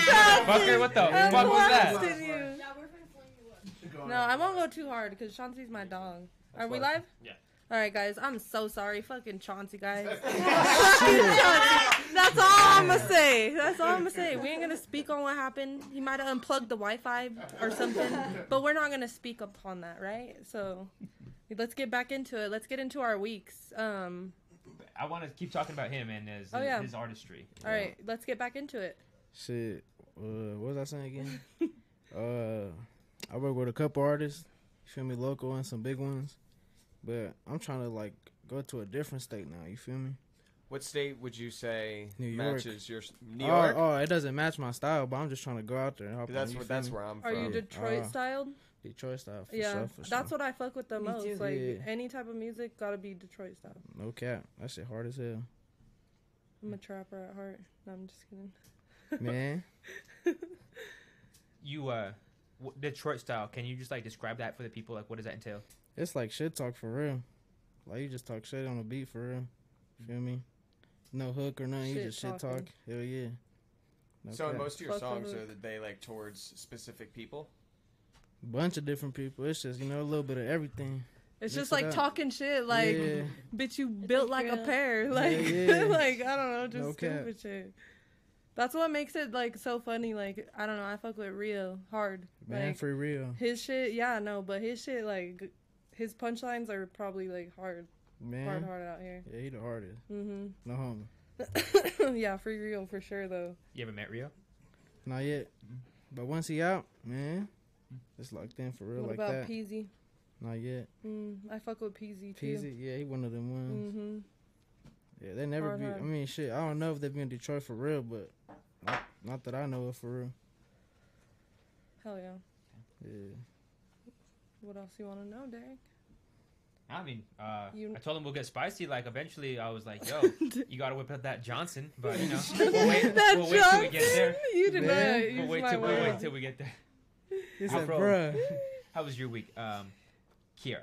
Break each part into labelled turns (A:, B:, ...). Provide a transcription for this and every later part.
A: motherfucker. What the
B: I'm
A: fuck was that?
B: blasting you. No, I won't go too hard because Chauncey's my dog. Are we live?
C: Yeah.
B: All right, guys. I'm so sorry. Fucking Chauncey, guys. Fucking Chauncey. That's all I'm gonna say. That's all I'm gonna say. We ain't gonna speak on what happened. He might have unplugged the Wi-Fi or something, but we're not gonna speak upon that, right? So, let's get back into it. Let's get into our weeks. Um.
C: I want to keep talking about him and his,
B: Oh, yeah.
C: his artistry.
B: All right. Let's get back into it.
D: Shit. Uh, what was I saying again? uh, I work with a couple artists. You feel me? Local and some big ones. But I'm trying to like go to a different state now. You feel me?
E: What state would you say
D: New York.
E: matches your s- New
D: Oh,
E: York?
D: Oh, it doesn't match my style, but I'm just trying to go out there. And hop
E: That's
D: on,
E: where
D: you
E: that's
D: feel me?
E: where I'm
B: Are you
E: from.
B: Detroit
D: Ah.
B: styled?
D: Detroit style. For
B: yeah,
D: sure, for
B: that's
D: sure.
B: what I fuck with the
D: Me
B: most.
D: too.
B: Like
D: Yeah.
B: any type of music, gotta be Detroit style.
D: No cap. That shit hard as hell,
B: I'm a trapper at heart. No, I'm just kidding.
D: man.
C: You uh, w- Detroit style. Can you just like describe that for the people? Like, what does that entail?
D: It's like shit talk for real. Like you just talk shit on the beat for real. Feel me? No hook or nothing.
B: Shit
D: you just shit talk.
B: talking.
D: Hell yeah. No
E: So
D: cap.
E: most of your
B: Fuck
E: songs
B: over.
E: are they like towards specific people?
D: bunch of different people. It's just you know a little bit of everything.
B: It's
D: Mix
B: just
D: it
B: like
D: up.
B: talking shit. Like,
D: yeah,
B: bitch, you built like
A: like
B: a
A: real.
B: pear. Like,
D: yeah.
B: like I don't know, just
D: No cap.
B: stupid shit. That's what makes it like so funny. Like I don't know, I fuck with Rio hard.
D: man,
B: like
D: for real,
B: his shit, yeah, no, but his shit like g- his punchlines are probably like hard, hard,
D: man.
B: hard out here.
D: Yeah, he the hardest.
B: Mm-hmm.
D: No homie.
B: yeah, free Rio for sure though.
C: You ever met Rio?
D: Not yet. But once he out, man, it's locked in for real
B: what
D: like
B: about
D: that.
B: Peasy?
D: Not yet.
B: Mm, I fuck with PZ too.
D: Peasy, yeah, he one of them
E: mm.
D: ones.
B: Mm-hmm.
D: Yeah, they never
B: Hard,
D: be.
B: hard.
D: I mean, shit. I don't know if they've been in Detroit for real, but not, not that I know of for real.
B: Hell yeah.
D: Yeah.
B: What else you want to know, Derek?
C: I mean, uh,
B: You-
C: I told him we'll get spicy. Like, eventually, I was like, yo, you gotta whip out that Johnson. But you know, we'll wait,
B: That
C: we'll wait till we get
B: Johnson?
C: there.
B: You did
D: Man.
B: not.
C: We'll
B: use
C: wait
B: my
C: till we'll wait
B: word.
C: till we get there.
D: He
C: I
D: said,
C: froze.
D: bruh.
C: How was your week, um, Kiera?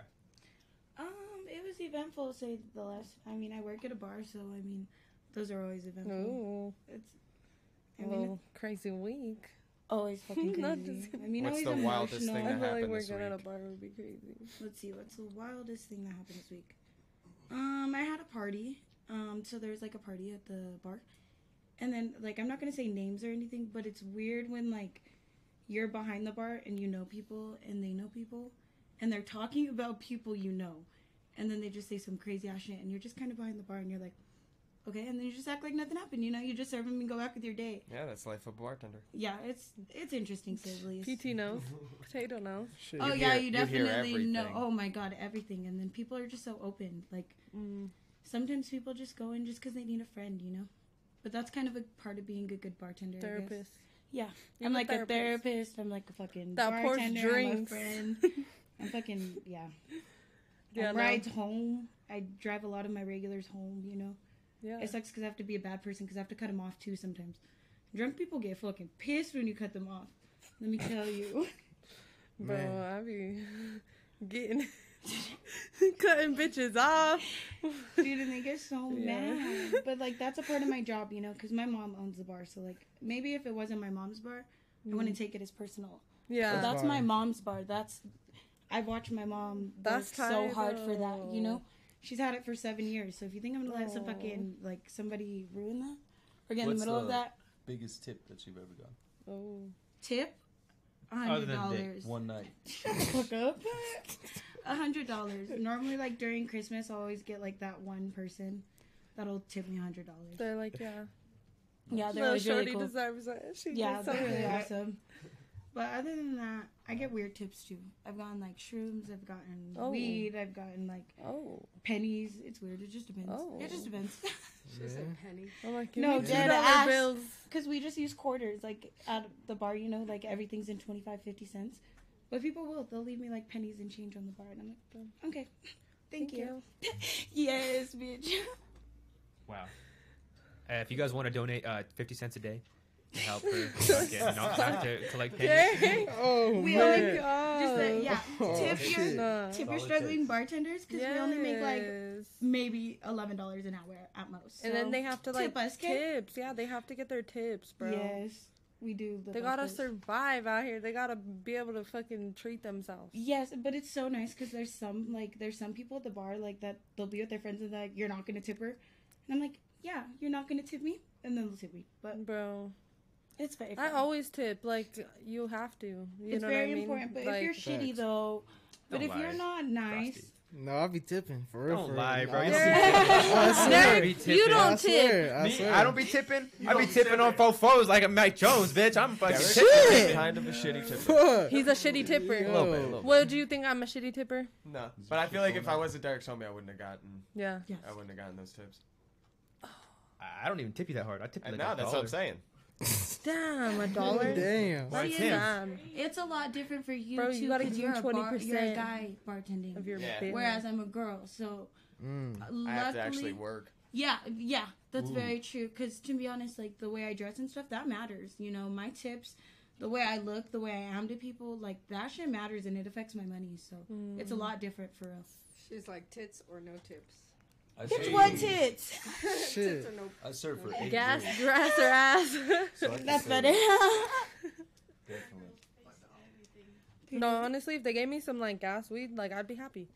A: Um, it was eventful. Say the last. I mean, I work at a bar, so I mean, those are always eventful.
B: Ooh,
A: It's. I
B: a
A: mean,
B: little crazy week.
A: it's always fucking
B: Not
A: crazy.
B: just-
A: I mean,
E: What's
A: always
E: the
A: emotional.
E: wildest thing
B: I
E: that
B: feel like
E: happened this
B: working at a
E: week?
B: bar would be crazy.
A: Let's see, what's the wildest thing that happened this week? Um, I had a party. Um, so there's like a party at the bar. And then like I'm not gonna say names or anything, but it's weird when like you're behind the bar and you know people and they know people and they're talking about people you know. And then they just say some crazy ass shit and you're just kind of behind the bar and you're like, okay, and then you just act like nothing happened, you know? You just serve them and go back with your day.
E: Yeah, that's life of a bartender.
A: Yeah, it's it's interesting, to say the least.
B: PT knows. Potato knows.
D: Shit.
A: Oh
E: You
A: yeah,
E: hear-
A: you
E: you hear
A: definitely know.
E: everything.
A: Oh my god, everything. And then people are just so open. Like
B: Mm.
A: sometimes people just go in just because they need a friend, you know. But that's kind of a part of being a good bartender. I guess.
B: Therapist.
A: Yeah,
B: You're
A: I'm
B: a
A: like
B: therapist.
A: a therapist. I'm like a fucking
B: That pours
A: bartender.
B: drinks.
A: I'm a friend. I'm fucking yeah.
B: Yeah,
A: I
B: no.
A: ride home. I drive a lot of my regulars home. You know,
B: Yeah.
A: it sucks because I have to be a bad person because I have to cut them off too sometimes. Drunk people get fucking pissed when you cut them off. Let me tell you.
B: Bro,
D: Man.
B: I be getting cutting bitches off.
A: dude and they get so
B: Yeah.
A: mad but like that's a part of my job you know because my mom owns the bar so like maybe if it wasn't my mom's bar i wouldn't take it as personal but
B: Mm. Yeah.
A: that's my mom's bar that's i watched my mom
B: That's
A: work so
B: tight,
A: hard for that you know
B: though.
A: she's had it for seven years so if you think i'm gonna let some
B: Aw.
A: fucking like somebody ruin that or get in
F: What's
A: the middle of
F: the-
A: that
F: biggest tip that you've ever gotten?
B: Oh.
A: tip a
C: Other
A: hundred
C: than dick,
A: dollars
F: One night.
A: Fuck up. A hundred dollars. Normally, like during Christmas, I always get like that one person that'll tip me a hundred dollars.
B: They're like, yeah.
A: Yeah, they're
B: Little
A: always really
B: shorty
A: cool.
B: deserves it. She
A: yeah,
B: gets
A: they're
B: something.
A: really awesome. But other than that, I get weird tips too. I've gotten like shrooms, I've gotten
B: Oh.
A: weed, I've gotten like
B: Oh.
A: pennies. It's weird. It just depends.
B: Oh.
A: It just depends.
B: I'm like, give
A: No,
B: me two
A: dead
B: dollar
A: ass.
B: bills.
A: Because we just use quarters, like at the bar, you know, like everything's in 25, 50 cents. But people will. They'll leave me like pennies and change on the bar, and I'm like, okay, thank, you. yes, bitch.
C: Wow. Uh, if you guys want to donate uh, 50 cents a day to help her fucking not have to collect pennies,
B: Dang.
D: Oh
A: We
D: man.
A: only- Just that, yeah.
D: Oh,
A: tip your tip
B: Nah.
F: That's all
A: your
F: it
A: struggling
F: takes.
A: bartenders because we only make like
B: Yes.
A: maybe eleven dollars an hour at most.
B: and then they have to
A: tip
B: like
A: us, kid.
B: tips. Yeah, they have to get their tips, bro.
A: Yes. we do. live
B: They
A: off
B: gotta
A: those.
B: survive out here. They gotta be able to fucking treat themselves.
A: Yes, but it's so nice because there's some like there's some people at the bar like that they'll be with their friends and they're like you're not gonna tip her, and I'm like yeah you're not gonna tip me and then they'll tip me, but
B: Bro,
A: it's very
B: I
A: fun.
B: always tip. Like you have to. You
A: it's
B: know
A: very
B: what I mean?
A: important. But if
B: Like,
A: you're shitty
D: Facts.
A: though, but
C: Don't
A: if you're
C: lie,
A: not nice,
C: Frosty.
D: No, I'll be tipping for real.
C: Don't
D: for real.
C: lie, bro.
D: I
C: You
D: swear-
B: Yeah.
D: I swear.
C: Be
B: you
C: tipping.
B: don't
D: I
B: tip.
D: swear, I
E: Me-
D: swear.
C: I don't be tipping. I be
E: don't
C: tipping
E: tip
C: on
E: it.
C: fofos like a Mac Jones, bitch. I'm fucking
E: Derek's
C: tipping.
E: kind of a shitty tipper.
D: Fuck.
B: He's a shitty tipper.
D: Yo.
F: little bit, a little bit.
B: Well, do you think I'm a shitty tipper?
E: No, but I feel like if I wasn't Derek's homie, I wouldn't have gotten.
B: Yeah.
A: yes.
E: I wouldn't have gotten those tips.
C: I I don't even tip you that hard. I tip you
E: And
C: like
E: now
C: a
E: that's what
C: dollar.
E: I'm saying.
B: Damn, a dollar.
D: Damn.
C: Why
A: But
C: it's
A: you-
C: him?
B: Damn.
A: It's a lot different for you
B: Bro,
A: too
B: you gotta
A: 'cause
B: give
A: you're
B: him
A: a bar, you're a
B: 20%
A: guy
B: Of
A: bartending,
B: your
E: Yeah.
B: business.
A: whereas I'm a girl. So
D: Mm.
G: Uh,
A: luckily,
E: I have to actually work.
A: yeah, yeah, that's
F: Ooh.
A: very true. Because to be honest, like the way I dress and stuff, that matters. You know, my tips, the way I look, the way I am to people, like that shit matters, and it affects my money. So it's a lot different for us.
G: She's like tits or no tips.
F: I
A: It's
F: served-
A: what tits.
D: Shit.
G: tits or no.
F: I served for eight
B: gas
F: years.
B: dress or ass.
F: so I can
A: That's
F: say
A: better.
F: Definitely.
B: no, honestly, if they gave me some like gas weed, like I'd be happy.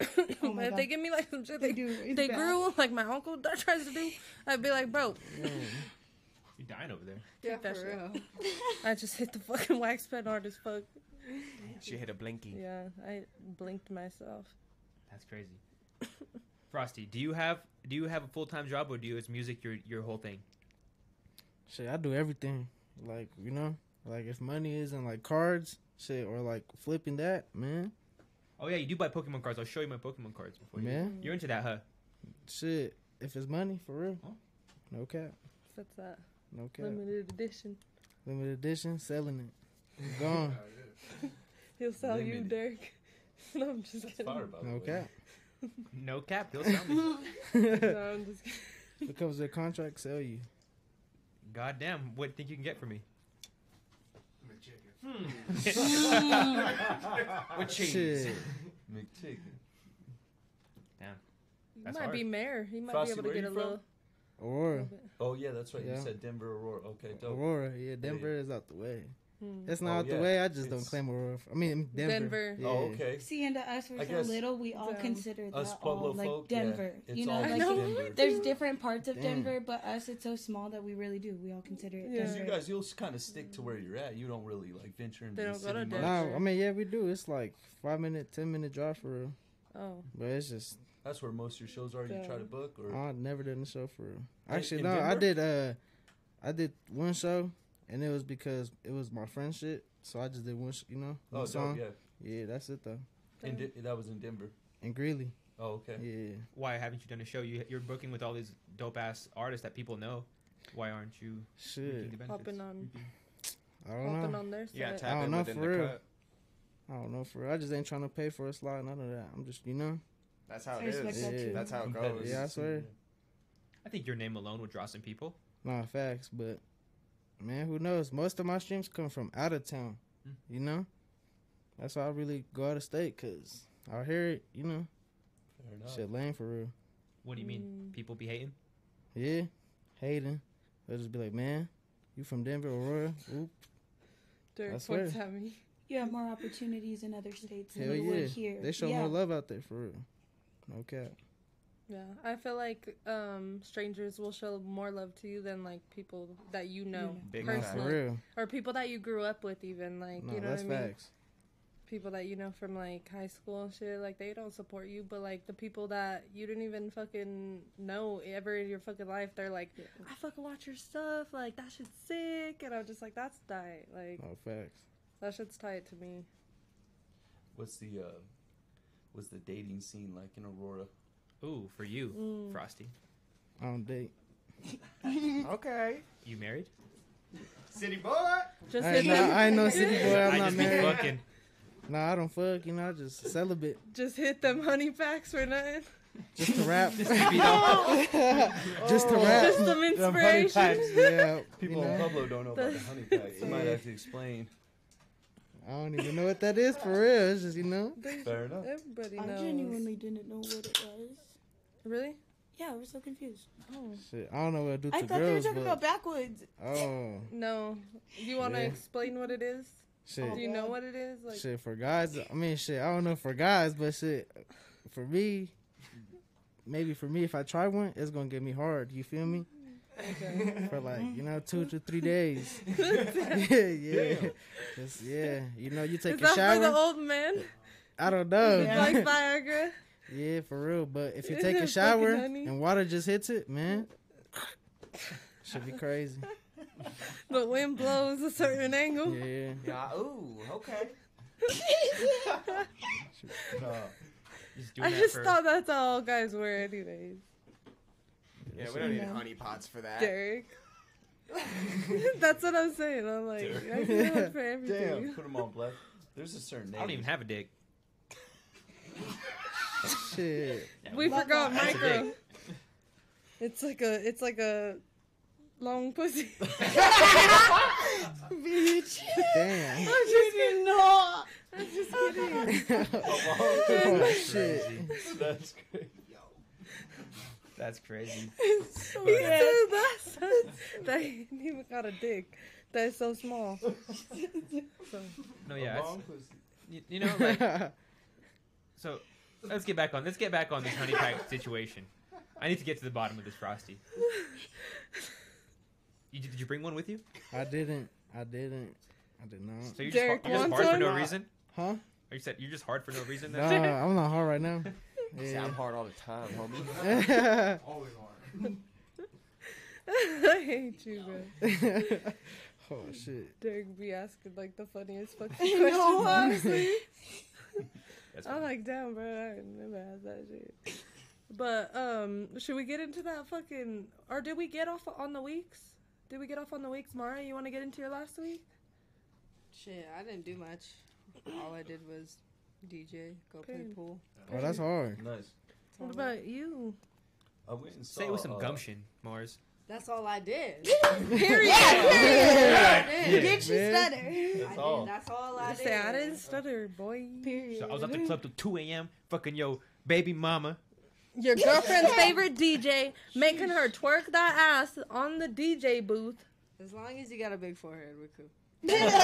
A: Oh
B: but
A: my
B: if they
A: God.
B: give me like some shit,
A: They
B: they,
A: do. It's
B: they
A: bad.
B: grew like my uncle that tries to do. I'd be like, bro,
C: You're dying over there.
G: Yeah,
B: Take that shit.
G: for real.
B: I just hit the fucking wax pedal hard as fuck.
E: She hit a blinky.
B: Yeah, I blinked myself.
C: That's crazy. Frosty, do you have do you have a full time job or do you is music your your whole thing?
D: Shit, I do everything. Like, you know, like if money isn't like cards, shit, or like flipping that, man.
C: Oh yeah, you do buy Pokemon cards. I'll show you my Pokemon cards before you.
D: Man,
C: You're into that, huh?
D: shit. If it's money, for real.
C: Huh?
D: No cap.
B: What's that?
D: No cap.
B: Limited edition.
D: Limited edition, selling it. Gone.
B: He'll sell you,
F: Limited.
B: Derek. no, I'm just kidding.
F: Fire, by the
D: No
F: way.
D: cap.
C: No cap, he'll sell me.
B: No, I'm just kidding.
D: What comes with a contract, sell you.
C: Goddamn, what think you can get for me?
B: Hmm.
E: With cheese.
D: Shit.
F: McChicken.
B: He
C: That's
B: might be
C: hard.
B: mayor. He might
F: Frosty,
B: be able
F: where
B: to get
F: you from?
B: a little.
D: Aurora.
F: Oh yeah, that's right. You
D: Yeah.
F: said Denver Aurora. Okay, dope.
D: Aurora. Yeah, Denver is out the way.
B: Hmm.
D: It's not
F: Oh,
D: out the
F: yeah.
D: way. I just don't
F: It's-
D: claim Aurora. f- I mean, Denver.
B: Denver.
D: Yeah.
F: Oh okay.
A: See, and to us, we're
F: I
A: so
F: guess
A: little, we all
B: them-
A: consider that
F: Us
A: all,
F: Pueblo
A: like
F: folk. yeah,
A: Denver.
F: it's
A: you know,
F: all
A: like
B: I know.
F: Denver.
A: there's different parts of
D: Damn.
A: Denver, but us, it's so small that we really do. We all consider it
B: Yeah.
F: Because you
A: Denver.
F: guys, you'll kind of stick to where you're at. You don't really like venture into
B: They
F: the
B: don't go to
F: city much.
B: Denver.
D: Nah, I mean, yeah, we do. It's like five minute, ten minute drive for real.
B: Oh,
D: But it's just
F: That's where most of your shows are. You try to book or
D: I never done a show for real.
F: In-
D: Actually,
F: in
D: no, I
F: Denver?
D: did. Uh, I did one show, and it was because it was my friend shit. So I just did one, sh- you know,
F: oh,
D: one
F: dope,
D: song.
F: yeah.
D: yeah. that's it though.
F: In De- that was in Denver.
D: In Greeley,
F: Oh okay.
D: yeah.
C: Why haven't you done a show? You you're booking with all these dope ass artists that people know. Why aren't you reaping
D: Shit,
C: the benefits?
B: hopping on,
F: Mm-hmm.
D: I don't
B: hopping
D: know.
B: on their
E: You gotta
B: side.
E: tap
D: don't
E: in
D: know,
E: within
D: for
E: the
D: real.
E: cut.
D: I don't know for real. I just ain't trying to pay for a slot, none of that. I'm just, you know,
E: That's how
A: I
E: it
A: respect
E: is.
A: that
D: Yeah.
A: too.
E: That's how it
F: Competitive
E: goes.
D: Yeah, I swear.
F: scene,
C: I think your name alone would draw some people.
D: nah, facts. But man, who knows? Most of my streams come from out of town.
C: Mm.
D: You know, that's why I really go out of state, cause I hear it. You know,
F: yeah. Fair enough.
D: shit lame for real.
C: What do you mean?
D: Mm.
C: People be hating?
D: Yeah, hating. They'll just be like, man, you from Denver, Aurora? Oop. I
B: Derek
D: swear.
B: points at me.
A: You have more opportunities in other states
D: Hell
A: than you
D: yeah.
A: would here.
D: They show
A: yeah.
D: more love out there for real. No cap.
B: Yeah, I feel like um, strangers will show more love to you than like people that you know
E: Big
D: No,
B: Personally.
E: time.
D: for real.
B: or people that you grew up with, even like
D: No,
B: you know what
D: that's
B: I mean.
D: facts.
B: People that you know from like high school and shit, like they don't support you, but like the people that you didn't even fucking know ever in your fucking life, they're like, I fucking watch your stuff, like that shit's sick, and I'm just like, that's tight, like
D: No Oh, facts.
B: that shit's tight to me.
F: What's the uh, what's the dating scene like in Aurora?
C: Ooh, for you,
B: Mm.
C: Frosty.
D: I don't date.
E: Okay.
C: You married?
E: City boy.
B: Just
D: I ain't, no, I ain't no city boy. I'm
C: I
D: not
C: just be
D: married.
C: fucking.
D: Nah, I don't fuck. You know, I just celibate.
B: Just hit them honey packs for nothing.
D: Just to rap.
C: Be the-
D: just to rap.
B: Just some inspiration.
D: yeah.
F: People
D: you
F: in
D: know,
F: Pueblo don't know about the honey pack. You might have to explain.
D: I don't even know what that is for real. It's just, you know.
F: Fair enough.
B: Everybody
A: I
B: knows.
A: genuinely didn't know what it was.
B: Really?
A: Yeah, we're so confused.
D: Shit, I don't know what I do to
A: I thought
D: girls,
A: they were talking
D: but
A: about backwoods.
D: oh,
B: No, want to
D: Yeah.
B: explain what it is?
D: Shit.
B: Do you know what it is? Like,
D: shit for guys. I mean, shit. I don't know for guys, but shit for me. Maybe for me, if I try one, it's gonna get me hard. You feel me? For like you know two to three days. yeah, yeah, Just- yeah. You know, you
B: is
D: take a
B: that for the
D: shower. Oh.
B: old man?
D: I don't know.
B: Like Viagra?
D: yeah, for real. But if you
B: Isn't
D: take
B: it fucking
D: a shower
B: honey?
D: and water just hits it, man, should be crazy.
B: The wind blows a certain angle.
D: Yeah.
E: Yeah. Ooh. Okay.
F: No.
C: Just
B: I
C: doing that
B: just
C: for-
B: thought that's all guys wear anyways.
E: Yeah, we don't need honey pots for that.
B: Derek. that's what I'm saying. I'm like, I can do it for
F: Damn,
B: everything.
F: put them on black. There's a certain name.
C: I don't even have a dick.
D: Shit.
B: We
A: Love
B: forgot
A: that.
C: That's a
B: micro. It's like a, it's like a long pussy. Bitch.
D: Damn.
B: I'm just kidding. No. I'm just kidding.
D: oh, shit.
F: That's great.
E: That's crazy.
B: It's so he said that sentence that he ain't even got a dick. That's so small. So,
C: No, yeah.
F: A
C: it's-
F: long pussy.
C: you, you know, like, so let's get back on. Let's get back on this honey pack situation. I need to get to the bottom of this frosty. You, did you bring one with you?
D: I didn't. I didn't. I did not.
C: So you're
B: Derek
C: just, you're just
B: wants
C: hard for
B: one?
C: no reason.
D: Huh?
C: Are you said you're just hard for no reason.
D: Nah,
C: Then?
D: I'm not hard right now.
E: See, I'm
D: Yeah.
E: hard all the time, homie.
F: Always hard.
B: I hate you, bro.
D: oh shit.
B: Derek be asking like the funniest fucking questions. No, honestly.
C: That's
B: I'm
C: fine.
B: like, damn, bro, I never asked that shit. But um, should we get into that fucking? Or did we get off on the weeks? Did we get off on the weeks, Mara? You want to get into your last week?
G: Shit, I didn't do much. All I did was DJ, go play
B: Period.
G: pool.
D: Oh, that's hard.
F: Nice.
B: What about you?
F: I went and saw.
C: Say it with some
F: uh,
C: gumption, Mars.
G: That's all I did.
B: Period.
G: Did
D: you man.
G: I
F: That's
G: did.
F: all.
G: That's all I did.
B: Say I didn't stutter, boy.
G: Period.
C: So I was at the club till 2 a.m. Fucking yo, baby mama.
B: Your girlfriend's favorite DJ making her twerk that ass on the DJ booth.
G: As long as you got a big forehead, we're cool.
F: I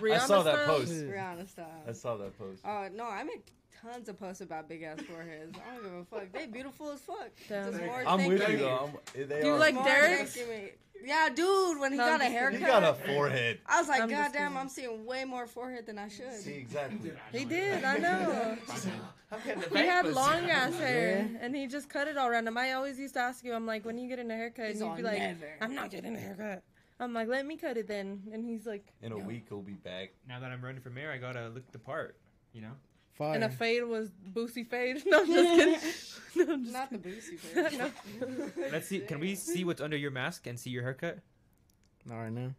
B: Rihanna
F: saw that
B: style. Hmm.
F: post.
G: Rihanna style.
F: I saw that post.
G: Uh, no, I make tons of posts about big ass foreheads. I don't give a fuck. They beautiful as fuck.
B: Damn.
G: Just more
F: I'm with
G: thank
F: you though. I'm, they
B: You
F: are-
B: like
G: More
B: Derek's?
G: thank you. Yeah, dude, when he
B: No, I'm
G: got a
B: just kidding.
F: You
G: haircut,
F: got a forehead.
G: I was like,
B: I'm just
G: God damn,
B: kidding.
G: I'm seeing way more forehead than I should.
F: See exactly.
B: He did, I know.
F: I've got the
B: He had
F: vapors.
B: long ass hair, and he just cut it all random. I always used to ask you, I'm like, when you get in a haircut,
G: He's
B: and
G: all,
B: you'd be like,
G: "Never."
B: I'm not getting a haircut. I'm like, let me cut it then, and he's like,
F: In a week, he'll be back.
C: Now that I'm running for mayor, I gotta look the part. You know,
D: Fire.
B: and a fade was boosie fade. No, I'm just kidding. No, I'm just
G: Not the boozy fade.
B: No.
C: let's see. Can we see what's under your mask and see your haircut?
D: Not right now.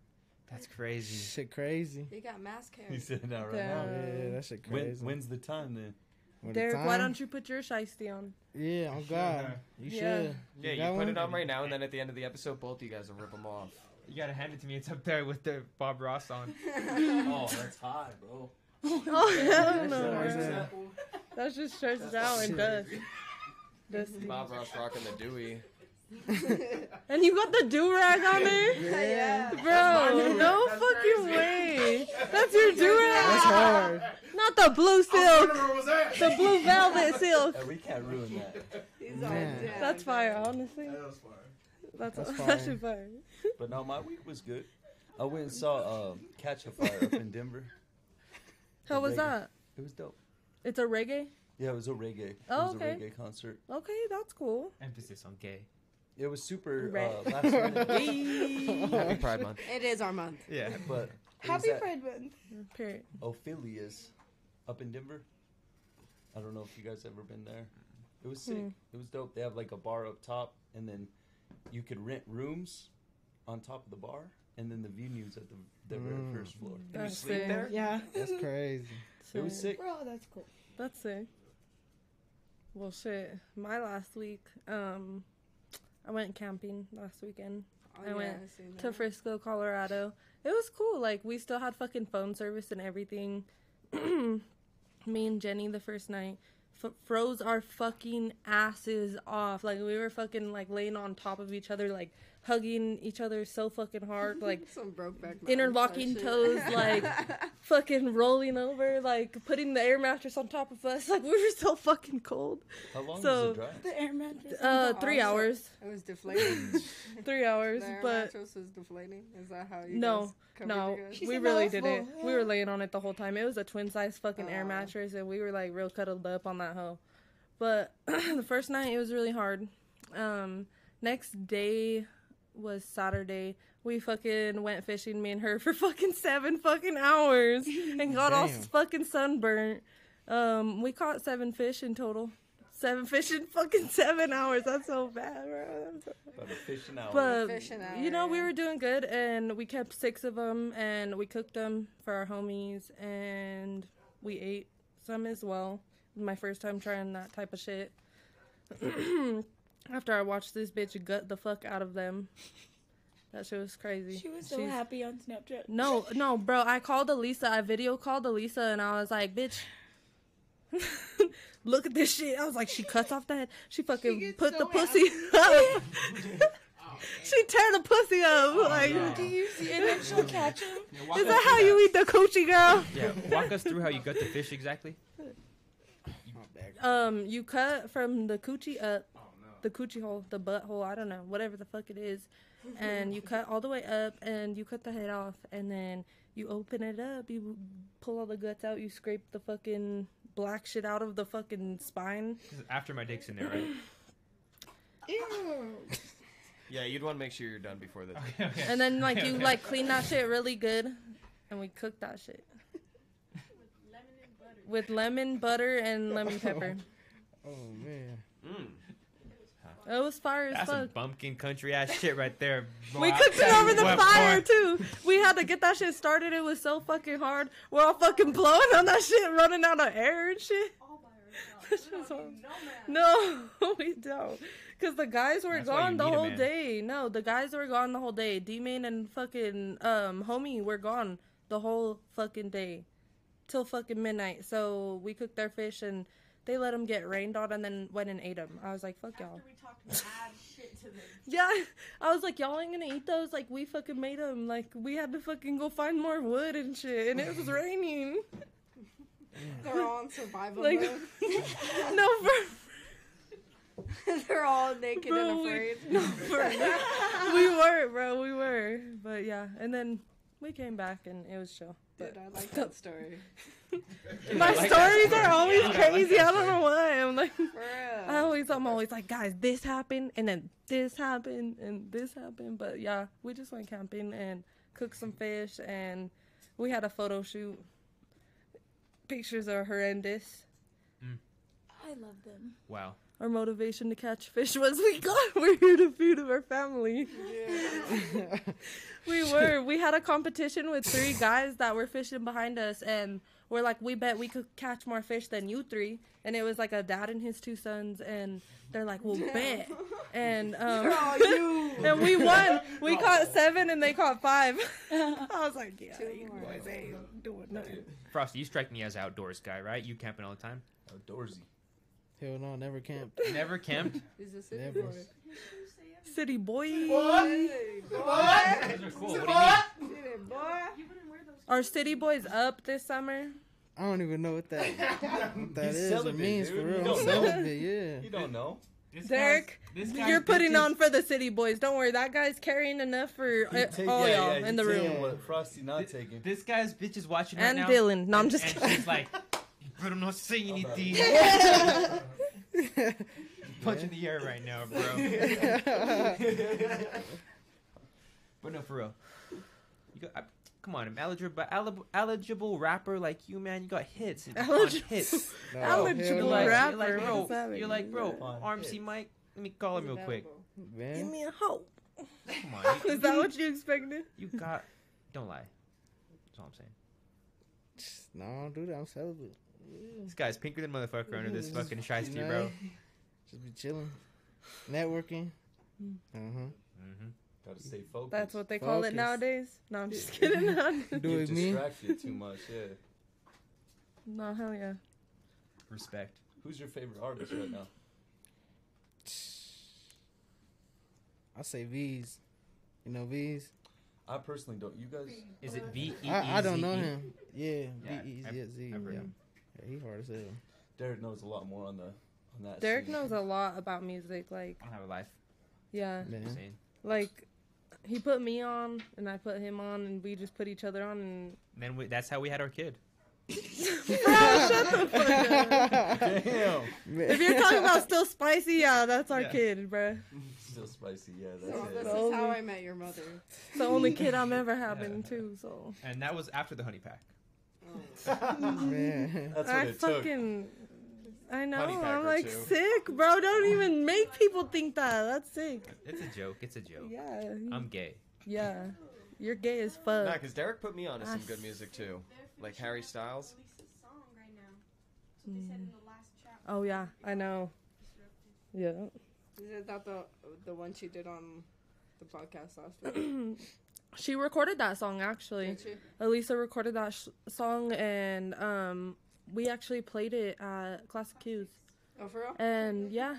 C: That's crazy.
D: Shit crazy.
G: He got mask hair.
F: He said that right
D: Yeah,
B: Damn.
F: now.
D: that shit
F: When,
D: crazy.
F: when's the time then?
D: When the
B: Derek, why
D: time-
B: don't you put your shiesty on?
D: Yeah, I'm God. You
B: Yeah.
D: should.
E: Yeah,
D: got
E: you put
D: one?
E: it on right now, and then at the end of the episode, both you guys will rip them off.
C: You gotta hand it to me. It's up there with the Bob Ross on.
F: oh, that's high, bro.
B: Oh, hell no.
D: Where's
B: bro.
D: that?
B: That's just stretches out and dust. Dusty.
E: Bob Ross rocking the Dewey.
B: And you got the do rag on there?
G: yeah.
B: Bro, no fucking way. That's your do
D: That's
B: rag.
D: hard.
B: Not the blue silk, the blue velvet silk.
F: Hey, we can't ruin that.
G: He's all
D: Man.
G: down.
B: That's fire, honestly.
F: was fire.
B: That's,
D: That's
B: fire. That's
D: fire.
B: fire.
F: But no, my week was good. I went and saw um, Catch a Fire up in Denver.
B: How was
F: Reggae.
B: that?
F: It was dope.
B: It's a reggae?
F: Yeah, it was a reggae.
B: Oh,
F: it was
B: okay.
F: a reggae concert.
B: Okay, that's cool.
C: Emphasis on gay.
F: It was super
B: Right.
F: uh, last minute,
E: Happy Pride Month.
G: It is our month.
C: Yeah.
F: but it was at
G: Month.
B: Period.
F: Ophelia's up in Denver. I don't know if you guys ever been there. It was
B: Hmm.
F: sick. It was dope. They have like a bar up top, and then you could rent rooms on top of the bar, and then the venues at the, the very
D: Hmm.
F: first floor.
B: That's
E: sleep
B: sick.
E: there?
A: Yeah.
D: That's crazy.
F: It was sick.
A: Bro, that's cool.
B: That's sick. Well, shit. My last week, um, I went camping last weekend.
A: Oh,
B: I went to Frisco, Colorado. It was cool. Like we still had fucking phone service and everything. Me and Jenny the first night f- froze our fucking asses off. Like we were fucking like laying on top of each other, like hugging each other so fucking hard, like
G: Some broke back.
B: interlocking toes, like fucking rolling over, like putting the air mattress on top of us. Like we were so fucking cold.
F: How long
B: So-
F: was the drive?
A: The air mattress.
B: Uh,
A: and the
B: three
A: arm-
B: hours,
G: It was deflating.
B: three hours,
G: The
B: but
G: mattress was deflating. Is that how you
B: no.
G: guys
B: No,
G: covered you guys?
B: we really did it. We were laying on it the whole time. It was a twin size fucking air
G: Oh.
B: mattress, and we were like real cuddled up on that hoe. But the first night it was really hard. Um, next day was Saturday. We fucking went fishing, me and her, for fucking seven fucking hours, and got all
D: Damn.
B: fucking sunburnt. Um, we caught seven fish in total. Seven fish in fucking seven hours. That's so bad, bro. That's so
F: About a fishing hour.
B: but
G: Fishing
B: you know we
G: hour.
B: were doing good and we kept six of them and we cooked them for our homies and we ate some as well my first time trying that type of shit after i watched this bitch gut the fuck out of them that shit was crazy
A: She was so
B: She's-
A: happy on Snapchat.
B: no no bro i called elisa i video called elisa and i was like bitch look at this shit i was like she cuts off that she fucking
G: gets
B: put
G: so
B: the pussy up she tear the pussy up like
A: Do you see? And then she'll catch him.
B: Is that how you eat the coochie, girl?
C: Yeah, walk us through how you gut the fish exactly.
B: Um, you cut from the coochie up, the coochie hole, the butt hole, I don't know, whatever the fuck it is, and you cut all the way up, and you cut the head off, and then you open it up, you pull all the guts out, you scrape the fucking black shit out of the fucking spine.
C: This is after my dick's in there, right?
E: Yeah, you'd want to make sure you're done before this.
C: Okay, okay.
B: and then like you like clean that shit really good and we cook that shit with lemon butter and lemon pepper
D: Oh man.
E: Mm.
B: it was fire as
C: Oh. That's some
B: fuck
C: bumpkin country ass shit right there.
B: we
C: Boy,
B: cooked
C: I
B: it
C: tell
B: over
C: you
B: the
C: what,
B: fire
C: boy.
B: too. We had to get that shit started. It was so fucking hard. We're all fucking blowing on that shit, running out of air and shit. No, we don't. Because the guys were
C: That's why
B: gone
C: you
B: the
C: need a
B: whole
C: man.
B: day. No, the guys were gone the whole day. D Main and fucking um homie were gone the whole fucking day. Till fucking midnight. So we cooked their fish and they let them get rained on and then went and ate them. I was like, fuck y'all.
H: we talked mad shit to them.
B: Yeah, I was like, y'all ain't gonna eat those. Like, we fucking made them. Like, we had to fucking go find more wood and shit. And it was raining.
G: They're all in survival
B: Like-
G: mode.
B: No, for,
G: They're all naked and
B: Bro, we-
G: afraid.
B: no, for we were, bro, we were. But yeah, and then we came back and it was chill.
G: Dude, I like that story.
B: My
C: like that
B: stories are always
C: Yeah, I like
B: crazy.
C: that
B: I don't know why. I'm like,
G: For
B: I
G: real.
B: always, I'm always like, guys, this happened and then this happened and this happened. But yeah, we just went camping and cooked some fish and we had a photo shoot. Pictures are horrendous.
A: I love them.
C: Wow.
B: our motivation to catch fish was we got we're here to feed our family. we were. We had a competition with three guys that were fishing behind us and we're like, we bet we could catch more fish than you three. And it was like a dad and his two sons and they're like, Well bet and um
G: Oh, you.
B: and we won. We caught seven and they caught five. I was like, Yeah,
G: Two
B: you
G: more.
B: boys ain't doing nothing.
C: Frosty, you strike me as outdoors guy, right? You camping all the time.
F: Outdoorsy.
D: Hell no, never camped.
C: Never camped.
G: Is this
D: Never.
G: it?
B: City boy.
G: Hey, boy.
C: Those are cool. What do you mean?
G: Get it, boy.
H: You wouldn't wear those.
B: Our city boys up this summer.
D: I don't even know what that what that
F: He's
D: is or
F: celibate,
D: means
F: dude. You
D: for real.
F: don't
D: I'm
F: know.
D: celibate, yeah.
F: You don't know.
C: This
B: Derek,
C: guy's- this
B: You're
C: guy's
B: putting
C: bitches-
B: on for the city boys. Don't worry, that guy's carrying enough for uh,
F: He take-
B: all
F: yeah,
B: y'all
F: yeah,
B: in
F: he
B: the
F: taking
B: room.
F: What Frosty not taking.
C: This guy's bitch is watching right
B: And
C: now.
B: Dylan. No, I'm just
C: and
B: kidding.
C: she's like, you better not say anything. Punch in the air right now, bro. but no, for real. You got, I, come on, an eligible, eligible, eligible rapper like you, man. You got hits. and
B: Eligible-
C: On hits.
D: No,
B: Eligible
D: hell
C: You're
D: no.
C: like,
B: rapper, what
C: You're like, bro,
B: does that mean?
C: you're like, bro
F: On
C: RMC
F: hits.
C: Mike, let me call him real quick.
B: Give
D: Man,
B: me a hope.
C: Come on. You,
B: Is that what you expected?
C: you got, don't lie. That's all I'm saying.
D: no, I don't do that. I'm celibate.
C: This guy's pinker than motherfucker under this
D: Just-
C: fucking shiesty,
D: Nah,
C: bro.
D: Just be chilling, networking. Uh huh.
C: Mm-hmm.
F: Gotta stay focused.
B: That's what they call it
D: Focus.
B: nowadays. No, I'm just kidding.
D: Do
F: Get
D: it me.
F: distracted too much. Yeah.
B: no, hell yeah.
C: Respect.
F: Who's your favorite artist right now?
D: I say V's. You know V's?
F: I personally don't. You guys,
C: Is it V E E?
D: I, I don't
C: Z
D: know
C: E?
D: him. Yeah,
C: Yeah,
D: V E
C: I've-
D: Z Z.
C: I've heard
D: Yeah,
C: him.
D: Yeah, he hard as hell.
F: Derek knows a lot more on the on that.
B: Derek
F: scene.
B: knows a lot about music. Like,
C: I don't have a life.
B: yeah,
D: Man.
C: Just saying.
B: like he put me on and I put him on, and we just put each other on. And
C: And then we, that's how we had our kid.
F: Damn,
B: if you're talking about still spicy, yeah, that's our
C: Yeah.
B: kid, bruh.
F: still spicy. Yeah, that's
G: So Oh, this
F: it.
G: is how I met your mother.
B: It's the only kid I'm ever having too. So
C: And that was after the honey pack.
D: Man.
F: That's what
B: I
F: it
B: fucking. I know.
E: Honey
B: I'm
E: packer,
B: like
E: too.
B: sick, bro. Don't even make people think that. That's sick.
C: It's a joke. It's a joke.
B: Yeah.
C: I'm gay.
B: Yeah. You're gay as
E: Nah,
B: fuck.
E: because Derek put me on to some good music too. Like Harry Styles.
H: Release a song right now. That's what they said in the last chat.
B: Oh yeah, I know. Yeah.
G: Isn't that the the one she did on the podcast last week?
B: She recorded that song actually.
G: Did she?
B: Elisa recorded that sh- song and um we actually played it at Classic Q's.
G: Oh, for real?
B: And yeah,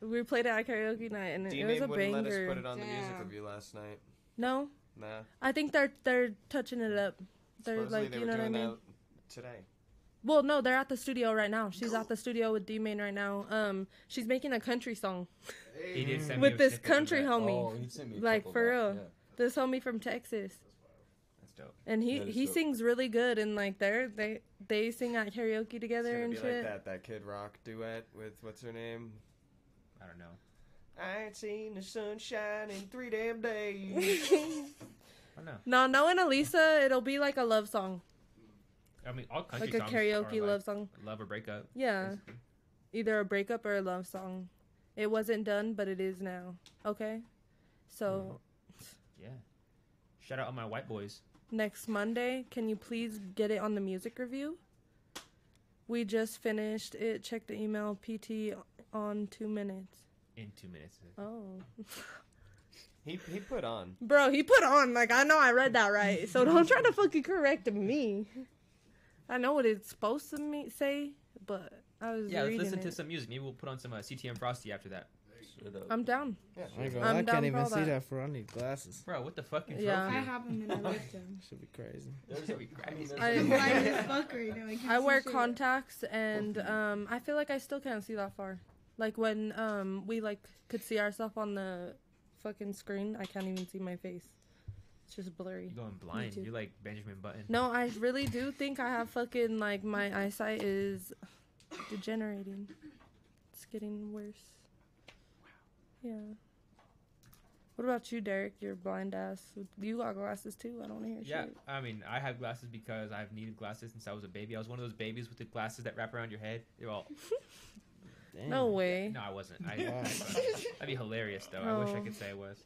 B: we played it at karaoke night and it,
E: D
B: it was a
E: Name wouldn't let us put it
B: banger.
E: on the music
G: Damn.
E: review last night.
B: No,
E: Nah.
B: I think they're they're touching it up. They're
E: Supposedly
B: like,
E: they were
B: you know what I
E: doing
B: mean?
E: that today.
B: Well, no, they're at the studio right now. She's at the studio with D Main right now. Um, she's making a country song
C: He did send me
B: with
C: a
B: this
C: snippet of
B: country
C: that.
F: took.
B: homie,
F: Oh, he sent me a
B: Like,
F: couple
B: for
F: of
B: real.
F: that,
B: this homie from Texas,
C: That's dope.
B: and he
F: That is
B: he
F: dope.
B: sings really good. And like they're they they sing at karaoke
E: It's
B: together
E: gonna
B: and
E: be
B: shit.
E: like that that Kid Rock duet with what's her name.
C: I don't know.
E: I ain't seen the sunshine in three damn days.
C: I don't know.
B: No, knowing Elisa, it'll be like a love song,
C: I mean, all country
B: like a
C: songs are
B: karaoke
C: like
B: love song.
C: love or breakup.
B: Yeah, either a breakup or a love song. It wasn't done, but it is now. Okay, so
C: Yeah. Shout out all my white boys.
B: next Monday, can you please get it on the music review? We just finished it. Check the email. PT on two minutes.
C: In two minutes.
B: Oh,
E: he he put on.
B: bro, he put on like I know I read that right. So don't try to fucking correct me. I know what it's supposed to me- say, but I was
C: Yeah, let's
B: reading
C: listen
B: it.
C: to some music. Maybe we'll put on some uh, CTM Frosty after that.
F: yeah. Straight up.
B: I'm down.
D: I ain't gonna
B: I'm
D: lie, I
B: down
D: can't
B: for
D: even
B: all
D: see
B: that.
D: that for. I need glasses.
C: Bro, what the fucking
B: Yeah.
A: I
C: trophy?
A: have them and I like them.
D: Should be crazy.
F: There's
C: We
F: I mean,
C: crazy.
F: there's
B: I-
A: I'm
F: a-
A: blind as fuck right now. can't
B: I
A: see
B: wear
A: shit.
B: contacts, and um, I feel like I still can't see that far. Like when um, we like could see ourselves on the fucking screen, I can't even see my face. It's just blurry.
C: You're going blind.
B: too.
C: You're like Benjamin Button.
B: No, I really do think I have fucking like my eyesight is degenerating. It's getting worse. Yeah. What about you, Derek? You're blind ass. You got glasses too. I don't hear
C: Yeah,
B: shit.
C: I mean, I have glasses because I've needed glasses since I was a baby. I was one of those babies with the glasses that wrap around your head. They're all.
D: Damn.
B: No way.
C: No, I wasn't. I,
D: Wow.
C: that'd be hilarious, though. I wish I
B: Oh.
C: could say I was.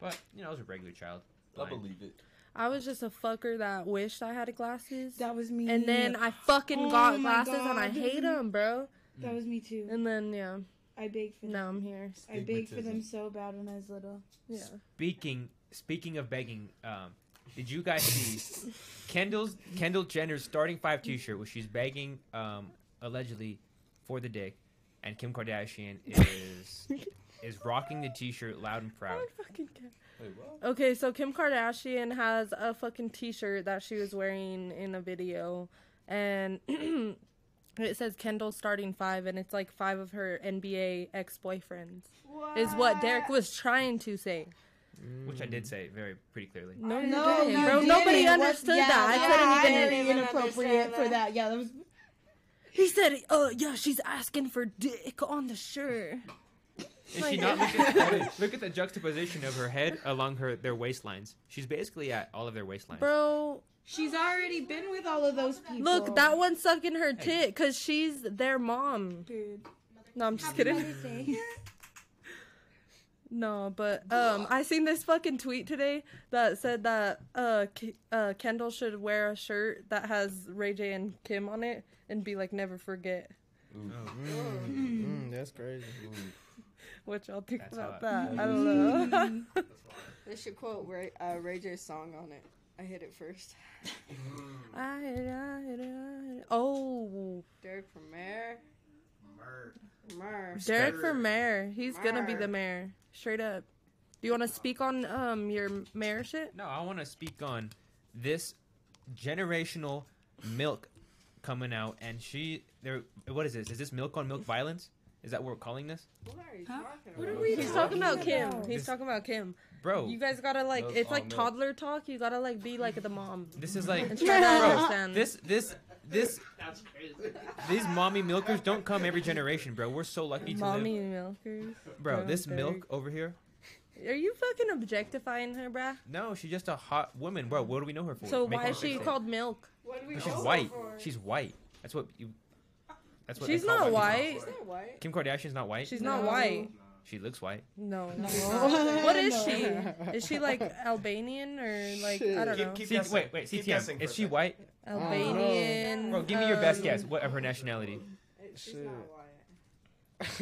C: But you know, I was a regular child.
F: I
C: Blind.
F: believe it.
B: I was just a fucker that wished I had glasses.
A: That was me.
B: And then I fucking
A: Oh
B: got
A: my
B: glasses and I
A: God.
B: hate them, bro.
A: that was me too.
B: And then, yeah,
A: I begged for them.
B: now I'm here.
A: I begged for them
F: Stigmatism.
A: so bad when I was little.
B: Yeah.
C: Speaking speaking of begging, um, did you guys see Kendall's Kendall Jenner's starting five T-shirt where she's begging um, allegedly for the dick, and Kim Kardashian is is rocking the T-shirt loud and
B: I
C: proud.
B: don't fucking care.
F: Wait, what?
B: Okay, so Kim Kardashian has a fucking t shirt that she was wearing in a video. And it says Kendall starting five, and it's like five of her NBA ex boyfriends, is what Derek was trying to say.
C: Mm. Which I did say very pretty clearly.
B: No,
A: No,
B: you didn't,
A: you
B: bro. Nobody
A: didn't. What-
B: understood
A: yeah,
B: that.
A: yeah,
B: I couldn't
A: I
B: even.
A: didn't even inappropriate for that. Yeah, that was.
B: He said, "Oh yeah, she's asking for dick on the shirt."
C: Is she not look at, look at the juxtaposition of her head along her their waistlines. She's basically at all of their waistlines.
B: Bro,
A: She's already been with all of those people.
B: look, that one's sucking her tit because she's their mom.
A: Dude.
B: No, I'm just kidding.
A: Mother's Day.
B: No, but um, I seen this fucking tweet today that said that uh, K- uh, Kendall should wear a shirt that has Ray J and Kim on it and be like, "Never forget."
D: Mm, that's crazy.
B: What y'all think
C: That's
B: about
C: hot.
B: that? I don't know.
G: They should quote Ray, uh, Ray J's song on it. I hit it first.
B: I, I- I- oh,
G: Derek from Mare. Mare.
B: Derek for mayor. He's gonna be
G: Mayor.
B: the mayor, straight up. Do you want to speak on um your mayor shit?
C: No, I want to speak on this generational milk coming out, and she there. What is this? Is this milk on milk violence? Is that what we're calling this,
I: What are you
A: Huh?
I: talking
A: What
I: about?
A: are we
B: He's talking about Kim.
A: about?
B: He's talking about Kim.
C: bro?
B: You guys gotta like,
J: Those
B: it's
J: all
B: like
J: milk.
B: toddler talk. You gotta like be like the mom
C: this is like,
B: and
C: bro.
B: try to understand.
C: This this this
K: That's crazy.
C: these mommy milkers don't come every generation, bro. We're so lucky to
B: mommy milkers.
C: live, bro.
B: no,
C: This
B: they're-
C: milk over here.
B: Are you fucking objectifying her, bruh?
C: No, she's just a hot woman, bro. What do we know her for?
B: So
C: Making
B: why is
C: her
B: she
C: fixate.
B: called milk?
I: What are we
C: But
I: going
C: She's white.
I: for?
C: She's white. That's what you. That's what. they
B: She's
C: call
B: not
C: white
B: white.
C: people.
I: Is that white?
C: Kim Kardashian's not white.
B: She's not
I: No.
B: white.
C: She looks white.
B: No.
A: No.
B: What is she? Is she like Albanian or like I don't know?
K: Keep, keep
C: See,
K: guessing.
C: wait, wait.
K: Keep guessing
C: CTM.
K: for a
C: Is she
K: second.
C: white?
B: Albanian.
C: Bro, give me your best
B: um,
C: guess. What of her nationality?
I: It- She's
D: Shit.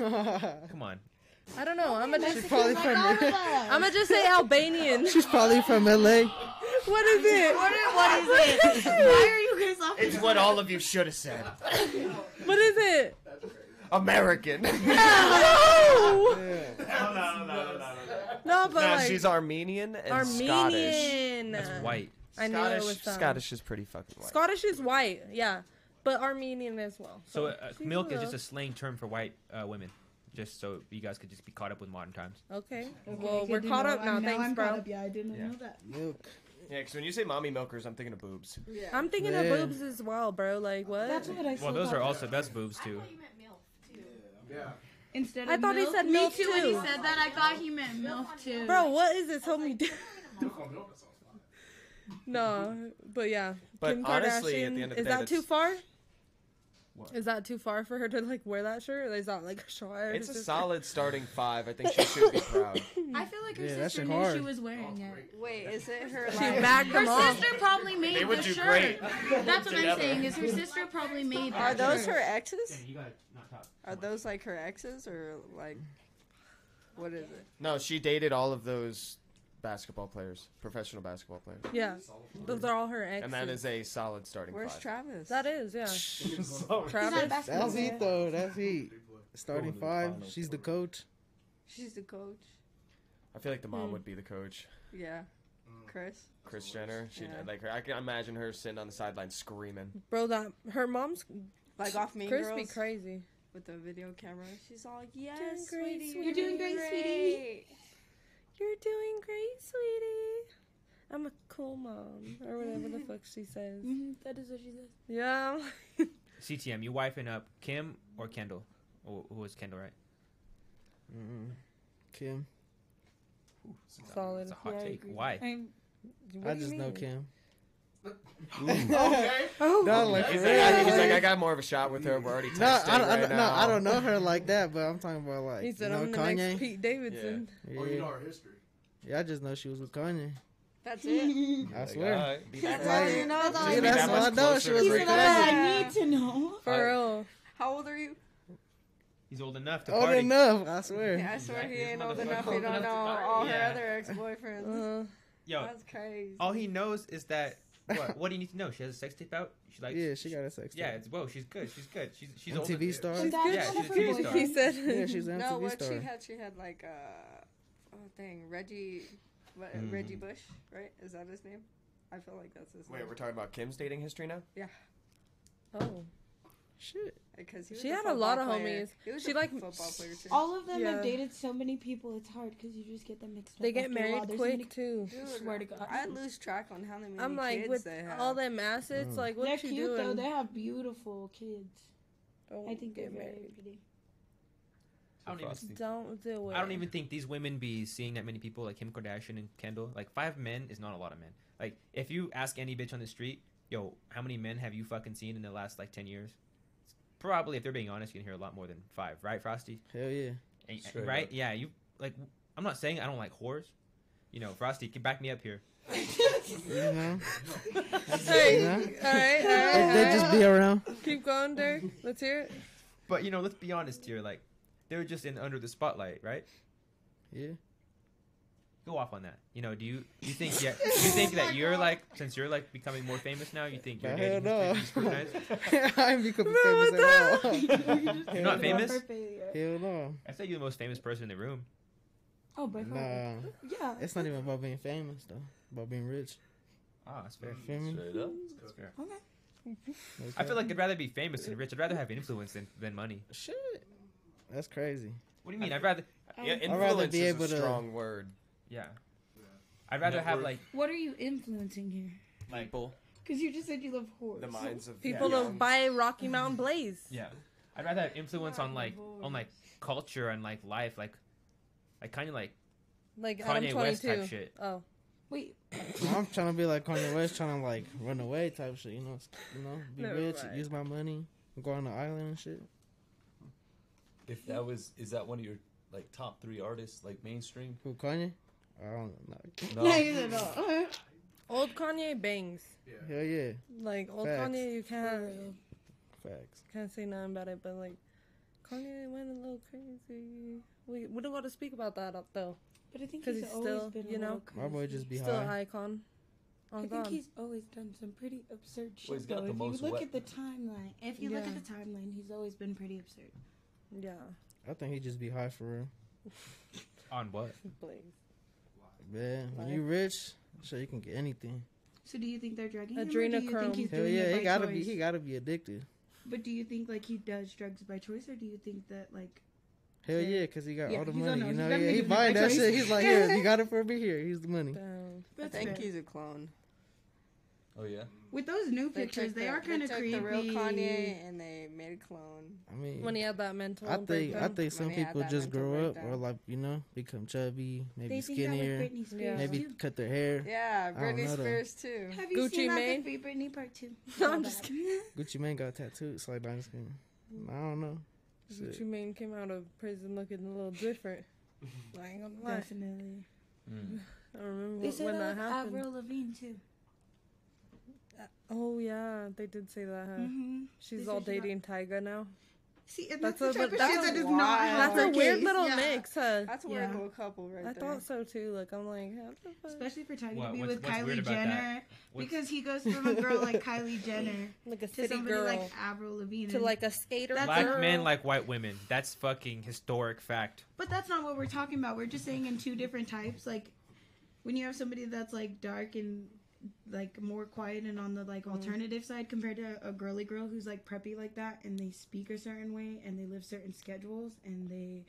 I: not white.
B: Um,
C: Come on.
B: I don't know. I'm gonna
D: She's
B: just
D: probably from
B: I'm gonna just say Albanian.
D: She's probably from LA.
B: what is it?
A: What is it? Why are you guys off?
K: It's what all of you should have said.
B: What is it?
K: American.
B: No.
K: no, no, no, no, no.
B: No, but
L: Nah,
B: like
L: she's Armenian and Scottish.
B: Armenian.
C: That's white.
B: I knew it was
L: Scottish,
B: some.
L: Scottish is pretty fucking white.
B: Scottish is white. Yeah, but Armenian as well.
C: So uh,
B: she's
C: milk is
B: a-
C: just a slang term for white uh, women. Just so you guys could just be caught up with modern times.
B: Okay.
A: Okay,
B: well,
A: okay,
B: we're
A: dude,
B: caught
A: no,
B: up now.
A: I'm-
B: Thanks,
A: I'm
B: bro.
A: caught up. Yeah, I didn't
C: Yeah.
A: know that.
D: Milk.
L: Yeah, because when you say mommy milkers, I'm thinking of boobs.
I: Yeah.
B: I'm thinking
D: Yeah.
B: of boobs as well, bro. Like what?
A: That's what I
C: Well,
A: saw
C: those are
A: about-
C: also best boobs
M: I
C: too.
M: thought you meant milf too.
A: Instead of
B: I thought he
A: milk,
B: said
A: me
B: milk,
A: too. When he
B: too.
A: said that, I thought he meant milk too.
B: Bro, what is this? Help me down. no, but yeah.
L: But honestly, at the end of the
B: is
L: day,
B: that
L: that's-
B: too far?
L: What?
B: Is that too far for her to like wear that shirt? Or is that like a shot? or
L: It's a
B: is it-
L: solid starting five. I think she should be proud.
A: I feel like her
D: Yeah, that
A: sister
D: shit
A: knew she
D: hard.
A: was wearing it.
I: Wait, is it her
B: She
I: like?
B: bagged
A: Her
B: them off.
A: sister probably made
K: They would
A: the
K: do
A: shirt.
K: great.
A: That's what I'm
K: Together.
A: saying. Is her sister probably made that
I: Are those
A: shirt.
I: her exes?
K: you gotta not talk.
I: Are those like her exes or like? What is it?
L: No, she dated all of those basketball players, professional basketball players,
B: Yeah, those are all her exes.
L: and that is a solid starting
I: Where's
L: five.
I: Travis?
B: That is, yeah.
A: He's
L: Oh,
A: not a
B: Travis.
A: basketball
D: That's
A: player.
D: heat though. That's heat. Starting five. She's the coach.
I: She's the coach.
L: I feel like the
B: Hmm.
L: mom would be the coach.
I: Yeah.
K: Mm.
I: Chris.
L: Chris Jenner, she
I: Yeah.
L: like her. I can imagine her sitting on the sideline screaming.
B: Bro, that her mom's
I: Like off Mean
B: Chris be
I: Girls
B: crazy.
I: with the video camera. She's all like, "Yes,
B: great,
I: sweetie,
B: sweetie.
I: you're doing great, sweetie."
B: You're doing great, sweetie. I'm a cool mom, or whatever the fuck she says.
A: Mhm, That is what she said.
B: Yeah. I'm like-
C: CTM, you wifing up Kim or Kendall? Oh, who was Kendall, right?
D: Mm-mm. Kim.
B: Solid.
C: It's a hot
B: Yeah, I
C: take.
B: agree.
C: Why?
A: I'm-
B: What
D: I
B: do you
D: just know
B: mean?
D: Kim.
K: Okay.
B: Oh,
D: No, like,
L: He's
D: for
L: like, I, he's
D: real,
L: like,
D: like-
L: I got more of a shot with her. We're already texting
D: No, I don't, I
L: right
D: don't, no,
L: now.
D: I don't know her like that, but I'm talking about like
B: he said,
D: you know,
B: I'm the next
D: Kanye.
B: Pete Davidson.
D: Yeah.
K: our history.
D: yeah, I just know she was with Kanye.
I: That's it.
D: I swear.
L: Be
I: That's
L: that-
I: all you know.
D: See,
I: Though.
L: that
D: that's
L: much
D: all I know.
L: closer
D: She
L: to
D: was
L: He
D: with
L: said,
A: That's what
D: Kanye.
A: I need to know.
B: For
L: I-
B: real.
I: How old are you?
C: He's old enough to
D: Old
C: party.
D: enough, I swear.
I: Yeah, I swear he
C: Exactly.
I: ain't old
C: Motherfucker.
I: enough. He don't know all her
C: Yeah.
I: other ex-boyfriends.
B: Uh,
C: Yo,
I: That's crazy.
C: all he knows is that. What? What do you need to know? She has a sex tape out. She likes.
D: Yeah, she got a sex.
C: Yeah,
D: tape.
C: it's whoa. She's good. She's good. She's she's old.
D: MTV star.
A: She got
C: Yeah,
A: one
C: she's
A: of her
C: a teen
A: boyfriends.
C: star.
B: he said.
D: Yeah, she's an
I: no,
D: MTV
I: what she
D: star.
I: had, she had like uh, oh thing, Reggie, what,
B: Mm.
L: Mhm.
I: Reggie Bush, right? Is that his name? I feel like that's his
L: Wait,
I: name.
L: we're talking about Kim's dating history now.
B: oh.
D: Shit.
I: Because he was
B: She
I: a
B: had a lot
I: football
B: of
I: player.
B: homies.
I: He was
B: She
I: a
B: like-
I: football player too.
A: All of them
B: Yeah.
A: have dated so many people. It's hard because you just get them mixed up.
B: They get
A: after a while.
B: married
A: There's so many-
B: quick, too.
I: Dude,
A: swear to God.
I: I lose track on how many
B: I'm like,
I: kids
B: with
I: they have.
B: all them
F: Mm.
B: assets,
L: Mm.
B: like, what
A: They're
B: you
A: cute
B: doing?
A: though. They have beautiful kids.
B: Don't
A: I think they're
B: get
A: very
B: married.
A: pretty.
C: I don't even
B: Don't do it.
C: I don't even think these women be seeing that many people like Kim Kardashian and Kendall. Like five men is not a lot of men. Like if you ask any bitch on the street, yo, how many men have you fucking seen in the last like ten years? Probably, if they're being honest, you can hear a lot more than five, right, Frosty?
D: Hell yeah.
C: And- and-
J: Straight
C: right?
J: up.
C: Yeah, you like. I'm not saying I don't like whores. You know, Frosty, can back me up here.
D: You know?
B: Hey,
D: You
B: all
D: know?
B: right, all right,
D: If they
B: all
D: just
B: right.
D: be around.
B: Keep going, Derek. Let's hear it.
C: But you know, let's be honest here. Like they're just in under the spotlight, right?
D: Yeah.
C: Go off on that. You know, do you you think yeah you think that you're like since you're like becoming more famous now, you think you're
D: But hell no.
C: scrutinized?
D: I ain't become
B: Bro,
D: famous
B: what
D: at all.
C: You're not famous.
D: Hell no.
C: I say you're the most famous person in the room.
A: Oh, by far.
D: Nah,
A: Yeah.
D: it's not even about being famous though. About being rich.
C: Oh, that's fair.
D: You feel me?
F: Straight up.
C: That's fair.
A: Okay.
C: I feel like I'd rather be famous than rich. I'd rather have influence than, than money.
D: shit. That's crazy.
C: What do you mean? I'd rather.
E: Yeah,
A: Um,
D: I'd rather
E: influence
D: be
E: is
D: able
E: a
D: to-
E: strong word.
C: Yeah. I'd rather have
F: Network.
C: like
A: What are you influencing here?
E: People,
A: Because you just said you love horse.
E: the minds of
B: People
E: yeah.
B: to buy Rocky Mountain Blaze.
C: yeah. I'd rather have influence on like on like culture and like life, like like kind of like
B: Like
C: Kanye
B: Adam
C: West
B: 22.
C: type shit.
B: Oh.
A: Wait,
D: I'm trying to be like Kanye West, trying to like run away type shit. You know, you know, be
B: Never
D: rich,
B: mind.
D: use my money, go on the island and shit.
F: If that was, is that one of your like top three artists, like mainstream?
D: Who Kanye? I don't know.
F: No.
A: no, you said no.
B: Old Kanye bangs.
D: Hell yeah,
B: Like old
D: Facts.
B: Kanye, you can't
D: facts.
B: can't say nothing about it. But like Kanye went a little crazy. We we don't got to speak about that uh, though.
A: But I think
B: 'Cause
A: he's,
B: he's
A: always
B: still,
A: been a
B: you know,
A: little
D: My boy
A: crazy.
D: just be
B: Still an
D: high.
B: icon.
A: I
B: On
A: think
B: God.
A: he's always done some pretty absurd shit.
F: Well, he's got
A: though.
F: the
A: if
F: most
A: you look
F: wet-
A: at the timeline, if you look
B: Yeah.
A: at the timeline, he's always been pretty absurd.
B: Yeah.
D: I think he just be high for real.
C: on what?
B: Blaze.
D: Man, when
B: Life.
D: you rich, sure you can get anything.
A: So do you think they're drugging him? Or do you think
B: Adrenochrome.
A: he's
D: Hell
A: doing
D: yeah,
A: it by
D: he gotta
A: choice?
D: be. He gotta be addicted.
A: But do you think like he does drugs by choice, or do you think that like
D: Hell
A: Yeah.
D: yeah, cause he got
A: Yeah,
D: all the
A: he's
D: money.
A: on
D: You
A: those. He's
D: know, yeah,
A: gotta
D: he
A: make a
D: buying
A: good
D: that
A: choice.
D: shit. He's like, here, you got it for me. Here, here's the money.
B: Damn.
G: I
A: that's
G: think
A: fair.
G: he's a clone.
F: Oh yeah.
A: with those new
G: They
A: pictures,
G: took
A: they
G: the-
A: are kind of
G: took
A: creepy.
G: The real Kanye and they made a clone.
D: I mean,
B: When he had that mental.
D: I think I
B: breakdown.
D: think some
G: When he had
D: people
G: that
D: just
G: mental
D: grow up or
G: breakdown.
D: like you know become chubby, maybe
A: They think that
D: skinnier,
A: with Britney Spears
B: Yeah.
D: maybe
A: too.
D: cut their hair.
G: Yeah,
D: don't
G: Britney
D: know, though.
G: Spears too.
A: Have you
B: Gucci
A: seen
B: Mane?
A: that Good Free Britney Part Two?
B: No, I'm just
A: kidding.
D: Gucci Mane got tattoos. Like, I'm just kidding. I don't know. Shit.
B: Gucci Mane came out of prison looking a little different. I ain't gonna lie.
A: Definitely.
B: I remember
A: They
B: wh-
A: said
B: when
A: that
B: that
A: with
B: happened.
A: Avril Lavigne too.
B: Oh yeah, they did say that. Huh?
A: Mm-hmm.
B: She's
A: They
B: all
A: said she got-
B: dating Tyga now.
A: See, and
B: That's
A: that's,
B: a-
A: the type
B: but
A: of
B: that's
A: shit that is
G: wild.
A: not.
B: That's
A: helpful
B: a weird
A: case.
B: little
A: Yeah.
B: mix, huh?
G: That's a weird
A: Yeah.
G: little couple right
B: I
G: there.
B: thought so too. Like I'm like, how the fuck?
A: Especially for Tiger
C: What-
A: to be
C: what's-
A: with
C: what's weird
A: Kylie
C: about
A: Jenner,
C: What's-
A: because he goes from a girl like Kylie Jenner
B: like a
A: to
B: city
A: somebody
B: girl
A: like Avril Lavigne.
B: to like a skater.
A: That's
C: Black
A: a-
C: men like white women. That's fucking historic fact.
A: But that's not what we're talking about. We're just saying in two different types. Like when you have somebody that's like dark and like more quiet and on the like alternative side compared to a girly girl who's like preppy like that and they speak a certain way and they live certain schedules and they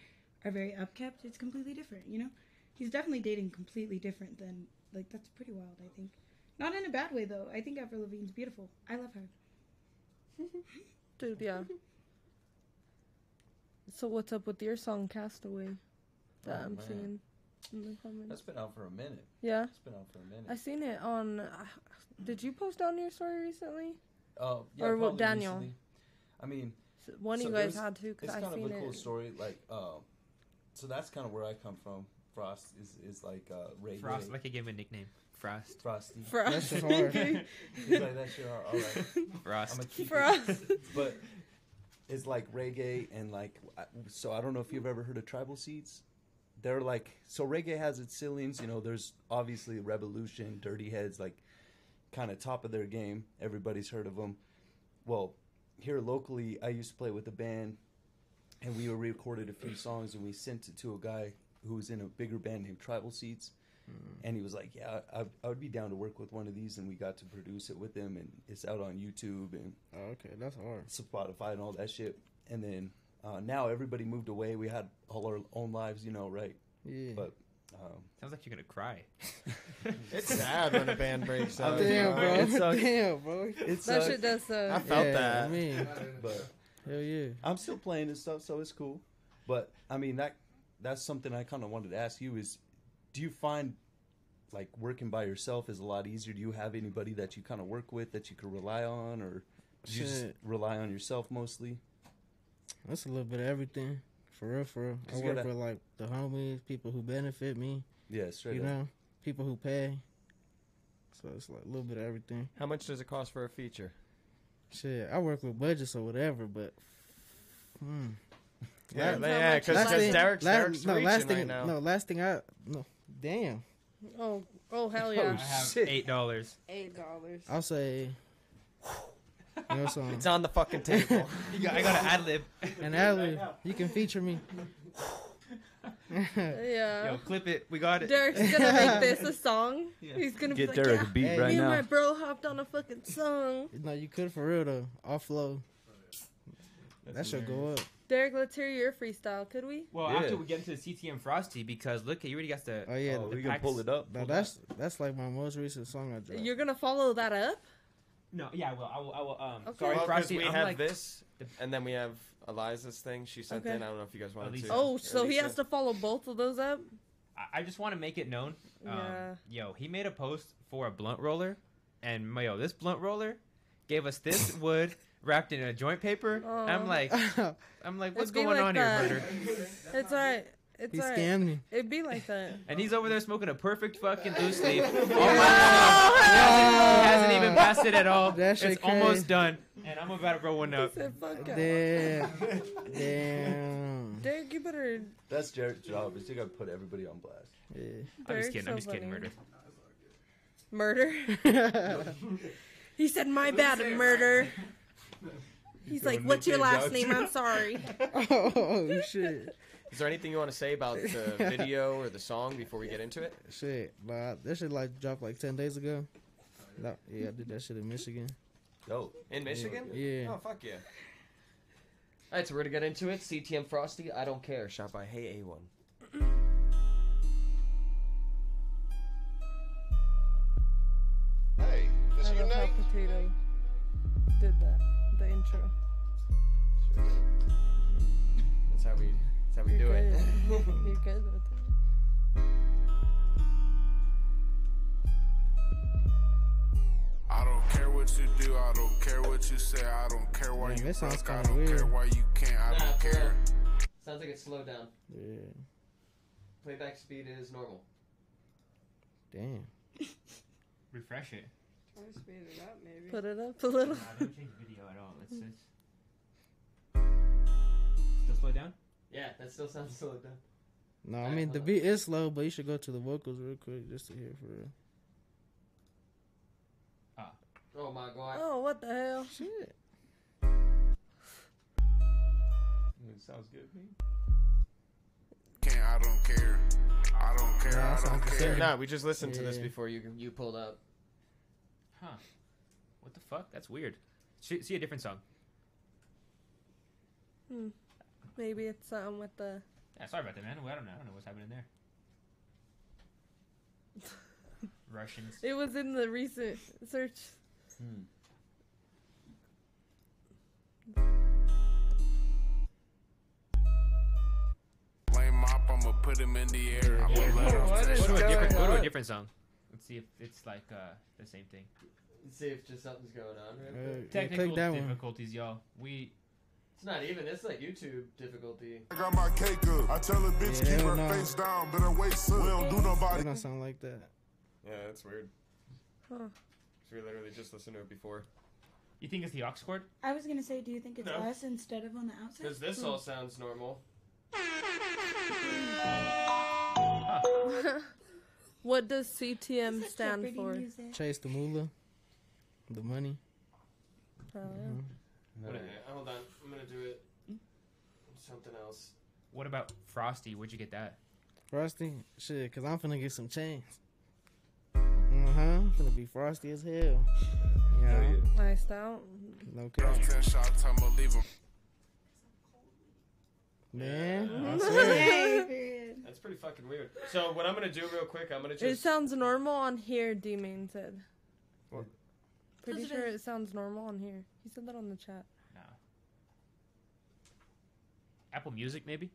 A: are very upkept, it's completely different, you know? He's definitely dating completely different than like that's pretty wild, I think. Not in a bad way though. I think Avril Lavigne's beautiful. I love her.
B: dude. Yeah. So what's up with your song "Castaway"? That
F: Oh,
B: I'm
F: man.
B: seeing in the comments.
F: That's been out for a minute.
B: yeah,
F: It's been out for a
B: I
F: minute.
B: seen it on. Did you post on your story recently?
F: Oh, yeah,
B: Or what,
F: probably
B: Daniel?
F: recently. I mean,
B: S- One
F: So
B: of you
F: it
B: guys
F: was-
B: had to,
F: it's
B: cause
F: kind
B: I
F: of
B: seen
F: a cool
B: it.
F: story. Like, uh, so that's kind of where I come from. Frost is is like uh, Ray
C: Frost,
F: Ray.
C: like I gave him a nickname. Frost.
F: Frosty.
B: For
D: That's
B: us,
D: just hard.
F: He's like, that shit are all right.
C: Frost.
F: I'ma keep
B: for
F: it.
B: us.
F: But it's like reggae and like I- so I don't know if you've ever heard of Tribal Seeds. They're like so reggae has its ceilings. You know, there's obviously Revolution, Dirty Heads, like kind of top of their game. Everybody's heard of them. Well, here locally, I used to play with a band, and we recorded a few songs and we sent it to a guy who was in a bigger band named Tribal Seeds.
E: Mm-hmm.
F: And he was like, "Yeah, I, I would be down to work with one of these." And we got to produce it with him, and it's out on YouTube and
D: Oh, okay, that's hard.
F: Spotify and all that shit. And then uh, now everybody moved away. We had all our own lives, you know, right?
D: Yeah.
F: But um,
C: Sounds like you're gonna cry.
E: it's sad when a band breaks up.
D: damn,
E: you
D: bro.
E: know?
F: It sucks.
D: Damn, bro.
F: it's
B: that shit does
E: I
B: suck.
E: felt
D: yeah, I
E: that.
D: mean,
F: but
D: hell yeah.
F: I'm still playing and stuff, so it's cool. But I mean that that's something I kind of wanted to ask you is, do you find like working by yourself is a lot easier? Do you have anybody that you kind of work with that you can rely on, or do you just
D: Shit.
F: rely on yourself mostly?
D: That's a little bit of everything. For real, for real. I
F: You
D: work
F: gotta-
D: with like the homies, people who benefit me,
F: Yeah, straight
D: you
F: up.
D: know, people who pay. So it's like a little bit of everything.
E: How much does it cost for a feature?
D: Shit, I work with budgets or whatever, but hmm.
E: Yeah,
D: Last-
E: like, yeah, because
D: last thing-
E: Derek's,
D: last-
E: Derek's
D: no,
E: reaching
D: last thing,
E: right now.
D: no, last thing I no, damn,
B: Oh, oh hell
C: I
B: yeah.
C: have
F: shit.
C: eight dollars.
G: Eight dollars.
D: I'll say, you know, something.
E: It's on the fucking table.
C: I got an ad lib.
D: And Adler, you can feature me.
B: Yeah.
C: Yo, clip it. We got it.
B: Derek's gonna make this a song.
C: Yeah.
B: He's gonna
N: Get
B: be like,
N: Derek
B: yeah,
N: a beat
D: Hey,
N: right
B: me and my
N: now.
B: bro hopped on a fucking song.
D: no, you could for real though. Offload. That should go up.
B: Derek, let's hear your freestyle, could we?
C: Well,
N: Yeah.
C: after we get into CTM Frosty, because look, you already got the.
D: Oh yeah,
N: Oh,
D: th-
N: we can
C: packs-
N: pull it up.
D: now that's that's like my most recent song I dropped.
B: You're gonna follow that up?
C: No, yeah, I will. I will. I will um,
B: Okay.
C: Sorry,
L: Well, 'cause
C: Frosty.
L: we
C: I'm
L: have
C: like,
L: this, and then we have Eliza's thing she sent
B: Okay.
L: in. I don't know if you guys wanted
C: Elisa.
L: to.
B: Oh, so he
L: Elisa.
B: has to follow both of those up?
C: I- I just want to make it known. Um,
B: Yeah.
C: Yo, he made a post for a blunt roller, and yo, this blunt roller gave us this wood wrapped in a joint paper. I'm
B: Aw.
C: like, I'm like, what's
B: It'd be
C: going
B: like
C: on
B: that.
C: here, murder?
B: It's alright. It's
D: he
B: alright.
D: scammed me.
B: It'd be like that.
C: And he's over there smoking a perfect fucking loose leaf. Oh my
B: Oh,
C: God. He hasn't- He hasn't even passed it at all.
D: That
C: It's
D: shit
C: almost
D: crazy.
C: done, and I'm about to roll one
B: He
C: up.
B: said, fuck it.
D: Damn. Damn.
B: Derek, you better.
F: That's Jared's job. Is you gotta put everybody on blast.
D: Yeah.
C: I'm just
B: Derek's
C: kidding.
B: so
C: I'm just kidding,
B: funny.
C: murder.
B: Murder? He said, my bad, murder. He's like,
F: doing
B: what's your
F: okay,
B: last
F: Josh?"
B: name? I'm sorry.
D: oh shit.
L: Is there anything you want to say about the video or the song before we get into it?
D: Shit. Nah, that shit like dropped like ten days ago. Nah, yeah, I did that shit in Michigan.
F: Dope.
L: In Michigan?
D: Yeah.
L: Oh, fuck yeah. Alright, so we're gonna get into it. CTM Frosty, I don't care. Shot by Hey A1.
K: Hey, this
B: I
K: is your
B: love how
K: name?
B: Potato did that, the intro.
L: That's how we that's how we
B: You're
L: do it.
B: good. You're good with it.
K: I don't care what you do, I don't care what you say, I don't care why
D: Man,
K: you
D: that sounds
K: broke, I
D: kinda
K: don't care
D: weird.
K: why you can't, I don't care.
L: Sounds like it's slowed down.
D: Yeah.
L: Playback speed is normal.
D: Damn.
C: Refresh it.
I: Try to speed it up, maybe.
B: Put it up a little.
C: Nah, don't change video at all. Let's just. Still slow down?
L: Yeah, that still sounds slowed down.
D: No, I
L: Alright,
D: mean
L: hold
D: the
L: on.
D: beat is slow, but you should go to the vocals real quick just to hear for real.
L: Oh my god.
B: Oh, what the hell?
D: Shit.
F: It sounds good.
K: Can't, I don't care. I don't care,
D: Nah,
K: I
D: that
K: don't
D: sounds the
K: care.
D: same.
L: Nah, we just listened to this
D: Yeah.
L: before you you pulled up.
C: Huh. What the fuck? That's weird. See, see a different song.
B: Hmm. Maybe it's something with the.
C: Yeah, sorry about that, man. I don't know. I don't know what's happening there. Russians.
B: It was in the recent search.
F: Hmm.
K: Lame mop, I'ma put him in the air. I'ma let him
L: What is
C: Go to a
L: going
C: different. Go to a
L: on?
C: different song. Let's see if it's like uh, the same thing.
L: Let's see if just something's going on.
D: Uh,
L: Right?
D: yeah,
C: Technical
D: click that one.
C: difficulties, y'all. We
L: It's not even. It's like YouTube difficulty.
K: I got my cake up. I tell a bitch
D: Yeah,
K: keep her
D: no.
K: face down, but her waist up. We don't do
D: It
K: nobody.
D: don't sound like that.
L: Yeah, that's weird.
B: Huh.
L: So we literally just listened to it before.
C: you think it's the aux chord?
A: I was gonna say, do you think it's
L: No.
A: us instead of on the outside?
L: Because this all sounds normal.
B: what does CTM
A: Such
B: stand
A: jeopardy
B: for?
A: music.
D: Chase the moolah, the money.
B: Oh,
L: What is it? Hold on, I'm gonna do it. Something else.
C: What about Frosty? Where'd you get that?
D: Frosty, shit, cause I'm finna get some chains. Uh huh. I'm finna be frosty as hell. Yeah.
F: yeah.
B: yeah. Iced out.
D: No cap.
K: Those 10 shots, I'ma leave 'em.
D: Man, I
L: Yeah.
D: swear.
A: David.
L: That's pretty fucking weird. So what I'm gonna do real quick, I'm gonna
B: It
L: just.
B: sounds normal on here, D Main said.
L: What?
B: Pretty
A: That's what
B: sure
A: I-
B: it sounds normal on here. He said that on the chat.
C: Apple Music, maybe?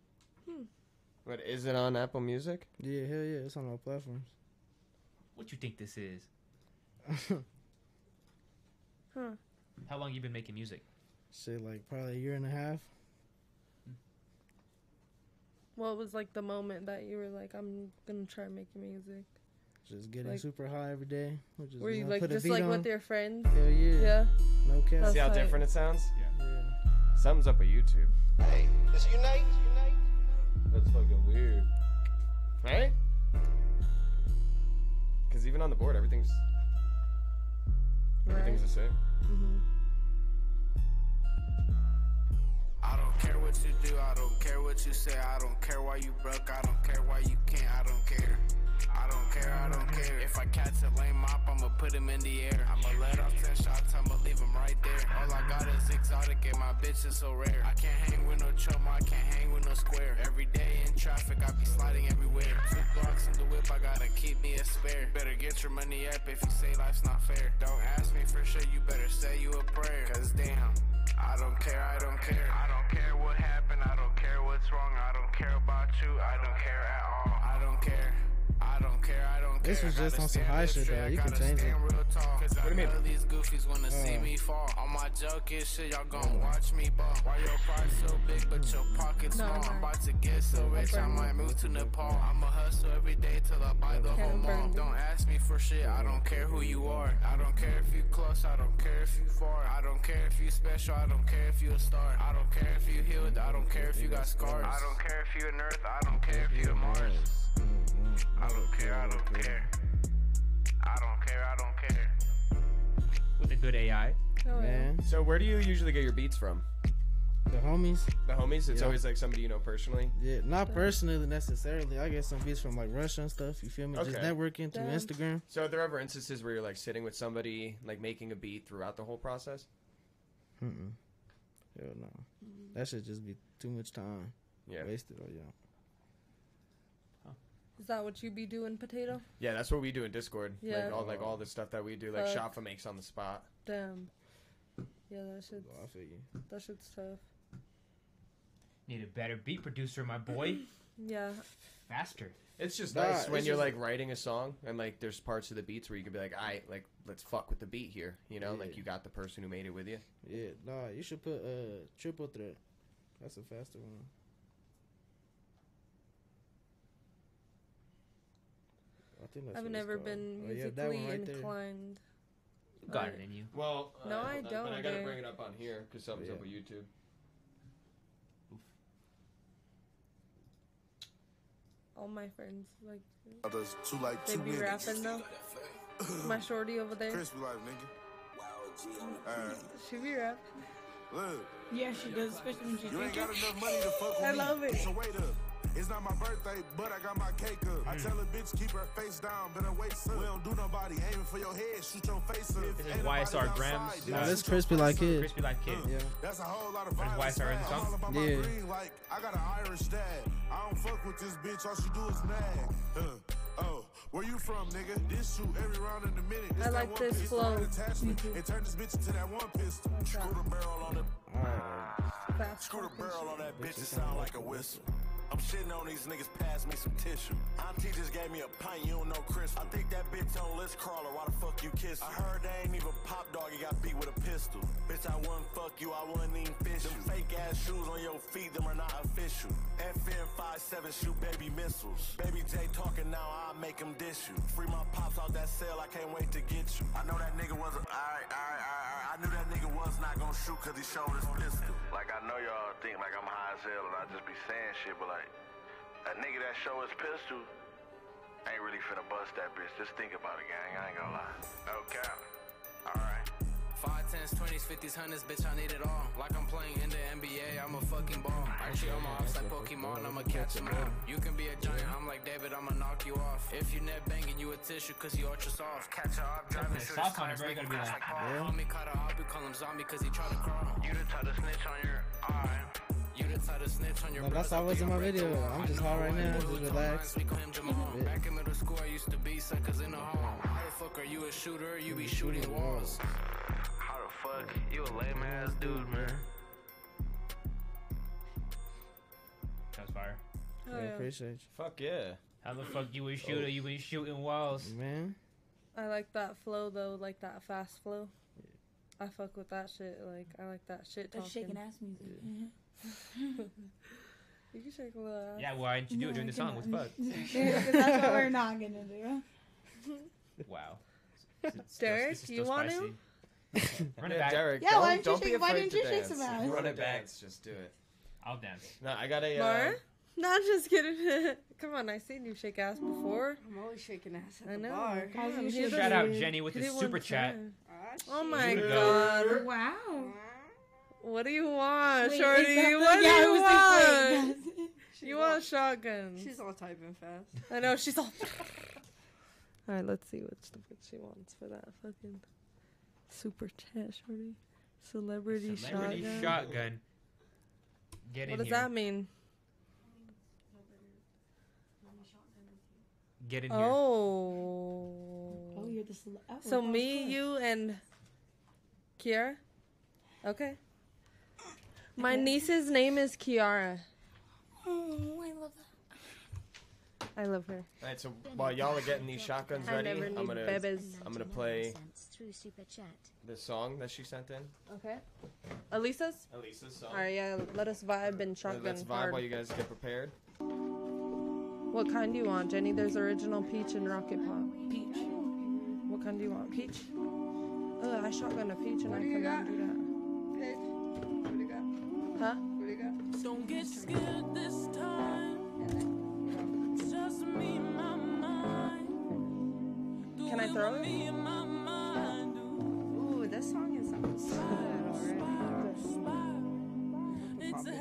L: What is it on uh? Apple Music?
D: yeah, hell yeah, it's on all platforms.
C: What you think this is?
B: Huh.
C: How long you been making music?
D: shit, like probably a year and a half.
B: What was like the moment that you were like, I'm gonna try making music?
D: Just getting
B: Like-
D: super high every day. We're just
B: Were you
D: gonna
B: like
D: put a
B: just
D: beat
B: like
D: on.
B: with your friends?
D: Hell yeah.
B: Yeah.
D: No cap.
B: That's-
L: See how
B: like-
L: different it sounds?
D: yeah.
L: Something's up with YouTube,
K: Hey, this is your name?
F: That's fucking weird.
L: right? Because even on the board, everything's
B: Mm-hmm.
L: everything's the same.
B: hmm
K: I don't care what you do, I don't care what you say, I don't care why you broke, I don't care why you can't, I don't care. I don't care, I don't care. If I catch a lame mop, I'ma put him in the air. I'ma let off 10 shots, I'ma leave him right there. All I got is exotic and my bitch is so rare. I can't hang with no choma, I can't hang with no square. Every day in traffic, I be sliding everywhere. Two blocks in the whip, I gotta keep me a spare. Better get your money up if you say life's not fair. Don't ask me for shit, you better say you a prayer. Cause damn, I don't care, I don't care. I don't care what happened, I don't care what's wrong, I don't care about you, I don't care at all. I don't care. I don't care, I don't care.
D: This was just on some high shit, though. You can change it.
K: Cause I
D: do you
K: know
D: mean?
K: these goofies wanna see
D: Uh.
K: me fall. All my joke is shit, y'all gon' watch me ball. Why your pride so big, but your pockets small? I'm about to get so rich, I might move to Nepal. I'ma hustle every day till I buy the whole mall. Don't ask me for shit, I don't care who you are. I don't care if you close, I don't care if you far. I don't care if you special, I don't care if you a star. I don't care if you healed, I don't care if you got scars. I don't care if you an earth, I don't care if you a Mars. I don't care, I don't care. I don't care, I don't care.
C: With a good AI.
B: Oh,
D: Man.
L: So where do you usually get your beats from?
D: The homies.
L: The homies? It's
D: Yeah.
L: always like somebody you know personally.
D: Yeah, not personally necessarily. I get some beats from like Russia and stuff. You feel me? Just networking through
L: Damn.
D: Instagram.
L: So are there ever instances where you're like sitting with somebody, like making a beat throughout the whole process?
D: Mm-mm. Hell no.
L: Mm-hmm.
D: That should just be too much time.
L: Yeah.
D: Wasted on y'all.
B: Is that what you be doing, potato?
L: Yeah, that's what we do in Discord.
B: Yeah.
L: Like all like all the stuff that we do, like
B: Fuck.
L: Shafa makes on the spot.
B: Damn. Yeah, that shit's.
D: I feel you.
B: That shit's tough.
C: Need a better beat producer, my boy.
B: Yeah.
C: Faster.
L: It's just
C: Nah,
L: nice
C: it's
L: when you're
C: just-
L: like writing a song and like there's parts of the beats where you can be like, I like let's fuck with the beat here, you know? Like you got the person who made it with you.
D: Yeah, nah, you should put uh triple threat. That's a faster one. I think that's what
B: I've
D: it's
B: never
D: called.
B: been
D: Oh, yeah,
B: musically
D: that one right there.
B: inclined.
C: Got it in you.
L: Well, uh,
B: No, I don't,
L: But I gotta
B: dude.
L: bring it up on here because something's
D: Yeah.
L: up with YouTube.
B: All my friends like
K: Others two like
B: they
K: two
B: be
K: minutes.
B: rapping though. My shorty over there,
K: Crispy life, nigga. Alright.
B: she be rap.
K: Look.
A: Yeah, she does, especially when she's
K: You ain't got
A: drinking.
K: enough money to fuck with
A: I
K: me.
A: love it.
K: So wait up. It's not my birthday, but I got my cake up. I tell a bitch keep her face down, but her waist up. We don't do nobody aiming for your head, shoot your face up. If ain't nobody
C: YSR
K: outside,
C: Grams.
K: then
D: Nah, that's
K: shoot your
D: crispy
K: face
D: like
K: up.
D: kid.
C: Crispy like
O: Mm.
C: kid.
D: Yeah.
K: That's a whole lot of
C: There's
K: violence.
C: YSR in the
K: now.
C: song?
K: I'm all about my
D: Yeah.
K: green, like I got an Irish dad. I don't fuck with this bitch. All she do is nag. Uh, oh, where you from, nigga? This shoot every round in a minute.
B: I like
K: that one
B: this
K: pistol,
B: flow. Mm-hmm.
K: that attachment. and turn this bitch into that one pistol. Screw the barrel on it.
B: Fast
K: Screw the barrel on that bitch, it sound like a whistle. I'm shitting on these niggas, pass me some tissue. Auntie just gave me a pint, you don't know Chris. I think that bitch on list crawler, why the fuck you kiss? her? I heard they ain't even pop dog, you got beat with a pistol. Bitch, I wouldn't fuck you, I wouldn't even fish. Them fake ass shoes on your feet, them are not official. FN57 shoot baby missiles. Baby J talking now, I'll make him dish you. Free my pops out that cell, I can't wait to get you. I know that nigga was a. Alright, alright, alright. I knew that nigga was not gonna shoot cause he showed his pistol. Like, I know y'all think like I'm high as hell and I just be saying shit, but like, a nigga that show his pistol ain't really finna bust that bitch. Just think about it, gang. I ain't gonna lie. Okay. Alright.
O: Five tens, twenties, fifties, hundreds, bitch, I need it all. Like I'm playing in the NBA, I'm a fucking ball. Archie on my ops like Pokemon, I'ma catch 'em all. You can be a giant, I'm like David, I'ma knock you off. If you net banging, you a tissue, cause you ultra soft. Catch her up, driving, shoot his
C: Sauce on it,
O: tires,
C: bro. You
O: make him
C: gotta be
O: crash
C: like,
O: like Paul. Homie caught a hop, you call him zombie, cause he try to crawl. You the type to snitch on your eye. You the type to snitch on your
D: No, that's always in my video. I'm just hot right now, just relaxed. Yeah.
O: Back in middle school, I used to be suckers in the hall. How the fuck are you a shooter? You be shooting walls. How the fuck? You a lame ass dude, man.
C: That was fire.
B: Oh,
D: Yeah, appreciate you.
L: Fuck yeah.
C: How the fuck you would shoot? You would shooting walls.
D: Man.
B: I like that flow though, like that fast flow. I fuck with that shit. Like I like that shit talking.
A: That's shaking ass music. Mhm.
B: You can shake a little ass.
C: Yeah, why didn't you do it during the song? What's fuck?
A: That's what we're not gonna do.
C: Wow.
B: Derek, you want to?
C: Run it
L: Yeah,
C: back.
L: Derek,
B: Yeah,
L: don't,
B: why didn't you
L: don't be
B: shake- why
L: afraid
B: didn't
L: to
B: you shake
L: dance.
B: some ass?
L: Run
B: Run
L: it back. Just do it.
C: I'll dance.
L: No, I got a. Uh,
B: Mar? No, I'm just kidding. Come on, I seen you shake ass before.
G: I'm always shaking ass at
B: I
G: the
B: know.
G: bar.
B: Come on, Oh hit
C: Shout
B: it.
C: out Jenny with
B: Hit
C: the
B: it one
D: Oh
C: super chat.
B: time.
G: Ah,
B: Oh
G: shit.
B: my god.
A: Wow.
B: What do you want,
G: Wait, is
B: Ah, Shorty?
G: that the-
B: what
G: yeah,
B: do
G: I
B: you
G: was
B: want?
G: like, wait,
B: you want shotgun?
G: She's all typing fast.
B: I know she's all. all right, let's see what the fuck she wants for that fucking super chat, Shorty. Celebrity,
C: Celebrity
B: shotgun.
C: shotgun. Get
B: what
C: in
B: does
C: here.
B: that mean?
C: Get in here.
B: Oh.
A: Oh, you're the cele- oh,
B: so
A: well, of
B: me,
A: course.
B: you, and Kiara. Okay. My niece's name is Kiara.
A: Oh, I love that.
B: I love her.
L: All right, so while y'all are getting these shotguns
B: I
L: ready,
B: never
L: I'm
B: need
L: gonna
B: bebes.
L: I'm gonna play
I: through super chat.
L: the song that she sent in.
B: Okay. Elisa's.
L: Elisa's song.
B: All right, yeah. Let us vibe and
L: Let-
B: shotgun.
L: Let's vibe
B: hard.
L: while you guys get prepared.
B: What kind do you want, Jenny? There's original peach and rocket pop. Peach. What kind do you want? Peach. Ugh, I shotgun a peach and I could not do that.
G: Pick. What do you got?
B: Huh?
G: What do you got?
O: Don't get scared this time. Just me and my mind.
B: Can I throw it?
G: Ooh, this song is on sad already.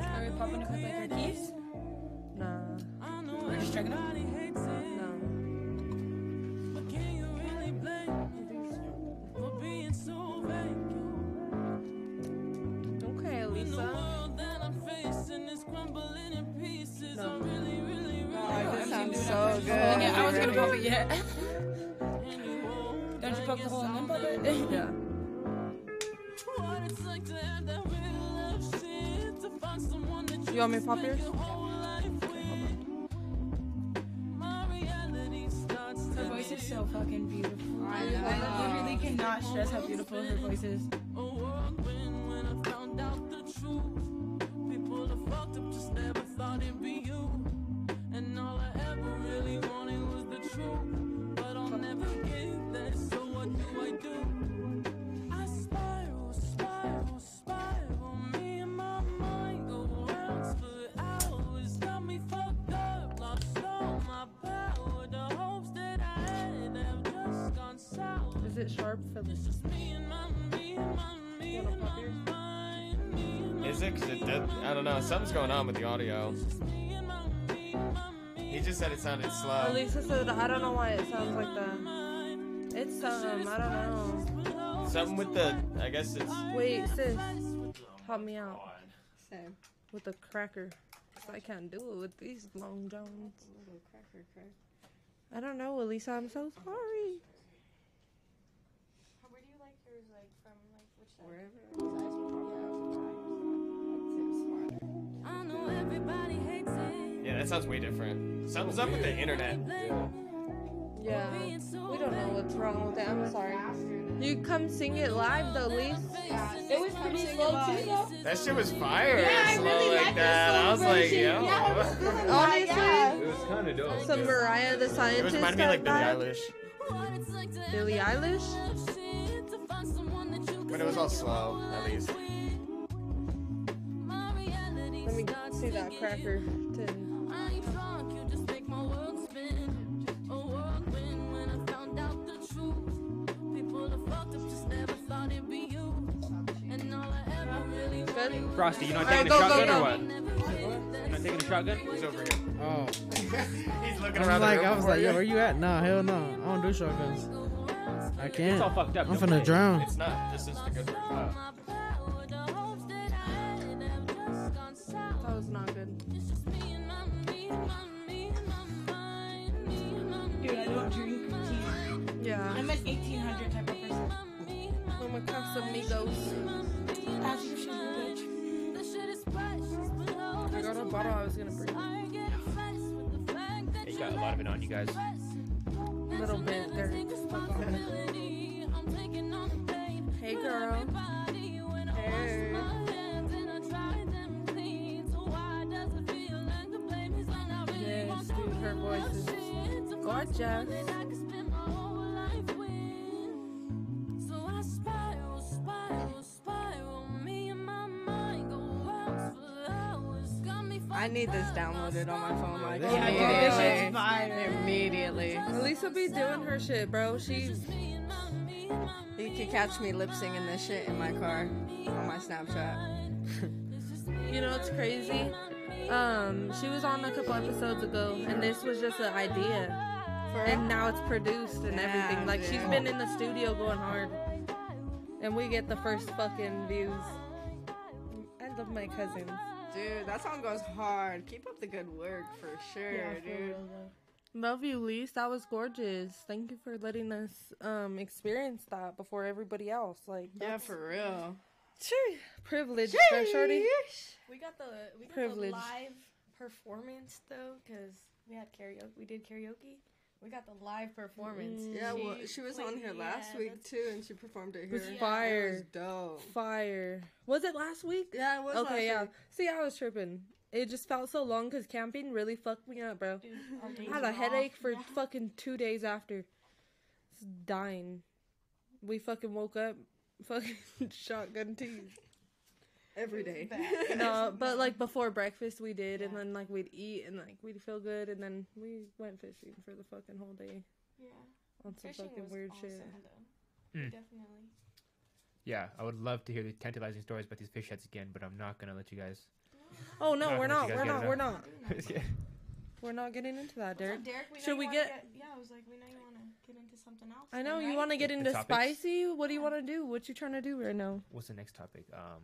B: Are we popping it with like our keys? Nah. We're just checking out. No.
O: But can you really blame me for being so vain? When
B: Okay,
O: the
B: Elisa.
O: world that I'm facing is crumbling in pieces,
B: No.
O: I'm really, really, really.
B: this sounds
O: so
B: good. Yeah, I was gonna pop it, yeah.
O: Don't you poke the hole in
B: it? Yeah.
O: What it's like to have that real love shit, to find someone that
B: You want me to
O: can
B: pop
O: spend
B: yours?
O: your whole life with. My reality starts
A: Her
O: to
A: voice
O: be
A: is so fucking beautiful.
O: I
A: I,
O: know.
A: literally cannot stress how beautiful her voice is.
O: a whirlwind when I found out the truth. People that fucked up just never thought it'd be you. And all I ever really wanted was the truth. But I'll never get that, so what do I do? I spiral, spiral, spiral. Me and my mind go rounds for hours. Got me fucked up, lost all my power. The hopes that I had have just gone sour.
B: Is it sharp for the
L: Is it? Cause it did, I don't know. Something's going on with the audio. He just said it sounded slow.
B: Elisa said, I don't know why it sounds like that. It's, um, I don't know.
L: Something with the. I guess it's.
B: Wait, sis. Help me out.
G: Same.
B: With a cracker. 'Cause I can't do it with these long johns.
G: Little cracker crack.
B: I don't know, Elisa. I'm so sorry.
H: Where do you like yours, like, from, like, which side?
O: I know everybody hates it.
L: Yeah, that sounds way different. Something's up with the internet.
B: Yeah. We don't know what's wrong with it. I'm sorry. You come sing it live, though, Elise. It was pretty slow, too, though.
L: That shit was fire.
B: Yeah, I
L: slow
B: really
L: like
B: like
L: that.
B: that
L: I was
B: slow
L: like,
B: version.
L: yo.
B: Yeah, I was feeling that, yeah. It was
L: kind of dope.
B: Some Mariah the
L: It
B: Scientist.
L: was reminded me like Billie
B: type
L: Eilish,
B: vibe. Billie Eilish?
L: but it was all slow at least.
B: Let me see that cracker. To...
O: I ain't drunk, you just make my world spin. A whirlwind when I found out the truth. People that fucked up just never thought it'd be you. And all I ever really wanted was
C: Frosty, you not
O: that
C: taking
O: so
C: a shotgun
O: I
C: or what?
O: never get that,
C: You not taking a shotgun? He's over here.
D: Oh.
L: He's
D: I
L: looking
D: was
L: around the
D: like,
L: room
D: I was
L: for
D: like,
L: you.
D: yo, where you at? Nah, hell no. I don't do shotguns. I can't.
L: all fucked up.
D: I'm
L: Don't play
D: finna
L: it.
D: drown.
L: It's not. This is the good version.
B: That was not good.
A: Dude, I don't drink tea.
B: Yeah.
A: I'm an 1800 type of person.
B: I'm gonna cup some Migos.
A: As you should, bitch.
B: I got a bottle I was gonna bring.
C: You got a lot of it on you guys.
B: A little bit there. hey, girl. Hey. Yes, dude, her voice is gorgeous.
O: So I spiral, spiral, spiral. Me and my mind go rounds for hours. Got me
G: I need this downloaded on my phone. Like,
B: Yeah, dude, this shit's
G: immediately. Immediately.
B: Elisa be doing her shit, bro. She
G: You can catch me lip singing this shit in my car on my Snapchat.
B: You know, it's crazy. Um, she was on a couple episodes ago, and this was just an idea, and now it's produced and everything.
G: Damn,
B: Like she's
G: dude.
B: been in the studio going hard, and we get the first fucking views. I love my cousins.
G: Dude, that song goes hard. Keep up the good work for sure,
B: Yeah, for
G: dude.
B: real, Love you, Lise. That was gorgeous. Thank you for letting us um experience that before everybody else. Like
G: Yeah, for real.
B: Privilege, right, Shorty.
I: We got the we got
B: Privilege.
I: the live performance though, because we had karaoke. We did karaoke. We got the live performance.
B: Mm.
G: Yeah, well, she was on here
I: played-
G: last
I: yeah,
G: week too, and she performed it
B: It
G: here.
B: was
G: It
B: fire.
G: was dope.
B: Fire. Was it last week?
G: Yeah, it was
B: Okay,
G: last
B: yeah.
G: week.
B: See, I was tripping. It just felt so long because camping really fucked me up, bro.
I: our days
B: I had
I: were
B: a
I: off,
B: headache for
I: yeah.
B: fucking two days after. It's dying. We fucking woke up, fucking shotgun tea.
G: Every day.
B: no, but like before breakfast we did, and then like we'd eat and like we'd feel good, and then we went fishing for the fucking whole day.
I: Yeah.
B: On some
I: Fishing
B: fucking
I: was
B: weird shit.
I: awesome, though.
A: Hmm.
C: Mm.
I: Definitely.
C: Yeah, I would love to hear the tantalizing stories about these fish heads again, but I'm not gonna let you guys.
B: Oh no,
C: I'm
B: we're not.
C: gonna
B: We're
C: let
B: not.
C: you
B: We're
C: guys get
B: not.
C: it out.
B: We're not getting into that,
I: So,
B: Derek.
I: Derek, we know
B: Should
I: you
B: we
I: wanna
B: get?
I: Yeah, I was like, we know you want to get into something else.
B: I know
I: though,
B: you
I: right?
B: want to get
C: The
B: into
C: topics?
B: spicy. What do you want to do? What you trying to do right now?
C: What's the next topic? Um,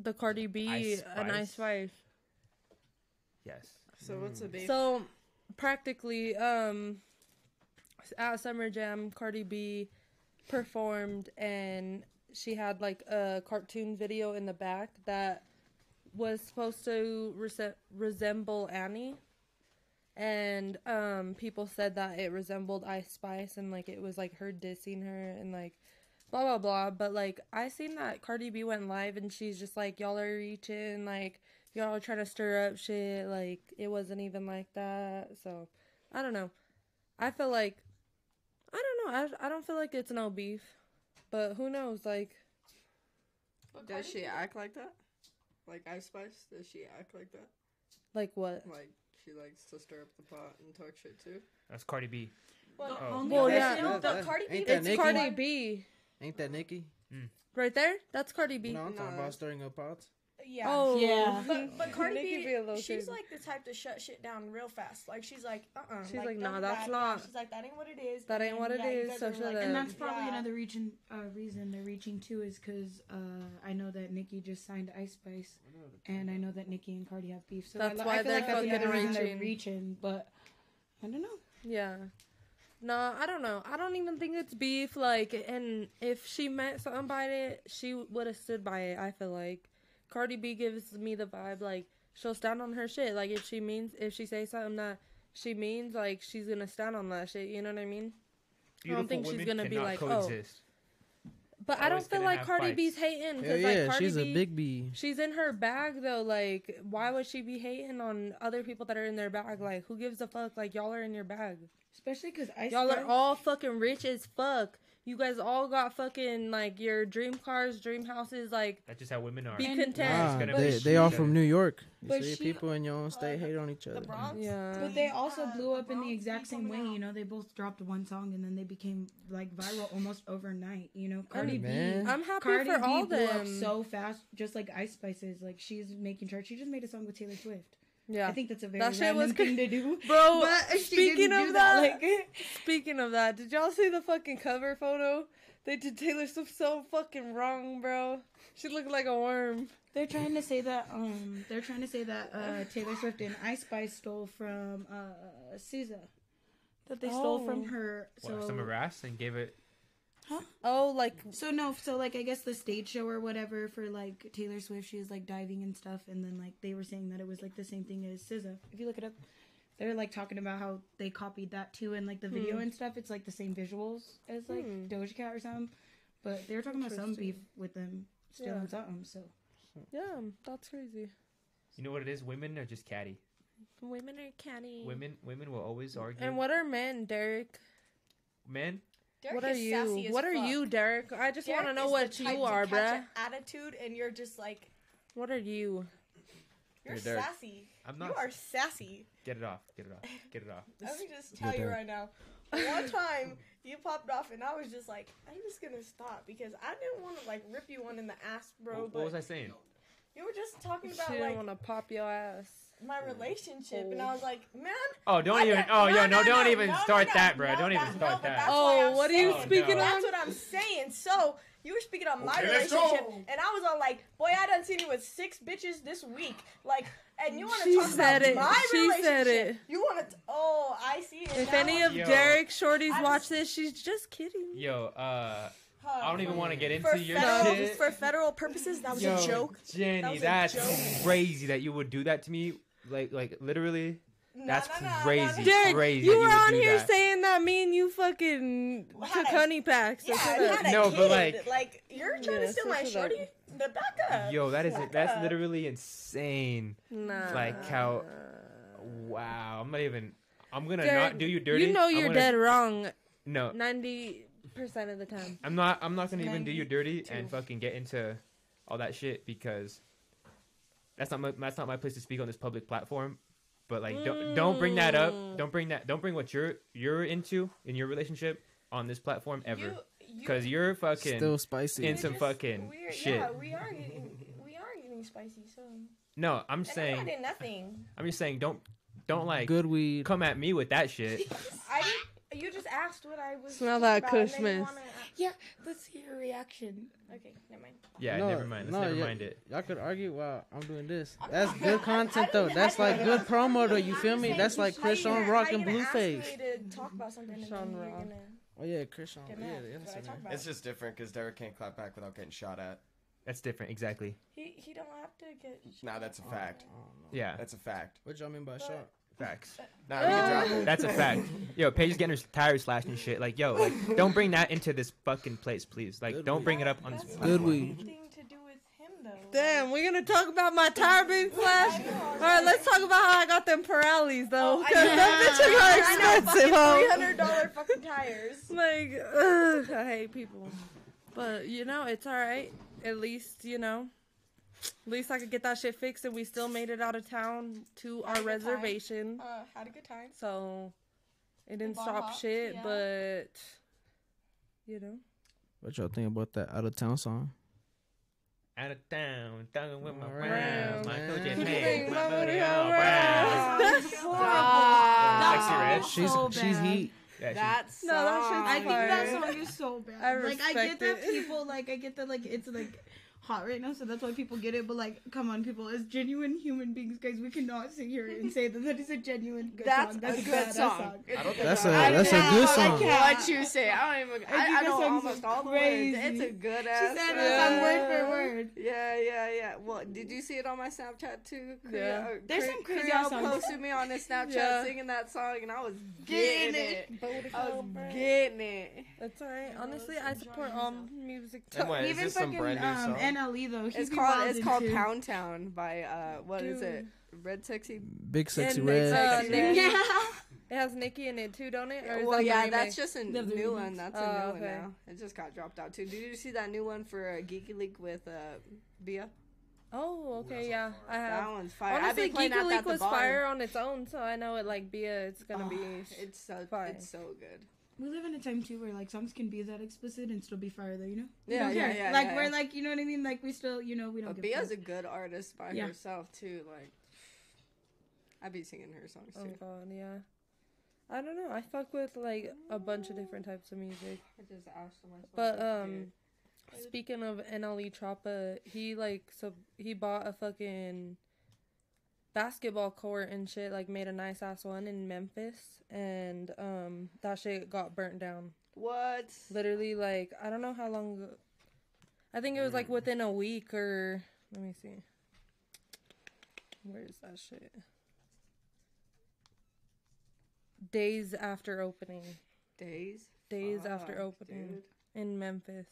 B: The Cardi B,
C: Ice
B: a nice wife.
C: yes.
G: So what's the
C: Mm.
I: Hmm.
G: baby?
B: So practically, um, at Summer Jam, Cardi B performed and she had like a cartoon video in the back that was supposed to rese- resemble Annie. And um, people said that it resembled Ice Spice and like it was like her dissing her and like blah blah blah. But like I seen that Cardi B went live and she's just like y'all are reaching, like y'all are trying to stir up shit. Like it wasn't even like that. So I don't know. I feel like I don't know. I I don't feel like it's no beef, but who knows? Like
G: Does she act like that? Like Ice Spice? Does she act like that?
B: like what?
G: Like she likes to stir up the pot and talk shit too?
C: That's Cardi B.
I: Well,
C: Oh.
B: Well, yeah.
D: That- that- that- ain't that
B: It's
D: Nicki?
B: Cardi B.
D: Ain't that Nikki?
C: Hmm.
B: Right there? That's Cardi B.
D: No, I'm talking about stirring up pots.
I: Yeah.
B: Oh.
D: Yeah.
I: But, but Cardi
B: Nicki
I: B,
B: be a little
I: she's
B: shady.
I: like the type to shut shit down real fast. Like she's like, uh, uh
B: She's
I: don't
B: like, nah, that's
I: do that. Yeah,
B: not-
I: She's like, that ain't what it is.
B: That
I: And
B: ain't what
I: then,
B: it
I: yeah, you
B: is,
I: guys
B: so
I: are
B: shut
I: like-
B: up.
A: And that's probably
I: Yeah.
A: another reason uh, reason they're reaching too is because uh, I know that Nikki just signed Ice Spice, and I know that Nikki and Cardi have beef. So
B: That's
A: I,
B: why
A: I feel
B: they're
A: like that's
B: fucking
A: another reason they're
B: reaching.
A: reaching. But I don't know.
B: Yeah. No, I don't know. I don't even think it's beef. Like, and if she meant something by it, she would have stood by it. I feel like Cardi B gives me the vibe like she'll stand on her shit. Like if she means, if she says something that she means, like she's gonna stand on that shit. You know what I mean? I
C: Beautiful
B: don't think she's
C: women
B: gonna be
C: cannot
B: like,
C: coexist.
B: oh. But I don't
C: Always
B: feel
C: gonna
B: like
C: have
B: Cardi
C: fights.
B: B's hating
D: Hell
B: because
D: yeah,
B: like Cardi
D: she's
B: B-
D: a big B.
B: She's in her bag though. Like, why would she be hating on other people that are in their bag? Like, who gives a fuck? Like, y'all are in your bag.
A: Especially because Ice
B: y'all are
A: Spice-
B: all fucking rich as fuck. You guys all got fucking like your dream cars, dream houses. Like,
C: That's just how women are.
B: Be
C: They're
B: content.
C: just
D: Nah,
C: gonna
D: they,
C: push
D: they all
C: each
D: from
C: other.
D: New York. You
A: But
D: see,
A: she-
D: people in your own state hate on each other.
B: yeah.
A: But they also blew up in the exact same way, you know. They both dropped one song and then they became like viral almost overnight, you know. Cardi B,
D: man.
B: I'm happy
A: Cardi
B: for
A: B
B: all
A: blew up
B: them.
A: so fast, just like Ice Spice is. Like she's making charts. She just made a song with Taylor Swift.
B: Yeah.
A: I think that's a very
B: That shit
A: random
B: was
A: thing to do,
B: bro.
A: But she
B: speaking
A: didn't
B: of
A: do
B: that,
A: like
B: speaking of that, did y'all see the fucking cover photo? They did Taylor Swift so fucking wrong, bro. She looked like a worm.
A: They're trying to say that um they're trying to say that uh Taylor Swift and Ice Spice stole from uh SZA. That they stole from
B: Oh.
A: her. So
C: What, some of her ass and gave it.
A: Huh?
B: Oh, like
A: so no, so like I guess the stage show or whatever for like Taylor Swift, she was like diving and stuff, and then like they were saying that it was like the same thing as SZA. If you look it up, they're like talking about how they copied that too, and like the video
B: Hmm.
A: and stuff, it's like the same visuals as like
B: Hmm.
A: Doja Cat or something. But they were talking about some beef
B: Interesting.
A: with them still
B: Yeah.
A: and something. So
B: Yeah, that's crazy.
C: You know what it is? Women are just catty.
B: Women are catty.
C: Women, women will always argue.
B: And what are men, Derek?
C: men?
I: Derek
B: what
I: is
B: are you?
I: sassy as
B: what are
I: fuck.
B: you, Derek? I just want to
I: Derek
B: know
I: is
B: what
I: the type
B: you
I: to
B: are,
I: catch
B: bruh.
I: an Attitude, and you're just like,
B: What are you?
I: you're
C: Hey, Derek.
I: sassy.
C: I'm
I: You
C: not-
I: are sassy.
C: Get it off. Get it off. Get it off.
I: Let me just
C: Yeah,
I: tell you
C: Derek.
I: right now. One time, you popped off, and I was just like, I'm just gonna stop because I didn't want to like rip you one in the ass, bro.
C: What,
I: but
C: what was I saying?
I: You were just talking about
B: she
I: like
B: didn't want to pop your ass.
I: my relationship, and I was like, man.
C: Oh, don't
I: I
C: even.
I: got-
C: Oh, yo,
I: no,
C: no, don't even
I: no,
C: start
I: no,
C: that, bro.
I: no,
C: don't even
I: that-
C: start
I: no, but
C: that.
I: that's why I'm saying-
C: Oh, no.
I: That's what I'm saying. So you were speaking on my
C: Okay, let's
I: relationship,
C: go.
I: and I was all like, "Boy, I done seen you with six bitches this week." Like, and you want to
B: She
I: talk
B: said
I: about
B: it.
I: my
B: She
I: relationship?
B: said it.
I: You want to? Oh, I see it.
B: If
I: now.
B: any of
C: Yo.
B: Derek Shorty's
I: I
B: watch
I: just-
B: this, she's just kidding.
C: Yo, uh, I don't even want to get
I: for
C: into your
I: federal,
C: shit.
I: for federal purposes, that was
C: Yo,
I: a joke.
C: Jenny,
I: That was a
C: that's
I: joke.
C: crazy that you would do that to me. Like, like literally, that's crazy,
B: Derek,
C: crazy.
B: you
C: that
B: were
C: would
B: on
C: do
B: here
C: that.
B: saying that me and you fucking took honey packs. So shut
I: Yeah,
B: up.
I: I had a
C: No,
I: kid.
C: but like-
I: like you're trying
B: Yeah,
I: to steal
B: so
I: my
B: shut up.
I: shorty, the backup.
C: Yo, that is
I: Back
C: that's
I: up.
C: literally insane.
B: Nah.
C: Like how? Wow, I'm not even. I'm gonna
B: Derek,
C: not do you dirty.
B: You know
C: I'm
B: you're
C: gonna-
B: dead wrong.
C: No.
B: ninety percent of the time.
C: I'm not. I'm not gonna even do you dirty and fucking get into all that shit because that's not my, that's not my place to speak on this public platform. But like, don't don't bring that up.
I: Mm.
C: Don't bring that. Don't bring what you're you're into in your relationship on this platform ever. Because you, are fucking
D: Still spicy.
C: in
D: We're
C: some
D: just-
C: fucking
I: We're,
C: shit.
I: Yeah, we are getting we are getting spicy. So
C: No, I'm
I: And
C: saying
I: I did nothing.
C: I'm just saying don't don't like good weed. Come at me with that shit.
I: I didn't, you just asked what I was.
B: Smell that
I: about, and then you
B: Kushmas.
I: wanna-
A: Yeah, let's hear your reaction.
I: Okay, never mind.
C: Yeah, never mind. Let's never
D: y'all-
C: mind it.
D: Y'all could argue while I'm doing this. That's good content though. That's like good promo though. You feel me? That's like Chris
I: How you
D: on
I: gonna-
D: Rock
I: how you
D: and
I: gonna ask me
D: Blueface.
I: to talk about something and then you're gonna-
D: Oh yeah, Chris on. Yeah,
I: mad,
D: that's
I: but I talk
D: in there.
I: about
L: It's just different because Derek can't clap back without getting shot at.
C: That's different, exactly.
I: He he don't have to get.
L: Nah, that's a fact.
D: Oh,
C: Yeah.
L: That's a fact.
D: What y'all mean by shot?
C: Facts.
L: Nah, we can drop it.
C: That's a fact. Yo, Paige is getting her tires slashed and shit. Like, yo, like, don't bring that into this fucking place, please. Like, don't bring it up on this.
I: That's
C: platform.
I: not Anything to do with him though.
B: Damn, we're gonna talk about my tire being flashed. All right, let's talk about how I got them Pirellis though, because
I: Oh, know. I know,
B: them bitches
I: fucking
B: are
I: $300
B: expensive.
I: dollar fucking tires.
B: Like, ugh, I hate people, but you know it's all right. At least you know, at least I could get that shit fixed, and we still made it out of town to our reservation.
I: Uh, had a good time.
B: So it didn't
I: bar
B: stop
I: hopped,
B: shit,
I: yeah.
B: but you know.
D: What y'all think about that out of town song?
C: Out of town, talking with my
D: Around,
C: friends. My
D: man.
C: coach is
D: You
C: mad,
D: think
C: my
D: nobody
C: booty all
D: around.
C: brown.
B: That's horrible.
C: That's
B: That
C: Sexy red.
B: song is so bad.
C: Yeah, she-
A: That's
B: No, that shit's
A: I think that
B: fire.
A: song is so bad.
B: I
A: like I get
B: respect
A: that
B: it.
A: people like I get that like it's like hot right now, so that's why people get it. But like, come on, people, as genuine human beings, guys, we cannot sit here and say that that is a genuine good
G: That's
A: song.
G: a good
A: badass
G: song.
L: I don't think
D: That's
L: I-
D: a- that's a good song.
G: What you say? I don't even.
A: I think
G: I, I
A: that
G: know
A: song's
G: almost all the words. It's a
A: crazy.
G: good
A: She
G: ass.
A: said
G: song.
A: it on word for word.
G: Yeah, yeah, yeah. Well, did you see it on my Snapchat too?
A: Yeah.
G: or
A: There's
G: Cre-
A: some crazy
G: Creole
A: ass songs.
G: posted me on his Snapchat
B: Yeah.
G: singing that song, and I was
B: Getting
G: getting, it.
B: it.
G: I was
B: Beautiful.
G: getting it.
B: That's alright. Honestly, I support all music. um,
L: And what, is this some brand new song?
B: E,
A: NLE though,
G: it's
A: Oh, he
G: called
A: evolved
G: it's called
A: into-
G: Pound Town by uh what is it? Red Sexy.
D: Big sexy
B: And
D: red.
B: uh, Nicki.
G: Yeah.
B: It has Nikki in it too, don't it? Or is
G: well,
B: that the
G: yeah,
B: remix?
G: that's just a new
B: remix.
G: one. That's a
B: Oh,
G: new one
B: okay.
G: now. It just got dropped out too. Did you see that new one for uh, Geeky Leak with uh, Bia?
B: Oh, okay, yeah, I have.
G: That one's fire. I've
B: Honestly,
G: been playing that
B: Geeky
G: at
B: Leak
G: the
B: was
G: bar.
B: fire on its own, so I know it like be a. It's gonna
G: Oh,
B: be.
G: It's so
B: fire.
G: it's so good.
A: We live in a time too where like songs can be that explicit and still be fire though, you know? We
G: Yeah,
A: don't
G: yeah,
A: care.
G: yeah,
A: Like
G: yeah,
A: we're
G: yeah.
A: like, you know what I mean? Like we still, you know, we don't.
G: But
A: give
G: Bia's a
A: fuck.
G: good artist by
A: Yeah.
G: herself too. Like I'd be singing her songs
B: Oh
G: too.
B: god, yeah. I don't know. I fuck with like a bunch of different types of music.
G: I just asked myself.
B: But um, speaking of NLE Choppa, he like so he bought a fucking basketball court and shit. Like made a nice ass one in Memphis, and um, that shit got burnt down.
G: What?
B: Literally, like I don't know how long. ago- I think it was like
G: Mm.
B: within a week or let me see. Where is that shit? Days after opening.
G: Days.
B: Days after
G: Fuck,
B: opening
G: dude.
B: in Memphis.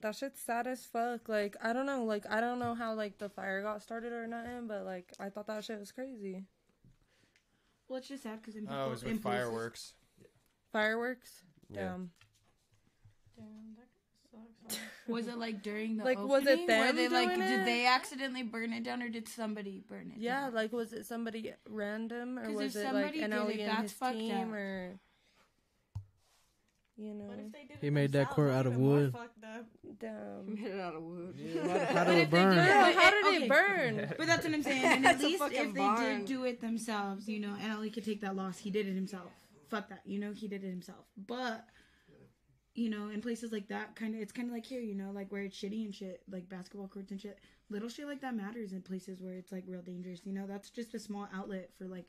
B: That shit's sad as fuck. Like I don't know. Like I don't know how like the fire got started or nothing, but like I thought that shit was crazy.
A: Well, it's just sad because people.
L: Oh, it was with
A: impulses-
L: fireworks.
B: Fireworks.
L: Yeah.
B: Damn.
A: Was it like during the
B: Like, was it
A: opening? Were
B: them
A: they like
B: doing it?
A: did they accidentally burn it down or did somebody burn it?
B: Yeah, like was it somebody random or
A: 'Cause
B: was
A: if
B: it like
A: somebody
B: E
A: did
B: an
A: it,
B: alien
A: that's
B: his
A: fucked
B: team
A: up.
B: or You know,
I: What if they did
D: He made that quilt out of wood.
B: Damn.
G: Made it out of wood.
D: how
G: But
D: did
G: if
D: it
G: they
D: burn?
G: do
D: Yeah,
G: but
B: how did it
G: okay.
B: burn?
A: But that's what I'm saying. And at
G: It's a
A: least
G: fucking
A: if they
G: barn.
A: did do it themselves, you know, and Ellie could take that loss. He did it himself. Fuck that. You know, he did it himself. But you know, in places like that, kind of, it's kind of like here, you know, like where it's shitty and shit, like basketball courts and shit. Little shit like that matters in places where it's like real dangerous. You know, that's just a small outlet for like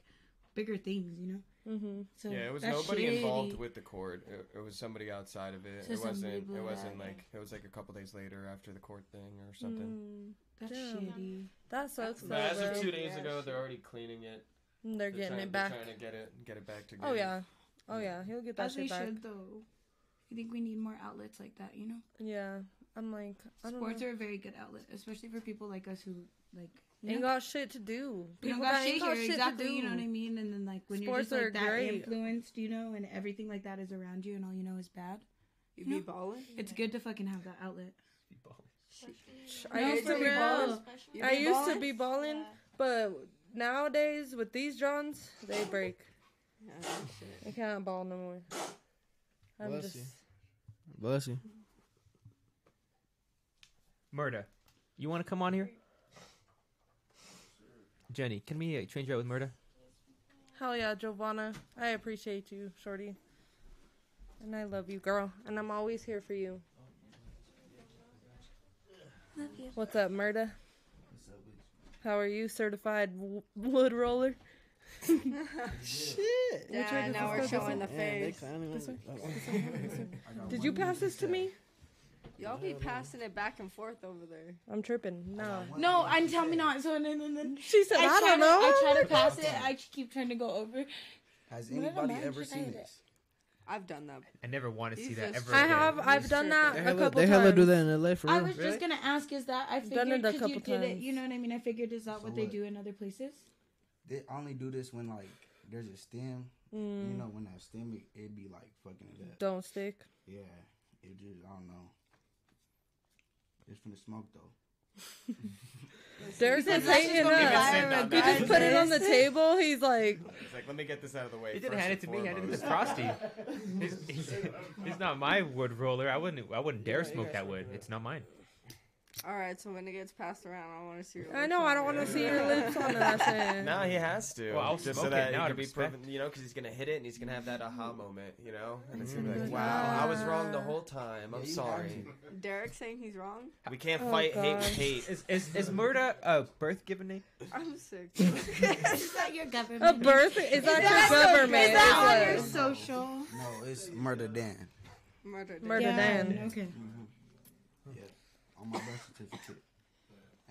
A: bigger things. You know.
B: Mm-hmm.
A: So
L: yeah, it was
A: that's
L: nobody involved
A: shitty.
L: with the court. It, it was somebody outside of it.
A: So
L: it
A: somebody
L: wasn't.
A: blew
L: It wasn't
A: that,
L: like it was like a couple days later after the court thing
B: Mm,
L: or something.
A: That's
B: Damn.
A: shitty.
B: That sucks.
L: But as
B: though,
L: of
B: bro.
L: two days ago, they're already cleaning it.
B: They're getting
L: trying,
B: it back.
L: They're trying to get it get it back together.
B: Oh yeah, oh yeah, he'll get that
A: As
B: shit
A: we
B: back.
A: should though. I think we need more outlets like that. You know.
B: Yeah, I'm like, I don't
A: Sports
B: know.
A: are a very good outlet, especially for people like us who like you
B: ain't
A: know,
B: got shit to do.
A: we don't
B: People
A: got
B: ain't
A: shit
B: got
A: here,
B: shit to
A: exactly. You know what
B: do.
A: I mean? And then like when
B: Sports
A: you're
B: are
A: just like that
B: great.
A: influenced, you know, and everything like that is around you, and all you know is bad.
G: You
A: know?
G: be balling.
A: It's good to fucking have that outlet.
B: I
A: No,
B: used
A: for
B: to be
A: real.
B: balling.
G: You
B: I
G: be
B: used to
G: ballin'?
B: be balling, but nowadays with these Johns, they break. I can't ball no more. I'm
D: Bless
B: just
D: you. Bless you.
C: Murda, you want to come on here? Jenny, can we uh, change out with Murda?
B: hell yeah, Giovanna. I appreciate you, Shorty, and I love you, girl, and I'm always here for you.
A: Love you.
B: What's up, Murda? How are you, certified w- wood roller? Shit. Which way
G: Yeah,
B: does
G: now we're
B: this go? This
G: showing
B: one?
G: the face.
B: This way? This way? This way? Did you pass this to me?
G: Y'all be passing it back and forth over there.
B: I'm tripping. No.
A: No, and tell me not. So then, then, then
B: she said,
A: try
B: "I don't
A: to-
B: know."
A: I try to pass it. I keep trying to go over.
F: Has
A: Murda,
F: anybody
A: man,
F: ever
A: should I
F: seen
A: hit
F: this?
G: I've done that.
C: I never want to see
G: He's
C: that
G: just-
C: ever.
B: I
C: again.
B: have. I've done that
D: They
B: a
D: hella,
B: couple
D: they hella
B: times.
D: do that in LA for
A: I
D: real.
A: was just gonna ask, is that I
B: Done
A: figured
B: it a
A: because you
B: couple
A: did it?
B: times.
A: You know what I mean? I figured is that
J: So
A: what they
J: what?
A: do in other places?
J: They only do this when like there's a stem. You
B: Mm.
J: know when that stem it, it be like fucking it up.
B: Don't stick.
J: Yeah, it just I don't know. It's from the smoke though.
B: Derek's
J: Because
B: just
J: that's
B: hating
J: just gonna be viral
B: up.
J: and
B: He just
J: die.
B: put it on the table. He's like,
L: It's like let me get this out of the way.
C: He didn't
L: first
C: hand
L: and
C: it to me. He handed it to
L: foremost.
C: Frosty. he's, he's, he's not my wood roller. I wouldn't. I wouldn't dare smoke that wood. It's not mine.
G: All right, so when it gets passed around, I want to see. Your
B: I know. I don't want to see your lips on it. I said.
L: Now he has to.
C: Well, I'll
L: just
C: smoke
L: so
C: it
L: that
C: now
L: it
C: to
L: can be
C: respect.
L: proven, you know, because he's gonna hit it and he's gonna have that aha moment, you know, and it's gonna be
J: Mhm.
B: Mm-hmm.
L: like, wow, I was wrong the whole time. I'm sorry.
G: Derek saying he's wrong.
L: We can't
B: Oh,
D: Oh,
L: fight hate with hate.
C: Is is, is Murda a birth given name?
G: I'm sick.
A: Is that your government?
B: A birth is that your government?
A: Is that on your
B: It's
A: social?
J: No, it's murder Dan.
G: Murder.
B: Murder Yeah, Dan.
A: Okay. Mm-hmm.
J: Yeah, on my birth certificate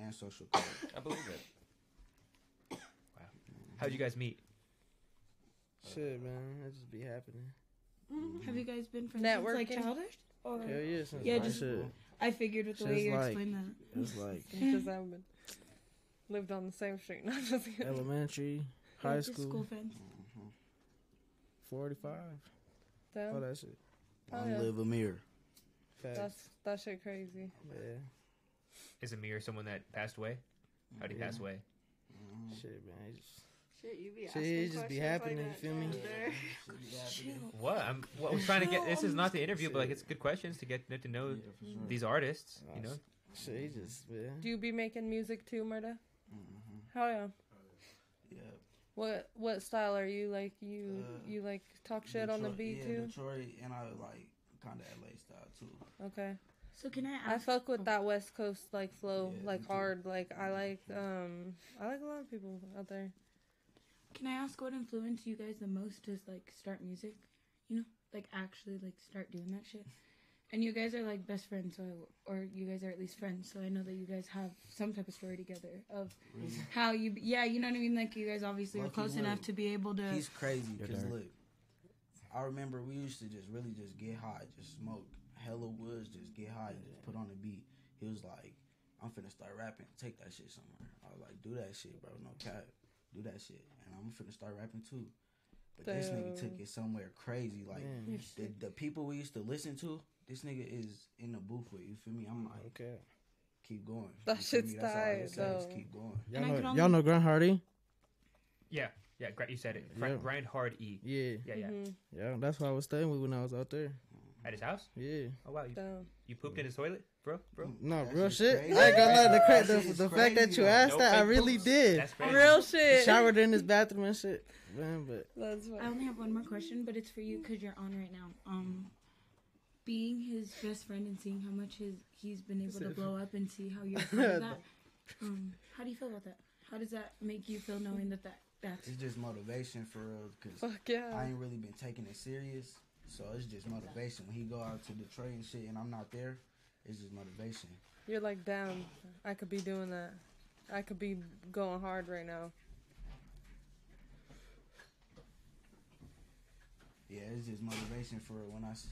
J: and social card.
L: I believe it.
C: How'd you guys meet?
D: Shit, man, that just be happening.
A: Have you guys been friends since like
B: Networking.
A: childhood? Or...
D: Hell yeah, since
A: yeah,
D: high
A: just
D: school.
A: I figured with the way
D: Since,
A: you
D: like-
A: explained that.
D: It's like
B: a- It's just I haven't been- lived on the same street. Not just kidding.
D: elementary, high
A: Just
D: school,
A: school friends.
D: forty-five.
B: Damn.
D: All that shit.
B: Oh, yeah.
J: live a mirror.
D: Facts.
B: That's that shit crazy.
D: Yeah.
C: Is Amir someone that passed away? How'd he pass away?
D: Shit, man. he just-
G: Shit, you be
D: Shit,
G: asking
D: it just be
G: questions
D: happening.
G: Like
D: you
G: that.
D: feel me?
G: Derek.
C: What? I'm. What, I'm trying to get. This is not the interview, but like it's good questions to get to know these artists. You know.
D: Shit, he just man.
B: Do you be making music too, Murda? Hell yeah.
J: Yeah.
B: What what style are you like? You you like talk shit on the
J: Detroit-
B: beat
J: yeah,
B: too?
J: Detroit and I like kind of LA style too.
B: Okay.
A: So can I
B: I
A: ask? Oh.
B: fuck with that West Coast like flow, like hard. Like I like um I like a lot of people out there.
A: Can I ask what influenced you guys the most to like start music? You know, like actually like start doing that shit. And you guys are like best friends, so I, or you guys are at least friends. So I know that you guys have some type of story together of
D: Mm.
J: Really?
A: how you. Yeah, you know what I mean. Like you guys obviously were
J: Lucky
A: close
J: Luke.
A: enough to be able to.
J: He's crazy
A: You're
J: because
A: dark.
J: look, I remember we used to just really just get high, just smoke hella woods, just get high, and just put on the beat. He was like, "I'm finna start rapping, take that shit somewhere." I was like, "Do that shit, bro, no cap, do that shit," and I'm finna start rapping too. But this
B: Damn.
J: nigga took it somewhere crazy. Like
D: Man.
A: You're
J: the,
A: sick.
J: the people we used to listen to, this nigga is in the booth with. You feel me? I'm like,
D: Mm, okay,
J: keep going.
B: That
J: You feel me?
B: shit's
J: That's all I
B: tight,
J: say is
B: though.
J: Keep going.
D: Y'all
A: I
D: know,
A: could
D: y'all
A: only-
D: know Grant Hardy.
C: Yeah. Yeah. Gra- You said it. Fr-
D: Yeah.
C: Grind hard E.
D: Yeah.
C: Yeah. Yeah.
G: Mm-hmm.
D: Yeah, that's why I was staying with when I was out there.
C: At his house?
D: Yeah.
C: Oh wow, you, you pooped in his toilet, bro? Bro?
D: No, real shit. I ain't gonna lie. The, cra-
C: That shit
D: the,
C: is
D: the fact that
C: crazy,
D: you
C: though.
D: asked
C: No
D: that, I
C: fake
D: really
C: poops.
D: did.
C: That's crazy. Real shit.
D: Showered in his bathroom and shit. Man, but
A: I only have one more question, but it's for you because you're on right now. Um, being his best friend and seeing how much his he's been able to blow up and see how you're a part of that. Um, how do you feel about that? How does that make you feel knowing that that that's
J: It's just motivation for real. Cause
A: Fuck yeah.
J: I ain't really been taking it serious, so it's just motivation. When he go out to Detroit and shit, and I'm not there, it's just motivation.
B: You're like, damn, I could be doing that. I could be going hard right now.
J: Yeah, it's just motivation for when I. s-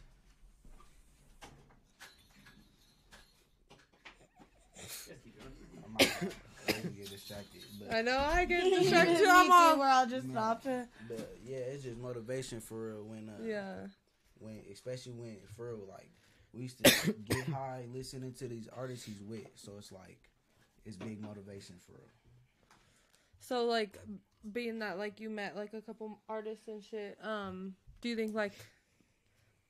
J: I might- I might get distracted, but-
B: I know, I get
I: Me
B: distracted too.
I: too,
B: I'm all.
I: we're all just
J: Man,
I: stopping.
J: But yeah, it's just motivation for real when uh,
B: Yeah.
J: when especially when for real like we used to get high listening to these artists he's with, so it's like it's big motivation for real.
B: So like being that like you met like a couple artists and shit, um, do you think like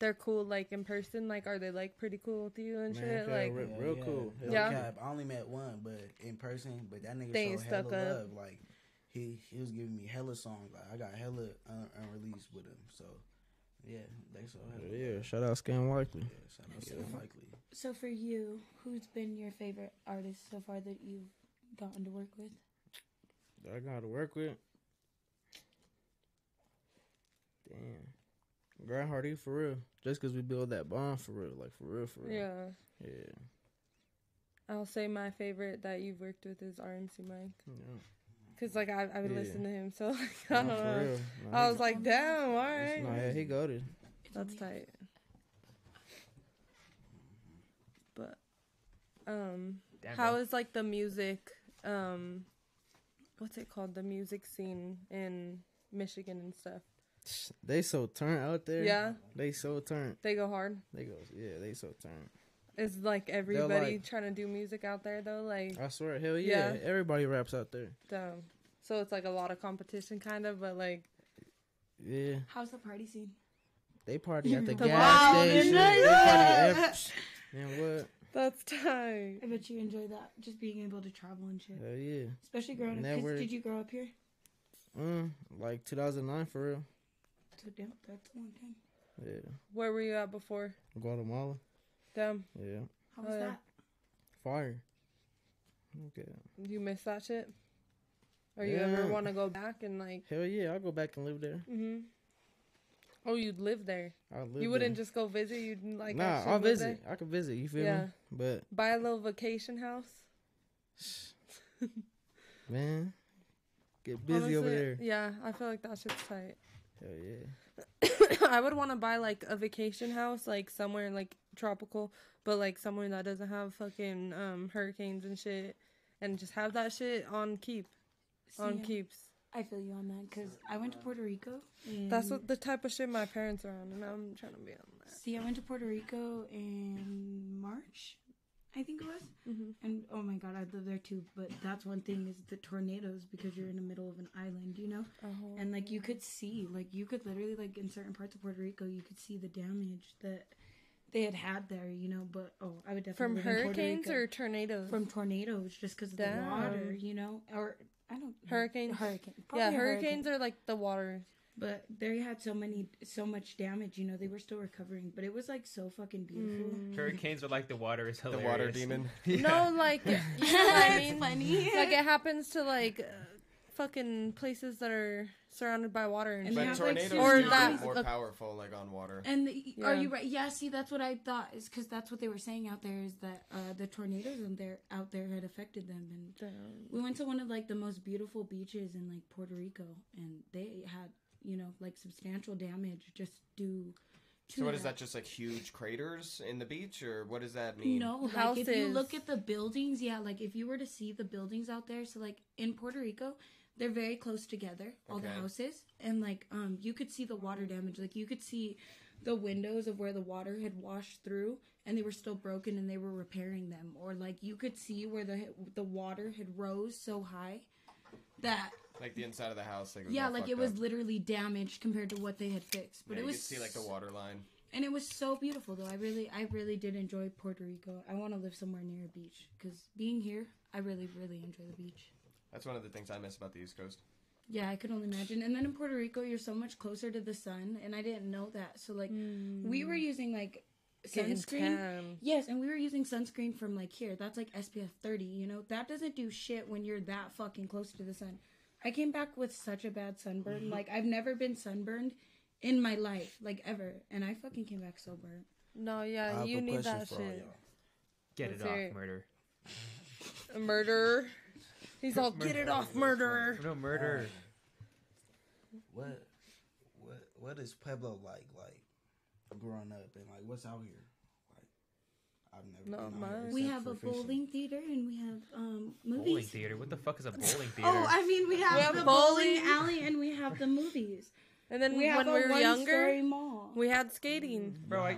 B: they're cool like in person? Like are they like pretty cool with you and
J: Man,
B: shit?
J: yeah,
B: Like
J: re- real cool. Hell
B: Yeah.
J: cap. I only met one, but in person, but that nigga
B: They
J: showed
B: ain't stuck
J: hella
B: up.
J: love. Like he he was giving me hella songs. Like I got hella un- unreleased with him. So yeah, they showed hella.
D: yeah, shout out Scam Likely.
J: Yeah, shout out Scam Likely.
A: So for you, who's been your favorite artist so far that you've gotten to work with?
D: That I got to work with. Damn. Grant Hardy for real. Just because we build that bond for real. Like, for real, for real.
B: Yeah.
D: Yeah.
B: I'll say my favorite that you've worked with is RMC Mike.
D: Yeah.
B: Cause like I I would
D: Yeah.
B: listen to him, so like I don't
D: No, for
B: know.
D: real. No,
B: I
D: he-
B: was like, damn, all right.
D: No, yeah, he goaded.
B: That's tight. But um
D: Damn,
B: how
D: bro.
B: is like the music um what's it called? The music scene in Michigan and stuff.
D: They so turn out there.
B: Yeah.
D: They so turn.
B: They go hard.
D: They go. Yeah, they so turn.
B: Is like everybody
D: like-
B: trying to do music out there though? Like
D: I swear, hell yeah.
B: Yeah.
D: Everybody raps out there.
B: damn. So it's like a lot of competition kind of, but like
D: Yeah.
A: How's the party scene?
D: They party at the
B: The
D: gas
B: wild and
D: station. They
B: the-
D: party every- Man, what?
B: That's tight.
A: I bet you enjoy that, just being able to travel and shit.
D: Hell yeah.
A: Especially growing up. 'cause
D: Network.
A: Did you grow up here?
D: Mm, like 2009 for real.
A: So damn, that's a long time.
D: Yeah.
B: where were you at before?
D: Guatemala.
B: Damn.
D: Yeah.
A: How was
B: Oh, yeah.
A: that?
D: Fire. Okay.
B: You miss that shit? Or you ever
D: Yeah.
B: wanna go back and like
D: Hell yeah, I'll go back and live there.
A: Mm-hmm.
B: hmm Oh, you'd live there.
D: I live
B: you wouldn't
D: there.
B: just go visit. You'd like
D: nah,
B: actually
D: I'll
B: live
D: visit.
B: there?
D: I can visit. You feel
B: Yeah.
D: me? But
B: Buy a little vacation house.
D: man, get busy over
B: Honestly,
D: there.
B: Yeah, I feel like that shit's tight.
D: Hell Oh, yeah.
B: I would want to buy like a vacation house, like somewhere like tropical, but like somewhere that doesn't have fucking um hurricanes and shit, and just have that shit on keep, on
A: See,
B: keeps.
A: I feel you on that because I went to Puerto Rico.
B: That's
A: and-
B: what the type of shit my parents are on, and I'm trying to be on that.
A: See, I went to Puerto Rico in March, I think it was.
B: Mm-hmm.
A: And oh my god, I live there too. But that's one thing is the tornadoes because you're in the middle of an island, you know.
B: Oh.
A: And like you could see, like you could literally like in certain parts of Puerto Rico, you could see the damage that they had had there, you know. But oh, I would definitely
B: From
A: live in Puerto
B: hurricanes
A: Rico.
B: or tornadoes?
A: from tornadoes just because of the water,
B: Damn.
A: you know, or I don't
B: Hurricanes.
A: hurricane,
B: Yeah,
A: Probably a hurricane.
B: hurricanes are like the water.
A: But they had so many, so much damage. You know, they were still recovering, but it was like so fucking beautiful.
C: Hurricanes are like the water is hilarious.
L: water demon.
B: No, like you know what I
A: That's
B: mean.
A: funny.
B: Like it happens to like uh, fucking places that are surrounded by water and,
A: And
L: But
B: shit.
L: tornadoes
B: or
L: are
B: that
L: more
B: uh,
L: powerful, like on water.
A: And the, are
B: Yeah.
A: you right? Yeah, see, that's what I thought is because that's what they were saying out there is that uh, the tornadoes in there out there had affected them. And
B: Damn.
A: we went to one of like the most beautiful beaches in like Puerto Rico, and they had you know like substantial damage just due. To
L: so what is that? Just like huge craters in the beach, or what does that mean?
A: No, like if you look at the buildings, yeah, like if you were to see the buildings out there, so like in Puerto Rico, they're very close together, all the
L: Okay.
A: houses, and like um you could see the water damage, like you could see the windows of where the water had washed through and they were still broken and they were repairing them or like you could see where the the water had rose so high that
L: like the inside of the house, like it was
A: yeah
L: all
A: like
L: fucked
A: it was
L: up.
A: literally damaged compared to what they had fixed but
L: Yeah,
A: it
L: you
A: was
L: could see like the water line.
A: And it was so beautiful though. I really, I really did enjoy Puerto Rico. I want to live somewhere near a beach because being here, I really, really enjoy the beach.
L: That's one of the things I miss about the East Coast.
A: Yeah, I could only imagine. And then in Puerto Rico, you're so much closer to the sun, and I didn't know that. So like, we were using like
B: Mm. Getting
A: sunscreen.
B: tan.
A: Yes, and we were using sunscreen from like here. That's like SPF 30. You know, that doesn't do shit when you're that fucking close to the sun. I came back with such a bad
B: Mm-hmm.
A: sunburn. Like I've never been sunburned in my life, like ever. And I fucking came back so burnt.
B: No, yeah, you need that shit.
C: Get
B: Let's
C: it off,
B: hear it.
C: murder.
B: A murderer. He's all
C: Murder.
B: get it off, murderer.
C: No murder.
J: What, what, what is Pueblo like? Like growing up and like what's out here? Like I've never.
B: Not
J: been out here
B: much.
A: We
J: except
A: have
J: for
A: a
J: fishing.
A: bowling theater and we have um movies.
C: Bowling theater. What the fuck is a bowling theater?
A: Oh, I mean, we have,
B: We have
A: the bowling,
B: bowling.
A: alley and we have the movies.
B: And then
A: We have
B: when
A: a
B: we were
A: one-story
B: younger,
A: mall.
B: we had skating.
C: Mm. Bro, I,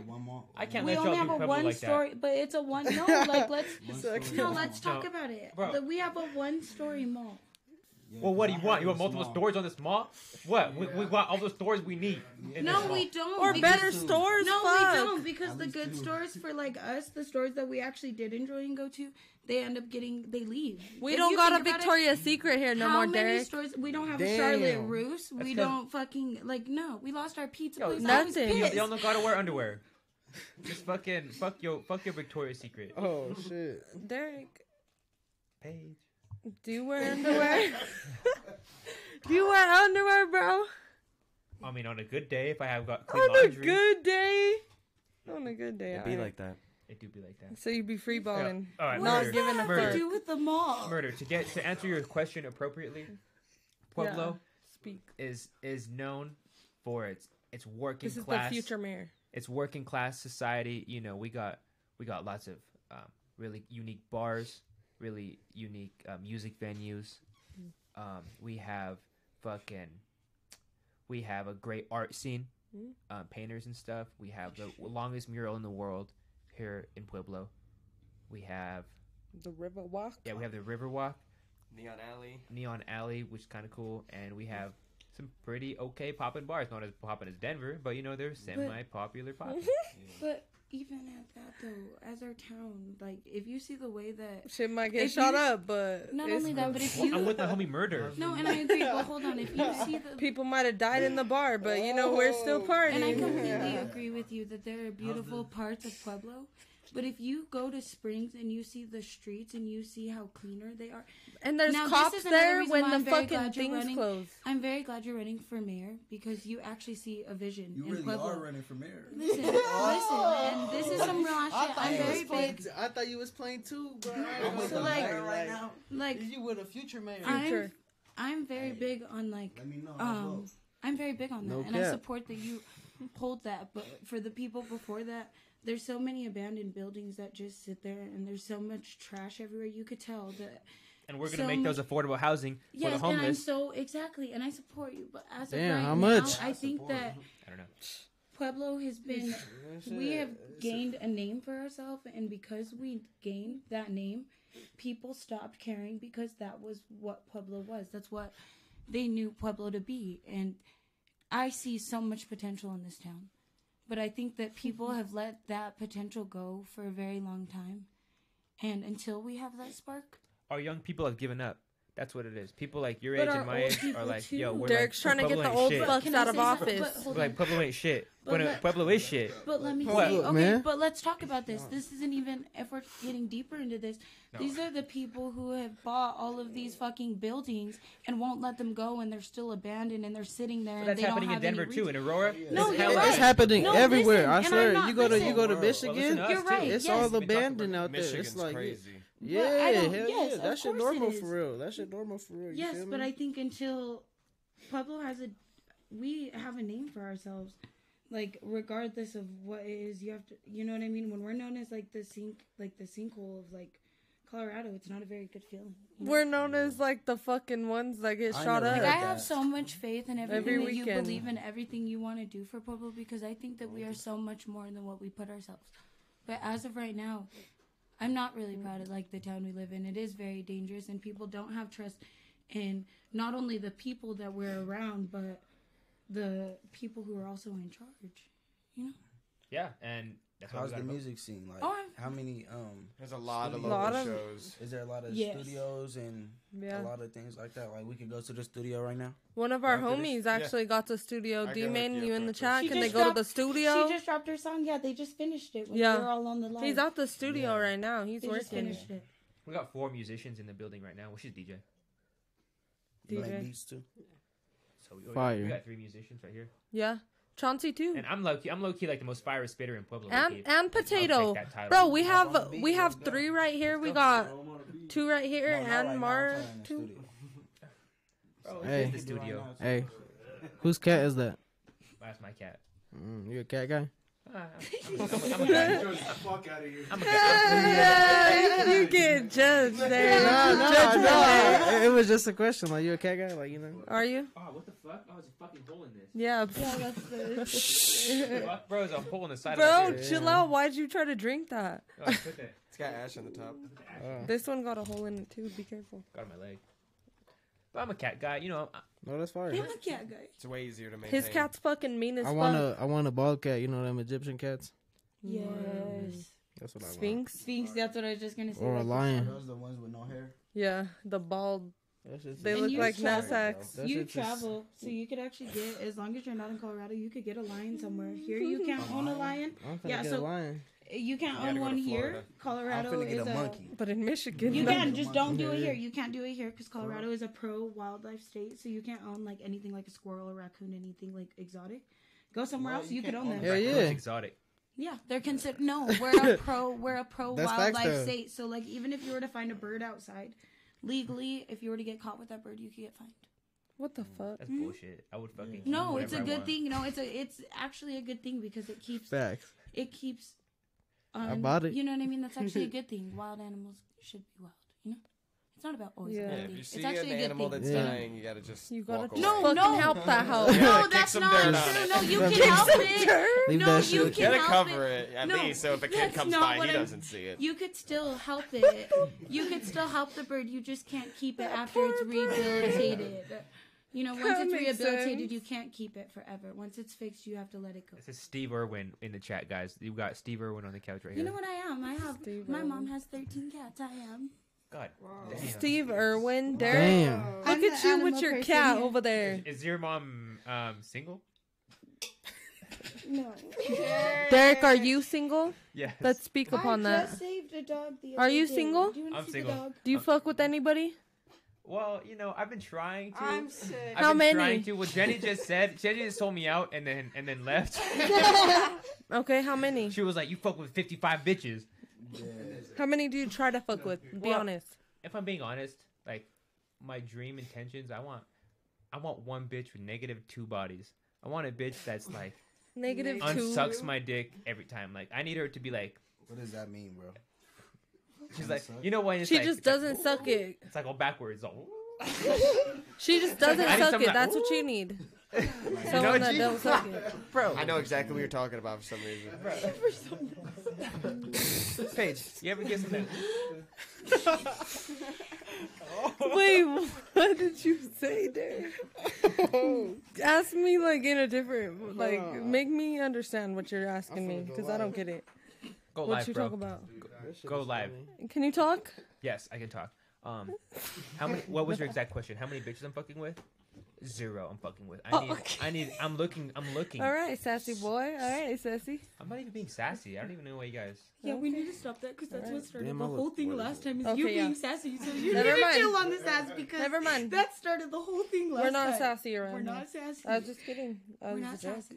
C: I can't
A: we
C: let
A: only
C: y'all
A: have
C: do
A: a
C: Pueblo
A: one
C: like
A: story, but it's a one. No, like let's
C: story.
A: no, let's talk
C: No.
A: about it.
C: Bro.
A: The- We have a one story mall.
C: that. Well, what do you want? You want multiple stories on this mall? What? We, we want all the stories we need. in this
A: No,
C: mall.
A: we don't.
B: Or
A: because-
B: better stores,
A: No,
B: fuck.
A: we don't because the good stores for like us, the stores that we actually did enjoy and go to, they end up getting they leave.
B: We
A: If
B: don't
A: you
B: got a
A: think about it,
B: Victoria's Secret here no
A: how
B: more,
A: many
B: Derek.
A: stores? We don't have a
B: Damn.
A: Charlotte Russe.
B: That's
A: We
B: 'cause-
A: don't fucking like. No, we lost our pizza
C: Yo,
A: place. I was
C: nothing.
A: pissed.
C: Y'all don't gotta wear underwear. Just fucking fuck your fuck your Victoria's Secret.
D: Oh shit.
B: Derek,
C: Paige.
B: do you wear underwear? do you wear underwear, bro?
C: I mean, on a good day, if I have got clean
B: On a
C: laundry,
B: good day. On a good day.
C: It'd be
B: alright.
C: like that. it do be like that.
B: So you'd be free balling.
C: Yeah. All right,
B: not
C: murder.
B: giving a
C: Murder.
B: fuck.
C: Do
A: with the mall.
C: Murder. To get to answer your question appropriately, Pueblo
B: Speak.
C: is is known for its its working
B: This is the
C: class.
B: future mayor.
C: It's working class society. You know, we got we got lots of um, really unique bars, really unique uh, music venues. Um, we have fucking we have a great art scene,
B: Mm.
C: uh, painters and stuff. We have the longest mural in the world here in Pueblo. We have
B: The river walk.
C: yeah, we have the Riverwalk,
L: Neon Alley.
C: Neon Alley, which is kind of cool, and we have some pretty okay poppin' bars. Not as poppin' as Denver, but you know they're semi-popular poppin'.
A: But even at that though, as our town, like if you see the way that
B: Shit might get
A: if
B: shot
A: you-
B: up, but
A: not
B: it's-
A: only that, but if
C: Well,
A: you
C: I'm with my homie Murder.
A: no, and I agree. But hold on, if you see the
B: people might have died in the bar, but you know we're still partying.
A: and I completely agree with you that there are beautiful parts of Pueblo. But if you go to Springs and you see the streets and you see how cleaner they are,
B: And there's
A: Now, this
B: cops
A: is another
B: there
A: reason
B: when
A: why
B: the
A: I'm very
B: fucking
A: glad you're
B: things
A: running-
B: close.
A: I'm very glad you're running for mayor because you actually see a vision.
J: You
A: in
J: really
A: Pueblo.
J: are running for mayor. Oh.
A: Listen, listen, and this is some real
D: I
A: shit.
D: thought
A: I'm
D: you
A: very
D: was
A: big.
D: playing t- I thought you was playing too, bro.
J: I'm with
A: So,
J: the
A: like-
J: mayor right now.
A: Like
D: you were the future mayor.
A: I'm, I'm very big on like
J: as
A: um
J: well.
A: I'm very big on that
D: No
A: and I
D: cap.
A: support that you hold that but for the people before that there's so many abandoned buildings that just sit there and there's so much trash everywhere you could tell that
C: And we're gonna
A: so
C: make those
A: many-
C: affordable housing for the
A: Yes, and I'm
C: homeless.
A: so exactly and I support you but as
C: Damn,
A: of right
C: how
A: now,
C: much?
A: I think that
C: I don't know.
A: Pueblo has been we
D: it.
A: have
D: That's
A: gained a name for ourselves and because we gained that name, people stopped caring because that was what Pueblo was. That's what they knew Pueblo to be and I see so much potential in this town. But I think that people
C: Mm-hmm.
A: have let that potential go for a very long time. And until we have that spark,
C: Our young people have given up. That's what it is. People like your
A: But
C: age
A: our
C: and my
A: old
C: age
A: people
C: are like,
A: too.
C: yo, we're
B: Derek's
C: like,
B: trying to get
C: Pueblo
B: the
C: ain't
B: old
C: shit.
B: fucks out of office.
A: hold
C: like Pueblo ain't shit.
A: But
C: But
A: let-
C: Pueblo is shit.
A: But let me
C: What?
A: tell you, okay,
C: man?
A: but let's talk about this. This isn't even if we're getting deeper into this. These are the people who have bought all of these fucking buildings and won't let them go, and they're still abandoned and they're sitting there.
C: But
A: and
C: that's
A: they don't
C: happening in
A: have any
C: Denver too,
A: reason.
C: in Aurora.
A: No,
C: It's
A: you're
C: hella-
A: right.
D: It's happening
A: No,
D: everywhere.
A: listen,
D: I
A: and
D: swear.
A: I'm not-
D: you go to you go to
A: listen. Well, listen
D: Michigan.
A: to us, You're too. right,
D: It's
A: yes.
D: all
A: We talked about
D: abandoned out there.
L: Michigan's
D: it's like
L: crazy.
D: Yeah,
A: But I don't- yes,
D: hell yeah.
A: of
D: That
A: course
D: shit
A: it
D: normal
A: is.
D: for real. That shit normal for real. You
A: Yes,
D: feel
A: but
D: me?
A: I think until Pueblo has a, we have a name for ourselves. Like regardless of what it is, you have to, you know what I mean. When we're known as like the sink, like the sinkhole of like Colorado, it's not a very good feeling. you know?
B: We're known as like the fucking ones that get
A: I
B: shot
A: know,
B: up.
A: like, I have so much faith in everything
B: Every
A: that you
B: weekend.
A: believe in, everything you want to do for Pueblo, because I think that we are so much more than what we put ourselves. But as of right now, I'm not really proud of like the town we live in. It is very dangerous, and people don't have trust in not only the people that we're around, but the people who are also in charge. You know,
C: Yeah, and that's why we
J: How's the
C: gotta vote.
J: music scene like?
C: Oh, I-
J: how many? Um,
L: There's a lot of
J: studios?
L: local Lot of- shows.
J: Is there a lot of
B: Yes.
J: studios and
B: Yeah.
J: a lot of things like that? Like we could go to the studio right now.
B: One of our
J: After this?
B: homies actually got to studio.
J: I
B: D
J: can hook
B: Man,
J: you up
B: you in the
J: with
B: chat?
A: She
B: Can they
A: just
B: go to the
A: dropped-
B: studio?
A: She just dropped her song. Yeah, they just finished it when
B: yeah,
A: we were all on the line.
B: he's out the studio right now. He's
A: They just
B: working.
A: finished it.
C: We got four musicians in the building right now. Well, she's DJ.
B: You like DJ. beats
J: too?
C: So we, we
D: Fire.
C: got three musicians right here.
B: Yeah, Chauncey too.
C: And I'm low key. I'm low key like the most fire spitter in Pueblo.
B: and
C: low-key.
B: and
C: I'll take
B: potato,
C: that title.
B: bro. We have we have three right here. We got two right here and Mara. Two.
D: Hey,
C: the studio.
D: Hey, whose cat is that?
C: That's my cat.
D: Mm, you a cat guy?
C: Ah,
D: I'm
C: I'm
D: a-
C: a- I'm a-
D: I'm a guy.
P: Enjoy the fuck out of here.
C: I'm a
B: Yeah, you get judged there.
D: No, no,
B: Judgment
D: no.
B: there.
D: It was just a question. Like, you a cat guy? Like, you know?
B: Are you?
C: Oh, what the fuck? Oh, there's a fucking hole in this.
B: Yeah.
C: Fuck, bro, there's a hole in the side
B: Bro,
C: of it.
B: chill out. Why'd you try to drink that?
C: Oh, I put that.
L: It's got ash on the top.
B: This one got a hole in it too. Be careful.
C: Got my leg. But I'm a cat guy. You know. I-
D: No, that's fire.
B: a cat guy.
L: It's way easier to make.
B: His cat's fucking mean as
D: I
B: fuck.
D: want a, I want a bald cat. You know them Egyptian cats?
A: Yes.
D: That's what I want.
B: Sphinx.
A: Sphinx. That's what I was just gonna say.
D: Or a
A: like,
D: lion.
J: Those are the ones with no hair.
B: Yeah, the bald. They
A: And
B: look
A: you
B: like
A: travel-
B: knapsacks.
A: You travel, so you could actually get as long as you're not in Colorado, you could get a lion somewhere. Here you can't own a lion.
D: I'm finna
A: Yeah,
D: get
A: so
D: a lion.
A: you can't
D: You gotta
A: own
D: go
A: one
D: to
A: here.
D: Florida.
A: Colorado
D: I'm finna get
A: is
D: a
A: a
D: monkey.
B: But in Michigan,
A: You
B: no.
A: can just don't do it
B: Yeah.
A: here. You can't do it here because Colorado is a pro wildlife state, so you can't own like anything like a squirrel, a raccoon, anything like exotic. Go somewhere
C: Well,
A: else, you, could
C: can't
A: own them.
C: a raccoon.
D: yeah.
C: It's exotic.
A: Yeah, they're considered. No, we're a pro. We're a pro
D: That's facts,
A: wildlife
D: though.
A: state. So like, even if you were to find a bird outside, legally, if you were to get caught with that bird, you could get fined.
B: What the
A: Hmm?
B: fuck?
C: That's bullshit. I would fucking.
A: No,
C: do
A: it's a
C: whatever I
A: good
C: want.
A: thing. No, it's a it's actually a good thing because it keeps
D: Facts.
A: it keeps.
D: I
A: um,
D: bought it.
A: You know what I mean? That's actually a good thing. Wild animals should be wild. You know, it's not about always.
L: Yeah,
A: Yeah.
L: if you
A: it's
L: see
A: actually
L: an
A: a good
L: animal
A: thing.
L: that's
A: you know?
L: dying, you gotta just
B: You gotta
L: walk
B: just
L: away.
B: fucking No, help no. that hoe.
L: You gotta
B: No,
L: kick
B: that's
L: some
B: not
L: dirt
B: true.
L: on it.
B: No, you Kick can help some it. dirt?
A: Leave No, that you shit.
L: You
A: can
L: gotta
A: help
L: cover
A: it.
L: it, at
A: No,
L: least, so if a kid
A: that's
L: comes
A: not
L: by,
A: what
L: he
A: I'm-
L: doesn't see it.
A: You could still help it. you could still help the bird. You just can't keep it after it's rehabilitated. You know, once
B: That
A: it's
B: makes
A: rehabilitated,
B: sense.
A: you can't keep it forever. Once it's fixed, you have to let it go.
C: This is Steve Irwin in the chat, guys. You got Steve Irwin on the couch right
A: You
C: here.
A: know what I am? I have my
B: Irwin.
A: mom has thirteen cats. I am.
C: God.
B: Steve Irwin, Derek.
D: Damn.
B: Look
A: I'm
B: at
A: the
B: you with
A: animal
B: your
A: person
B: cat
A: here.
B: over there.
C: Is your mom um, single?
A: No.
B: Derek, are you single?
C: Yes.
B: Let's speak upon
A: I
B: that.
A: just saved a dog the
B: Are
A: other
B: you
A: day.
B: single?
A: Do you wanna
C: I'm
A: see
C: single.
A: The dog?
B: Do you fuck with anybody?
C: Well, you know, I've been trying to.
G: I'm sick.
C: I've
B: How
C: been
B: many?
C: Trying to. Well, Jenny just said Jenny just told me out and then and then left.
B: okay, how many?
C: She was like, "You fuck with fifty-five bitches."
B: How many do you try to fuck with? Be
C: Well,
B: honest.
C: If I'm being honest, like my dream intentions, I want, I want one bitch with negative two bodies. I want a bitch that's like
B: Negative two.
C: unsucks my dick every time. Like I need her to be like,
J: What does that mean, bro?
C: she's like, you know what? It's
B: She
C: like-
B: just
C: it's like,
B: doesn't suck it.
C: It's like all backwards. Like,
B: She just
C: I
B: doesn't
C: need
B: suck
C: something
B: it.
C: like,
B: That's what you need. Someone
L: know,
B: that
L: G?
B: don't suck it.
L: Bro, I know exactly what you're talking about for some reason.
C: Paige, you ever get some?
B: Wait, what did you say, Derek? Ask me like in a different, like make me understand what you're asking me because I don't get it.
C: Go
B: what
C: live,
B: you
C: bro.
B: talk about?
C: Go, go live.
B: Can you talk?
C: Yes, I can talk. Um, how many? What was your exact question? How many bitches I'm fucking with? Zero. I'm fucking with. I
B: Oh,
C: need. I need. I'm looking. I'm looking.
B: All right, sassy boy. All right, sassy.
C: I'm not even being sassy. I don't even know why you guys.
A: Yeah, we need to stop that because that's what started
C: Damn, I
A: the
C: look
A: whole thing last time. Is
B: Okay,
A: you
B: yeah.
A: being sassy? So you
B: Never
A: need
B: mind.
A: to chill on this ass because
B: Never mind.
A: That started the whole thing last
B: We're
A: time.
B: not sassy around
A: We're
B: here.
A: not sassy.
B: I was just kidding. I
A: We're
B: was
A: not
B: a joke.
A: sassy.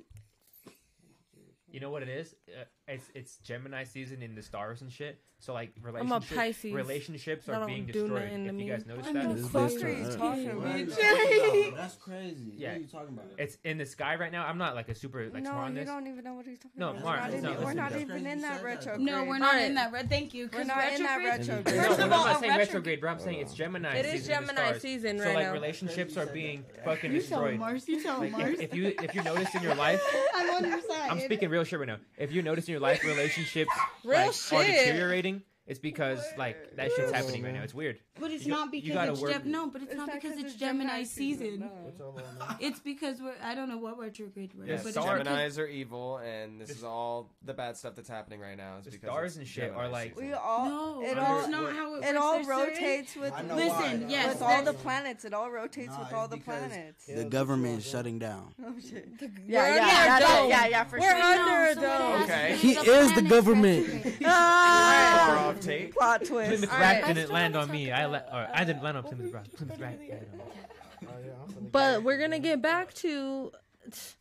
C: You know what it is? Uh, it's it's Gemini season in the stars and shit. So like
B: a
C: relationships,
B: Pisces.
C: relationships
B: I
C: are
B: don't
C: being
B: do
C: destroyed.
B: nothing to
C: If you
B: me.
C: guys notice
B: I'm
C: that,
B: a This bitch fucker trying is to- talking about it. Jay.
J: That's crazy.
C: Yeah.
J: What are you talking about?
C: it's in the sky right now. I'm not like a super like smart on this.
I: even know what he's talking
C: No, Mark,
I: We're
C: no,
I: not even, we're
C: listen
I: not
C: to
I: even
J: this.
I: in that retrograde.
A: No, we're not in that red. Thank you. 'cause
I: We're not in that retrograde.
C: No,
A: First of
C: no,
A: all,
C: I'm not
A: a
C: saying
A: retro-
C: retrograde, but I'm saying it's Gemini.
B: It is
C: season in the
B: Gemini
C: stars.
B: season
C: so
B: right
C: like
B: now.
C: relationships are being fucking
A: You tell
C: destroyed.
A: Mars. You tell
C: Like,
A: Mars.
C: if, if you if you notice in your life,
A: I'm on your side.
C: I'm speaking real shit right now. If you notice in your life, relationships
B: Real
C: like, are
B: shit.
C: deteriorating. It's because like that shit's happening right now. It's weird.
A: But it's
C: You-
A: not
C: you
A: because
C: gotta
A: it's
C: work-
A: Gem- no, but it's, not because it's Gemini season.
D: No.
A: It's because we're I don't know what retrograde we're.
L: Yes,
A: but it's because-
L: Gemini's are evil, and this is all the bad stuff that's happening right now. Is because
C: stars
L: it's
C: and shit
L: Gemini
C: are like-
L: season.
G: We all
A: No,
G: it
L: that's
G: all
L: not
A: how it
G: it
A: works.
G: all
A: There's certain-
G: rotates with
A: I know why. Listen, yes,
G: with all the
A: there's-
G: planets. It all rotates
J: Nah,
G: with
J: it's
G: all the
J: because
G: planets.
J: The government shutting down.
G: Oh shit.
B: We're
G: Yeah, yeah,
B: under a
G: yeah, that-
B: dome.
G: yeah, yeah, for
B: We're
G: sure.
B: under a dome.
L: Okay.
J: He is the government.
L: Far
G: Ah,
L: off take.
G: plot twist.
C: Plymouth
G: All
C: Rock
G: right.
C: didn't land on me. I la- or I didn't land on Plymouth Rock. Plymouth Rock. landed on me.
B: But we're gonna get back to.
D: what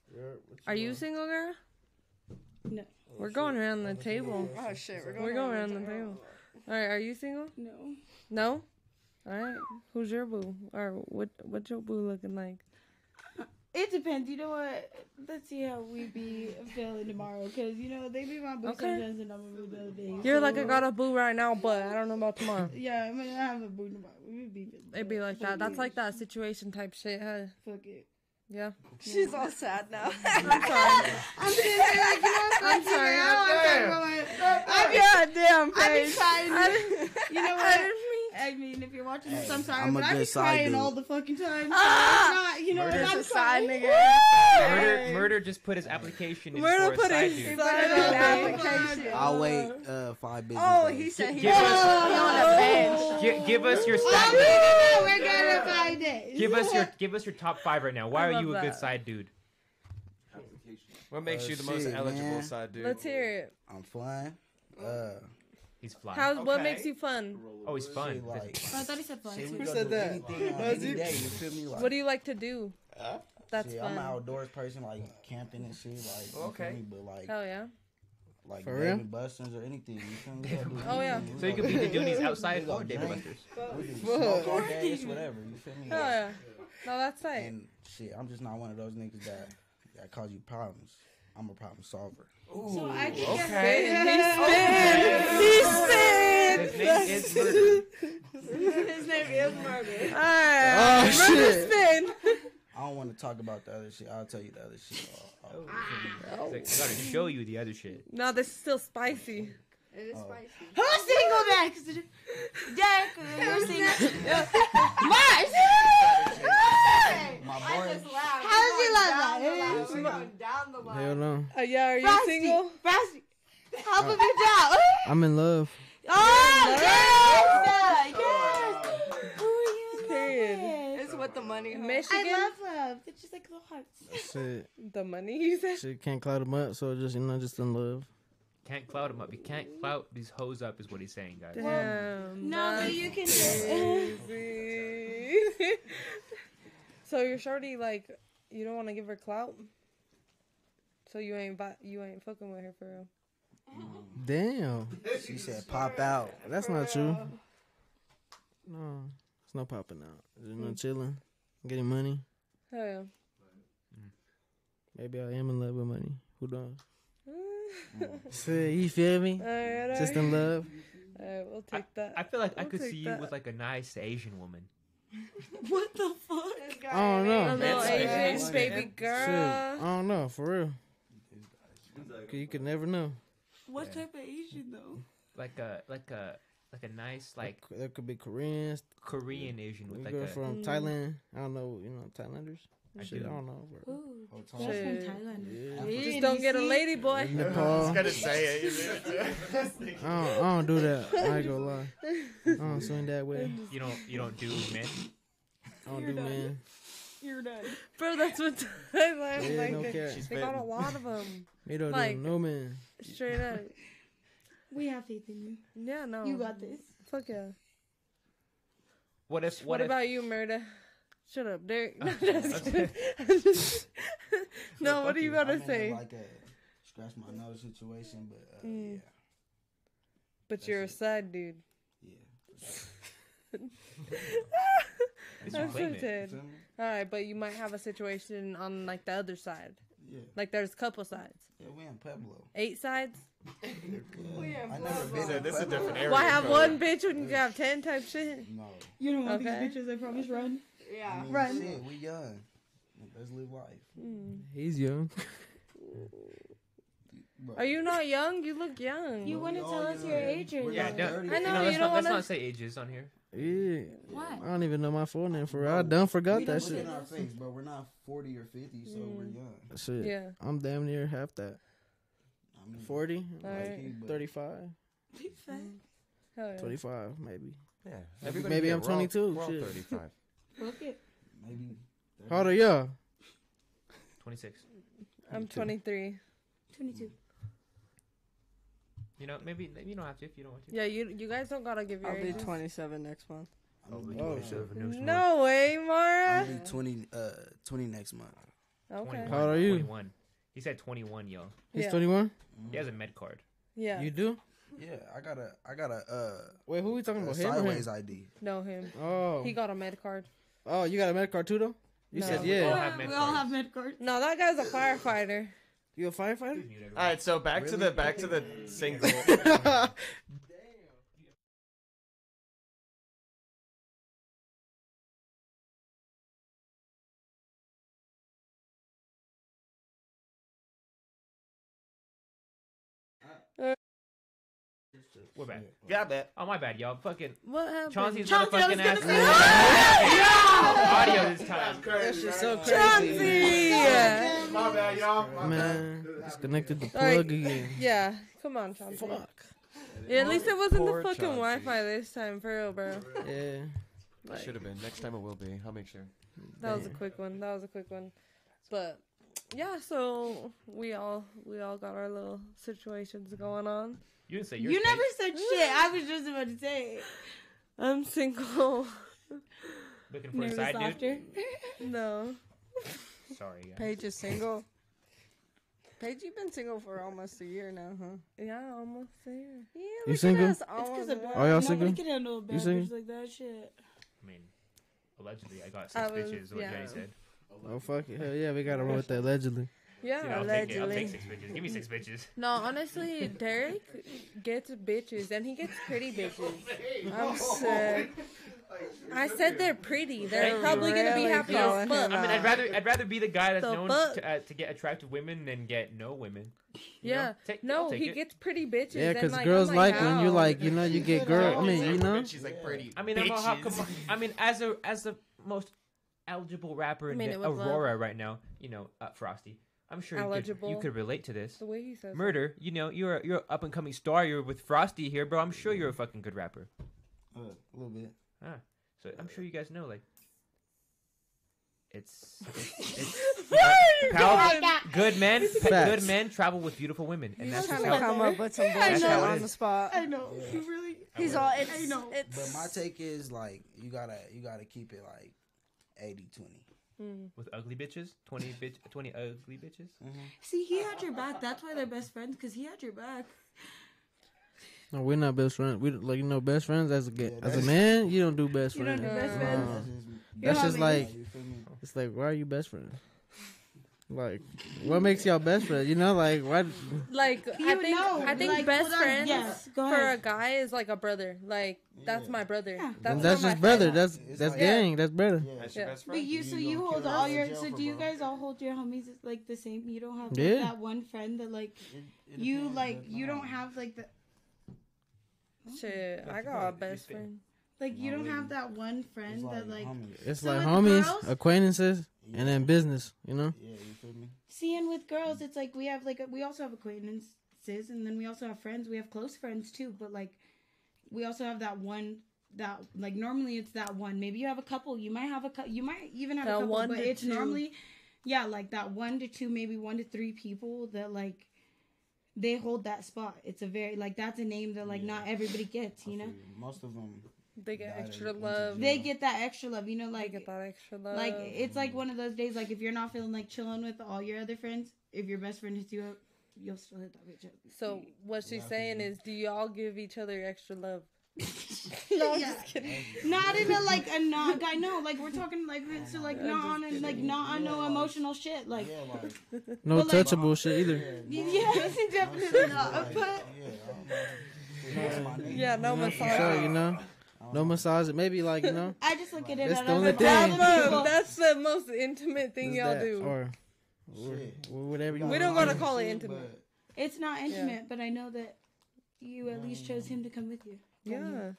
B: Are you single, girl?
A: No.
B: We're going around the table.
G: Oh shit, we're going.
B: We're going around the table. All right, are you single?
A: No.
B: No. All right. Who's your boo? Or what? What's your boo looking like?
A: It depends. You know what? Let's see how we be feeling tomorrow, because you know they be my boo
B: Okay.
A: sometimes and I'm a boo the other day.
B: You're like
A: so-
B: I got a boo right now, but I don't know about tomorrow.
A: Yeah, I mean I have a boo tomorrow. We would be.
B: It'd be like that. That's like that situation type shit. Huh?
A: Fuck it.
B: Yeah.
G: She's all sad now.
A: I'm sitting there like you know
B: I'm
A: I'm
B: sorry.
A: sorry. I'm
G: I'm
A: sorry.
G: yeah, damn.
A: I be
G: Paige.
A: crying.
G: I
A: you know what? I mean, if you're watching this, I'm sorry,
J: I'm a
A: but I be
J: good side
A: crying
J: dude.
A: all the fucking time.
G: Ah!
A: It's not, you know,
C: Murder's
A: and Oh, I'm
C: a
G: side
A: crying.
C: Murder, murder just put his application in
B: Murder
C: for a
B: put
C: side
B: his
C: dude.
G: Put it on the application.
J: I'll wait uh, five business
G: Oh,
J: days.
G: he said he
C: Give
G: was
C: us-
G: on a bench.
C: Gi- give us your
A: Oh,
C: stat.
A: no, no, no, we're gonna find it.
C: Give us your give us your top five right now.
B: I
C: Why are you a
B: love
C: good
B: that.
C: side dude?
L: What makes
J: Oh,
L: you the most
J: shit,
L: eligible
J: man.
L: side dude?
B: Let's hear it.
J: I'm flying. Uh,
C: He's fly.
B: How? What
L: Okay.
B: makes you fun?
C: oh, he's fun.
J: shit, like,
A: Oh, I thought he said fly.
J: shit,
A: too.
J: we gonna
A: Said
J: do
A: that.
J: anything on
A: Was
J: any
A: it?
J: day, you feel me? Like,
B: What do you like to do? That's
J: shit, I'm
B: fun.
J: an outdoors person, like camping and shit. Like, you feel
L: Okay.
J: me? But like,
B: Hell yeah.
J: like
D: For real?
J: Dave and Busters or anything. You feel me? We gonna do
B: Oh, yeah.
J: anything. We
C: So you
J: gonna
C: could be the
J: drink.
C: Goonies
J: We
C: outside
J: gonna
C: or Dave and
J: drink.
C: Buster's.
J: We can smoke all day. It's
A: Fuck.
J: whatever. You feel me?
B: Hell
J: Like,
B: yeah. No, that's tight.
J: And shit, I'm just not one of those niggas that that cause you problems. I'm a problem solver.
A: So I think that's-
B: He spit.
C: His name is Murder.
G: His name is Murder.
B: All right.
J: Oh, shit.
B: Spin.
J: I don't want to talk about the other shit. I'll tell you the other shit. Oh, I'll- I'll-
B: Oh.
C: He's Oh. like, I gotta show you the other shit.
B: No, this is still spicy.
G: It
J: Oh.
G: is spicy.
A: Who's single then? 'Cause it- Derek, you're single. Mars!
G: I
J: My boy,
G: just laughed.
A: How does he love that?
G: love
J: Listen.
G: We're going down the line.
D: Hell no.
B: Uh, yeah, are you
A: Frosty,
B: single?
A: Frosty, help
J: Uh.
A: him get down.
D: I'm in love.
A: Oh, yes! Yes! Who are you in
B: Period.
A: love with?
G: It's with the money. Huh?
B: Michigan.
A: I love love. It's just like little hearts.
D: Shit,
B: the money you said.
D: shit can't cloud them up. So just you know, just in love.
C: Can't cloud him up. You can't cloud these hoes up, is what he's saying, guys.
B: Damn.
A: No, but
B: that's
A: you can
B: crazy. so your shorty like you don't want to give her clout. So you ain't vi- you ain't fucking with her for real.
D: Damn,
J: she said, "Pop out."
D: that's not true. No, it's no popping out. There's no chilling, getting money.
B: Hell yeah.
D: Maybe I am in love with money. Who knows? Shit, you feel me?
B: All right,
D: Mm. Just in love.
B: all right, we'll
C: I,
B: take that.
C: I feel like I
B: We'll
C: could
B: take
C: see you
B: that.
C: with like a nice Asian woman.
A: What the fuck?
D: I
B: A
D: don't know.
B: little
L: It's
B: Asian
L: spicy.
B: baby girl.
D: Shit, I don't know for real. You could never know.
A: What type of Asian though?
C: Like a like a like a nice like
D: there could be Koreans.
C: Korean Asian
D: We
C: with like
D: go
C: a
B: Mm.
D: from
J: Mm-hmm.
D: Thailand. I don't know. You know Thailanders.
C: I
D: Shit,
C: do.
D: I don't know. Bro.
A: Ooh,
J: Hold
A: that's
J: on.
A: from
B: Shit.
A: Thailand.
J: Yeah.
B: Just don't get a lady boy.
D: Nepal. I
P: gonna say it.
D: don't, I don't do that. I ain't gonna lie. I don't swing that way.
C: you don't you don't do men.
D: I don't do man.
A: You're done.
B: Bro, that's what Thailand
D: Yeah,
B: like.
D: no
B: they-
D: cap.
B: they
D: She's
B: got a lot of them.
D: Me don't
B: Like-
D: do no man.
B: Straight up.
A: We have faith in you.
B: Yeah, no.
A: You got this.
B: Fuck yeah.
C: What if
B: What,
C: what, if
B: about you, Murda? Shut up, Derek. No,
C: Uh,
B: just kidding. No, what are you
J: I'm
B: gonna
J: in a,
B: say?
J: Like a scratch my nose situation, but uh,
B: Mm.
J: yeah,
B: But you're a side dude.
J: yeah.
C: It's
B: I'm so
C: playmate.
B: dead.
J: You feel me?
B: All right, but you might have a situation on like the other side.
J: Yeah,
B: Like there's a couple sides.
J: yeah, we in Pueblo.
B: Eight sides.
J: Yeah.
G: in
J: I never been. in
P: this is a
J: Pueblo.
P: different area.
B: Why have one bitch when you can have ten type shit?
J: No,
A: You don't want
B: Okay.
A: these bitches, I promise, run.
J: I
G: Yeah.
J: mean,
A: Right.
J: shit, we
B: Mm.
J: young. Let's live life.
D: He's young.
B: Are you not young? You look young.
A: You wouldn't tell us your age or
C: Yeah,
A: anything.
C: no,
B: I know
C: no, let's
B: you
C: not,
B: don't want
C: let's
B: to.
C: not say ages on here.
D: Yeah.
A: What?
D: I don't even know my full name for real. I done forgot
J: we
D: that
J: don't look
D: shit. Mm.
J: in our face, but we're not 40 or 50, so we're young.
D: Shit. I'm damn near half that.
J: I mean,
D: 40,
J: Alright.
D: like 35,
B: Hell yeah.
D: 25 maybe.
L: Yeah,
D: Maybe,
L: everybody
D: maybe
L: here,
D: I'm
L: we're all-
D: 22.
L: we're all
D: shit.
L: 35.
A: Look it.
J: Maybe.
D: How old are y'all?
C: 26.
B: I'm 23.
A: 22.
C: You know, maybe you don't have to if you don't want to.
B: Yeah, you you guys don't gotta give your
I: I'll be
B: ages.
I: 27 next month.
J: I'll be
D: Oh,
J: 27 next month.
B: No way, Mara.
J: I'll be 20, uh, 20 next month.
B: Okay.
C: 21,
D: How old are you?
C: 21. He said 21, yo.
D: He's
B: Yeah.
D: 21?
C: He has a med card.
B: Yeah.
D: You do?
J: Yeah, I got a, I got a, uh,
D: Wait, who we talking
J: a
D: about? Him or him?
J: sideways ID.
B: Know him.
D: Oh.
B: He got a med card.
D: Oh, you got a med card too, though? You
B: No.
D: said
B: We
D: yeah.
B: all have
A: We all have med cards.
B: No, that guy's a firefighter.
D: You a firefighter?
L: All right, so back to the back to the single.
C: We're back.
L: Yeah, bet.
C: Oh, my bad, y'all. Fucking
B: What happened?
C: Chauncey's
B: Chauncey, I was
C: motherfucking
B: gonna
C: ass.
B: say-
C: Yeah! Audio this time.
J: That's
D: just so
B: Chauncey! Yeah.
P: My bad, y'all. My bad.
D: Man, disconnected the plug
B: Alright.
D: again.
B: Yeah. Come on, Chauncey. Fuck. Yeah, at least it wasn't
L: Poor
B: the fucking
L: Chauncey.
B: Wi-Fi this time, for real, bro.
D: Yeah.
B: Like,
L: Should have been. Next time it will be. I'll make sure.
B: That was a quick one. That was a quick one. But yeah, so we all we all got our little situations going on.
C: You didn't say your
A: You
C: thing.
A: never said shit. I was just about to say it.
B: I'm single.
C: Looking for a side dude?
B: no.
C: Sorry, guys.
I: Paige is single. Paige, you've been single for almost a year now, huh?
B: Yeah, almost there.
I: Yeah,
D: You single?
I: almost.
A: of
D: Are y'all
A: Nobody
D: single?
A: can handle a bad
D: You single?
A: bitch like that shit.
C: I mean, allegedly, I got six
B: I was-
C: bitches, is what
B: yeah.
C: Jenny said.
D: Oh, fuck it. Hell yeah, we got to run with that allegedly.
B: Yeah,
C: Dude, I'll take it. I'll
B: allegedly.
C: take six bitches. Give me six bitches.
B: No, honestly, Derek gets bitches and he gets pretty bitches. I'm sick. I said they're pretty. They're
C: Thank
B: probably gonna be
I: Really
B: happy
I: going
B: as fuck.
C: I mean, I'd rather I'd rather be the guy that's
B: The
C: known
B: fuck?
C: to, uh, to get attractive women than get no women. You
B: yeah.
C: know? Take- I'll
B: no,
C: take
B: he
C: it.
B: gets pretty bitches.
D: Yeah,
B: and,
D: because
B: like,
D: girls
B: I'm
D: like,
B: like,
D: when you
B: how?
D: like, you know, you get girl. I mean, you know?
L: she's like pretty.
C: I mean, I'm a hot. Come on. I mean, as a as the most eligible rapper
B: I
C: in
B: mean,
C: the-
B: it was uh, love.
C: Aurora right now, you know, uh, Frosty. I'm sure you could, you
B: Eligible.
C: could relate to this.
B: The way he says it.
C: Murder, you know, you're a- you're an up and coming star. You're with Frosty here, bro. I'm sure you're a fucking good rapper.
J: Uh, a little bit.
C: Ah, so I'm sure you guys know, like, it's, it's, it's you know, powerful- good men. Good
D: Facts.
C: men travel with beautiful women, and that's just
I: Trying
C: how
I: to
C: it
I: come up with some bullshit
C: know.
I: on the spot.
A: I know. You really.
I: He's all. It's,
A: I know.
J: But
I: it's
J: my take is like you gotta you gotta keep it like 80 20.
B: Mm.
C: with ugly bitches. Twenty bitch, twenty ugly bitches.
J: Mm-hmm.
A: See, he had your back. That's why they're best friends, because he had your back.
D: No, we're not best friends. We like you know best friends as a ga- as a
J: that's-
D: man. You don't do best
A: You
D: friends.
A: don't do best
D: Nah.
A: friends.
D: That's
A: know
D: just
A: what I mean?
D: like it's like why are you best friends? Like what makes y'all best friends? You know, like why?
B: Like I
A: You
B: think
A: know,
B: I think
A: like,
B: best
A: put on-
B: friends
A: yes, go
B: for a
A: ahead.
B: guy is like a brother. Like that's my brother.
D: That's,
B: That's, not
D: just
B: my
D: brother.
B: friend.
D: That's
J: It's
D: that's
J: like-
D: gang. That's brother.
L: That's
B: your
L: your
B: Yeah.
L: best
B: best
A: But
L: friend.
A: you, so you
J: gonna
A: hold
J: kill
A: all
J: us in
A: your,
J: jail
A: so
J: for
A: do you
J: broke.
A: guys all hold your homies like the same? You don't have like,
D: Yeah.
A: that one friend that like you like you don't have like the
B: Shit, I got a best friend.
A: like you
J: Not
A: don't have
J: really.
A: that one friend that like
D: It's
A: So
D: like
A: with
D: homies,
A: girls-
D: acquaintances, and then business. You know.
J: Yeah, you feel me?
A: seeing with girls. It's like we have like we also have acquaintances and then we also have friends. We have close friends too, but like we also have that one that like normally it's that one. Maybe you have a couple. You might have a cou- you might even have
B: That
A: a couple,
B: one
A: but
B: to
A: it's
B: two.
A: normally yeah, like that one to two, maybe one to three people that like they hold that spot. It's a very like that's a name that like not everybody gets, you know.
J: Most of them.
B: They get
J: That
B: extra
J: is-
B: love.
A: They get that extra love, you know,
B: They
A: like
B: get that extra love.
A: like it's like one of those days like if you're not feeling like chilling with all your other friends, if your best friend hits you up, you'll still hit that bitch up.
B: so what she's saying is, do y'all give each other extra love?
A: no, I'm just kidding. Not in a like a not guy. No, like we're talking like so like not on a, like not on no emotional shit. Like
J: Yeah, like
D: No
A: But, like-
D: touchable shit either.
A: yes, definitely not. But
J: that's my name.
B: Yeah, no
D: For sure, you know. No massage. Maybe like you know.
A: I just look at it
D: That's
A: and
D: the
A: I'm
D: only
A: like, all
D: thing.
A: the people.
B: That's the most intimate thing
D: Is
B: y'all
D: that
B: do.
D: or, or whatever you.
B: We
D: want.
B: don't gotta call it
J: Shit,
B: intimate.
J: but
A: It's not
B: Yeah.
A: intimate, but I know that you at least chose him to come with you.
B: Yeah.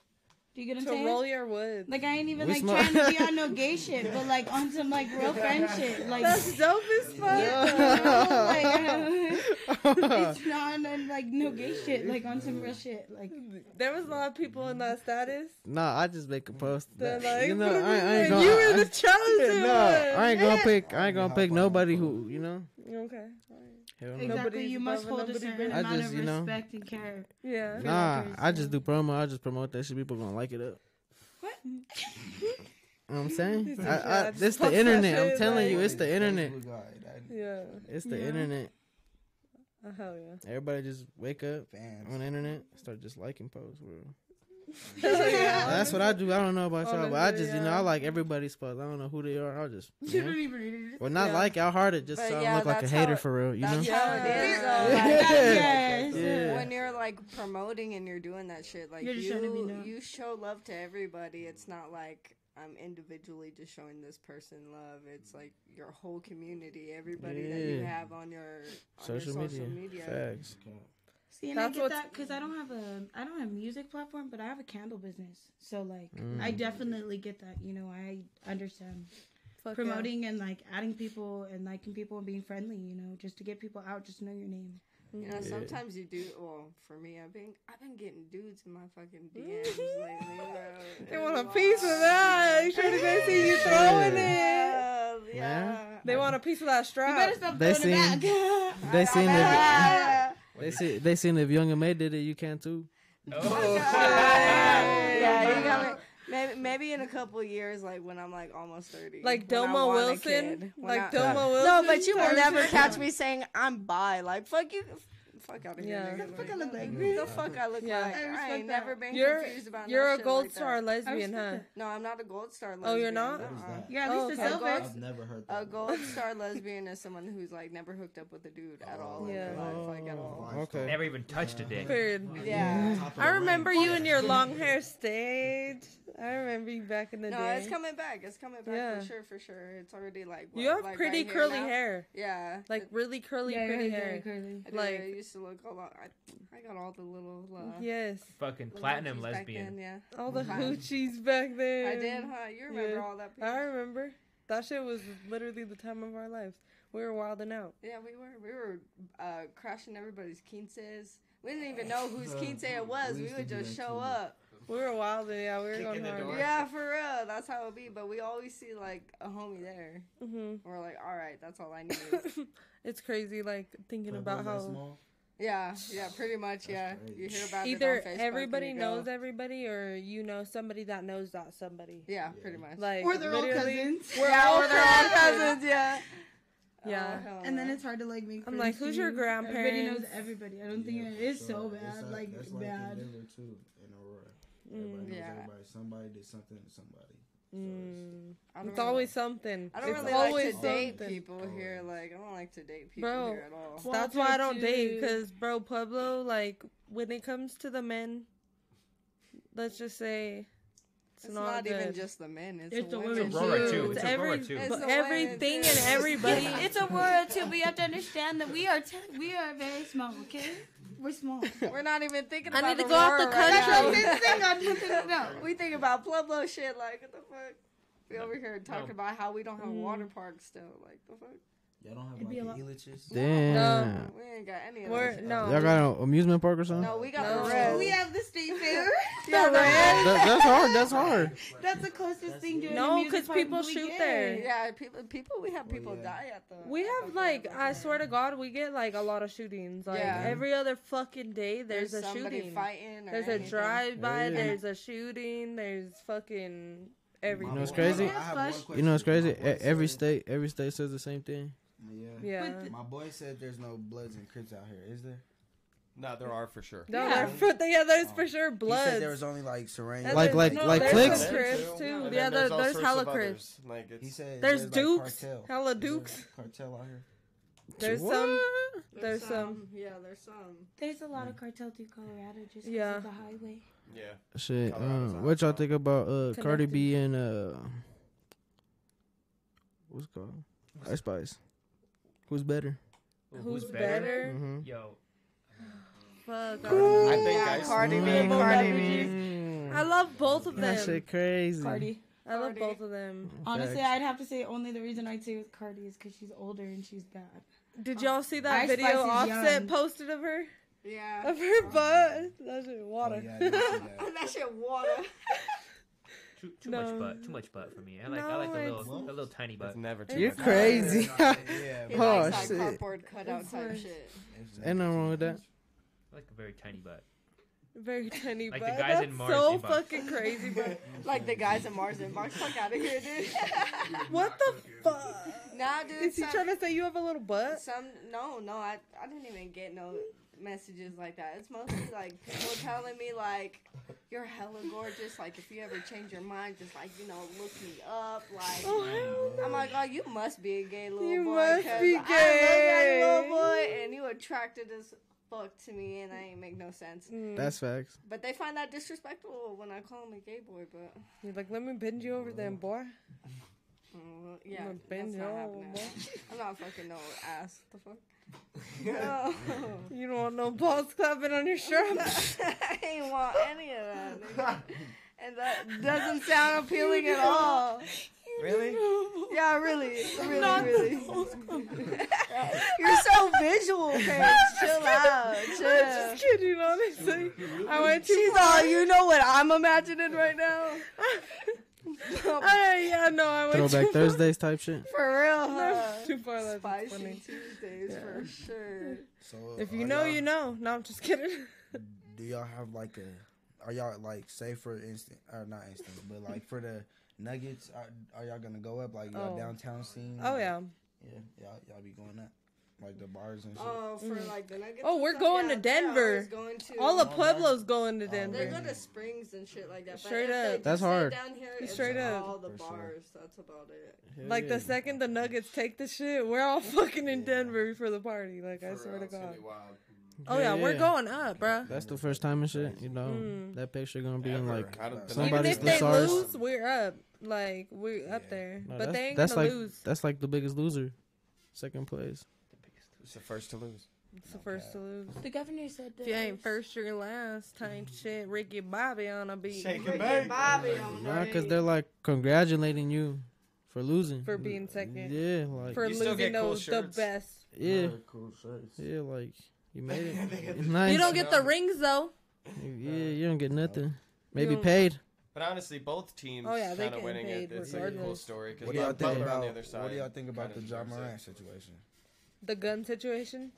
A: Do you get what I'm
B: To
A: saying?
B: roll your wood.
A: Like I ain't even
B: We
A: like
B: smart.
A: trying to be on no gay shit, but like on some like real friend shit. Like
B: That's dope as fuck.
A: Yeah. like, it's not on no, like no gay shit. Like on some real shit. Like
B: there was a lot of people in that status.
D: Nah, I just make a post.
B: They're
D: that-
B: like,
D: you know, I, I ain't
B: "You
D: gonna.
B: were the
D: I-
B: chosen
D: No,
B: one."
D: I ain't gonna
B: Yeah.
D: pick. I ain't gonna pick nobody who you know.
B: Okay.
D: Hell no.
A: exactly, you must hold a certain
D: I
A: amount
D: just,
A: of
D: you know-
A: respect and care.
B: Yeah.
D: Nah, I just do promo. I just promote that shit. People gonna like it up.
A: What?
D: You know what I'm saying,
A: He said,
D: I,
A: "Yeah,
D: I,
A: I
D: it's
A: just
D: the
A: post that
D: internet. I'm
A: shit,
D: telling
A: like-
D: you, it's the internet.
B: Yeah.
D: It's the
B: Yeah.
D: internet.
B: Oh, hell yeah.
D: Everybody just wake up on the internet, start just liking posts. Bro.
B: Yeah.
D: That's what I do. I don't know about y'all, but I just you know I
B: Yeah.
D: like everybody's posts. I don't know who they are. I'll just you know.
B: even-
D: well not
B: Yeah.
D: like I heart it just
I: But
D: so I
I: yeah,
D: look like a
I: that's
D: hater
I: how-
D: for real. You know.
I: that's how it is, though,
D: Yeah.
I: like-
D: Yes. Yeah.
I: When you're like promoting and you're doing that shit, like
A: You're just trying to be
I: you
A: known.
I: you show love to everybody. It's not like I'm individually just showing this person love. It's like your whole community, everybody that you
D: Yeah.
I: have on your on
D: Social
I: your
D: media.
I: social media.
D: Facts.
A: See, and
I: That's
A: I get
I: what's-
A: that because I don't have a I don't have a music platform, but I have a candle business. So like,
D: Mm.
A: I definitely get that. You know, I understand
B: Fuck yeah.
A: promoting and like adding people and liking people and being friendly. You know, just to get people out, just know your name.
I: You know,
A: Yeah.
I: sometimes you do. Well, for me, I've been I've been getting dudes in my fucking DMs lately. Bro.
B: They want a piece of that. You should have see you throwing it.
D: Man.
B: They want a piece of that strap.
A: better stop
D: They seen. They seen if. They see. They seen if Young and May did it. You can too.
B: Oh,
I: Oh, yeah, you got me. Maybe, maybe in a couple years, like when I'm like almost thirty,
B: Like
I: when I
B: Domo
I: want a
B: Wilson?
I: kid, when
B: Like
I: I-
B: Domo
I: No,
B: Wilson?
I: but you
B: Or
I: will never
B: something?
I: catch me saying I'm bi. Like fuck you, fuck out of
B: Yeah.
I: here.
B: The
I: nigga.
B: fuck I
I: Like,
B: look like?
I: The fuck I look
B: Yeah.
I: like?
B: I
I: I,
B: respect
I: ain't
B: that.
I: never been
B: You're-
I: confused about.
B: you're
I: no
B: a
I: shit
B: gold
I: like
B: star
I: that.
B: lesbian, I respect huh?
I: No, I'm not a gold star lesbian.
B: Oh, you're not?
I: What is that?
B: You're at least a
I: a
B: silver.
I: gold-
B: I've
J: never heard
I: A gold star lesbian is someone who's like never hooked up with a dude
B: Oh
I: at all. in their life, like at all.
D: Okay.
C: Never even touched a dick.
B: Period.
I: Yeah.
B: I remember you in your long hair stage. I remember you back in the
I: No,
B: day.
I: it's coming back. It's coming back
B: Yeah.
I: for sure, for sure. It's already like
B: You have
I: like,
B: pretty
I: right here
B: curly
I: now.
B: hair.
I: Yeah,
B: Like really curly,
I: Yeah,
B: pretty
I: yeah, yeah,
B: hair.
A: curly.
I: I did. I
B: Like
I: used to look a lot. I, I got all the little uh,
B: yes.
C: Fucking
I: little
C: platinum
I: hoochies back
C: lesbian.
I: then, yeah,
B: All the
I: Platinum.
B: hoochies back there.
I: I did, huh? You remember all that?
B: I remember. That shit was literally the time of our lives. We were wilding out.
I: Yeah, we were we were uh, crashing everybody's quinces. We didn't even know whose quince it was.
B: We
I: We
B: used
I: would
B: to do
I: just
B: that
I: show
B: too.
I: up.
B: We were wilding. Yeah, we were going hard.
I: Yeah, for real. That's how it be. But we always see like a homie there.
B: Mhm.
I: We're like, all right, that's all I need.
B: It's crazy, like thinking about how.
I: yeah, yeah, pretty much. Yeah, you hear about
B: either
I: it on Facebook and
B: everybody
I: you
B: knows
I: go,
B: everybody or you know somebody that knows that somebody
I: Yeah, pretty much.
B: like
A: Or they're all
B: literally,
A: cousins.
B: we're
A: Yeah,
B: all
A: or they're all
B: cousins.
A: cousins, yeah.
I: Oh,
B: yeah
A: and then it's hard to like make.
B: I'm like,
A: friends,
B: who's your
A: too. Everybody knows
B: grandparents?
A: everybody. I don't think it is so bad.
J: It's
A: like
J: that's like
A: bad.
J: in Denver too, in Aurora.
B: Mm.
J: Everybody knows
B: Yeah.
J: everybody. Somebody did something to somebody.
B: Mm.
I: I don't
B: it's
I: really-
B: always something
I: I don't
B: it's
I: really
B: always
I: like to date
B: something.
I: people here. Like, I don't like to date people
B: bro
I: here at all.
B: that's why i don't date because bro pueblo like when it comes to the men let's just say it's,
I: It's not even
B: good.
I: just the men, it's
A: It's the
I: the
A: women
I: women
A: It's Aurora,
I: too.
A: too.
I: It's
B: It's
I: the
B: every,
I: women too. It's
B: but
I: the women
B: everything
I: too.
B: and everybody.
I: It's-
A: it's a world too. We have to understand that we are t- we are very small. Okay, we're small.
I: We're not even thinking
A: I
I: about
A: need to go out the
I: Aurora right
A: country.
I: now.
A: That's what I'm saying, I'm thinking about-
I: We think about Pueblo shit. Like, what the fuck? We over here talking about how we don't have
A: Mm.
I: water parks still. Like, the fuck?
J: Y'all don't have
I: It'd be
J: like
I: a
J: the
I: lot-
J: Elitches?
D: Damn.
I: No, we ain't got any of
B: We're-
I: that.
B: no.
D: Y'all got an amusement park or something?
I: No, we got
B: No.
I: the red.
A: We have the state fair.
I: Yeah, the red.
D: That- that's hard. That's hard.
A: That's the closest thing to an
B: No,
A: amusement
B: 'cause
A: park
B: people
A: we
B: shoot
A: get.
B: there.
I: Yeah, people, people, we
J: Oh,
I: have people die at the.
B: We have like I swear to God, we get like a lot of shootings. Like
I: Yeah.
B: every other fucking day, there's,
I: There's
B: a
I: somebody
B: shooting.
I: fighting or
B: there's
I: anything.
B: a drive by.
D: Yeah.
B: There's a shooting. There's fucking everything.
D: You know what's crazy? You know what's crazy? E- Every state, every state says the same thing.
J: Yeah.
B: Yeah. But th-
J: My boy said there's no Bloods and Crips out here, is there?
L: No, there are for sure.
B: No, yeah. For, yeah, there's for sure blood.
J: He said there was only like Serene.
B: And Like- there's- like- no, like there's cliques? some Crips, too. And Yeah, then there- there's all there's sorts hella of others. Crips.
L: Like it's,
J: He said
B: There's
J: like,
B: Dukes,
J: cartel.
B: hella
J: Is there
B: Dukes.
J: Cartel out here.
B: There's some. There's some.
I: Yeah, there's some. Mm.
A: There's a lot of cartel through Colorado just 'cause
B: Yeah.
A: of the highway.
L: yeah.
D: Shit. Um, what y'all think about uh, Cardi
A: Connected.
D: B and uh, what's it called Ice Spice? Who's better?
C: Who's,
B: Who's better?
D: Mhm.
C: Mm-hmm. Yo,
B: fuck.
E: I think Yeah, I- Cardi B,
B: Double
E: Cardi
B: beverages. I love both of them.
D: That shit crazy.
A: Cardi.
B: I love both of them.
A: Honestly,
D: Facts.
A: I'd have to say only the reason I'd say with Cardi is because she's older and she's bad.
B: Did y'all see that
A: Ice
B: video
A: Spice is
B: Offset
A: young.
B: posted of her?
I: Yeah. Um,
B: Of her butt. That shit
C: Oh,
B: water.
I: that shit water.
C: Too, too
B: No.
C: much butt. Too much butt for me. I like I like the
B: No,
C: little the little tiny butt.
L: never
D: too You're much butt. crazy. Yeah,
I: He
D: Oh,
I: likes
D: shit.
I: that cardboard cutout type
B: worse.
I: shit.
D: Ain't nothing wrong with that.
C: I like a very tiny butt.
B: Very tiny
C: Like the
B: butt.
C: guys
B: That's
C: in Mars
B: so
C: in Mars.
B: fucking crazy, bro.
I: Like the guys in Mars and Mars, fuck out of here, dude.
B: what the fuck?
I: nah, dude.
B: Is he
I: some-
B: trying to say you have a little butt?
I: Some no, no. I I didn't even get no messages like that. It's mostly like people telling me like you're hella gorgeous. Like if you ever change your mind, just like you know, look me up. Like I'm like, oh, you must be a gay little
B: You
I: boy.
B: must
I: 'cause
B: be
I: I love that
B: gay.
I: little boy, and you attracted as fuck to me, and I ain't make no sense.
B: Mm.
D: That's facts.
I: But they find that disrespectful when I call him a gay boy. But
B: You're like, let me bend you over then, boy.
I: mm, well, yeah,
B: gonna bend
I: that's
B: your
I: not
B: old
I: happening.
B: boy.
I: I'm not fucking no ass. The fuck. No.
B: You don't want no balls clapping on your shirt.
I: I ain't want any of that. nigga. And that doesn't sound appealing at all.
E: Really?
I: Yeah, really. Really, really. You're so visual, Paige. Chill out. Chill.
B: I'm just kidding, honestly. I went too
I: She's
B: far.
I: all, you know what I'm imagining right now?
B: I, yeah, no, I went
D: Throwback
B: too far.
D: Thursdays type shit.
I: For real, huh?
B: No, too far left. It's
I: Spicy
B: funny.
I: Tuesdays
B: Yeah.
I: for sure.
J: So
B: If
D: Oh,
B: you
J: are
B: know,
J: y'all-
B: you know. No, I'm just kidding.
J: do y'all have like a are y'all like say for instance or not instance but like for the nuggets are, are y'all gonna go up like y'all
B: Oh.
J: downtown scene
B: Oh
J: like-
B: yeah.
J: yeah y'all, y'all be going up like the bars and shit
I: Oh, for
B: Mhm.
I: like the nuggets.
B: Oh,
I: and
B: we're
I: stuff?
B: going
I: Yeah,
B: to
I: they're
B: Denver.
I: always going to-
B: All of Pueblo's going to
I: They
B: Denver.
I: go to Springs and shit like that. But
B: Straight
I: if they
B: up.
I: just
D: That's
I: sit
D: hard.
I: Down here,
B: He's
I: it's
B: straight up.
I: all the
J: For sure.
I: bars. That's about it.
B: Like the second the Nuggets take the shit, we're all fucking in Denver for the party. Like I swear to God. Oh yeah, we're going up, bruh.
D: That's the first time and shit. You know
B: Mm.
D: that picture gonna be in like
L: I don't-
B: Even
D: somebody's
B: if they
D: thesaurus.
B: lose, we're up. Like we're up there,
D: No,
B: but
D: that's,
B: they ain't
D: that's
B: gonna
D: like
B: lose.
D: that's like the biggest loser. Second place.
L: It's the first to lose.
B: It's the first to lose.
A: The governor said that.
B: If you ain't first, you're last. Type
D: Mm.
B: shit. Ricky Bobby on a beat.
P: Shake it
B: Ricky
P: back.
B: Bobby on a
D: Nah, cause
B: beat.
D: they're like congratulating you for losing.
B: For being second.
D: Yeah, like
B: for
L: You still
B: losing
L: get cool
B: those the
L: shirts.
B: best.
D: yeah,
J: Very cool shirts.
D: yeah, like you made it.
L: They got
D: It's
L: the-
D: nice.
B: You don't get the rings though.
D: Yeah, you don't get nothing. Maybe
B: don't-
D: paid.
L: But honestly, both teams
B: Oh, yeah, they
L: kind of
B: getting
L: winning it.
B: paid
L: It's like a cool
B: regardless.
L: story because
J: what do y'all think
L: Butler
J: about
L: on the other side.
J: what do y'all think about the
L: kinda
J: John
L: deserves it.
J: Moran situation
B: The gun situation.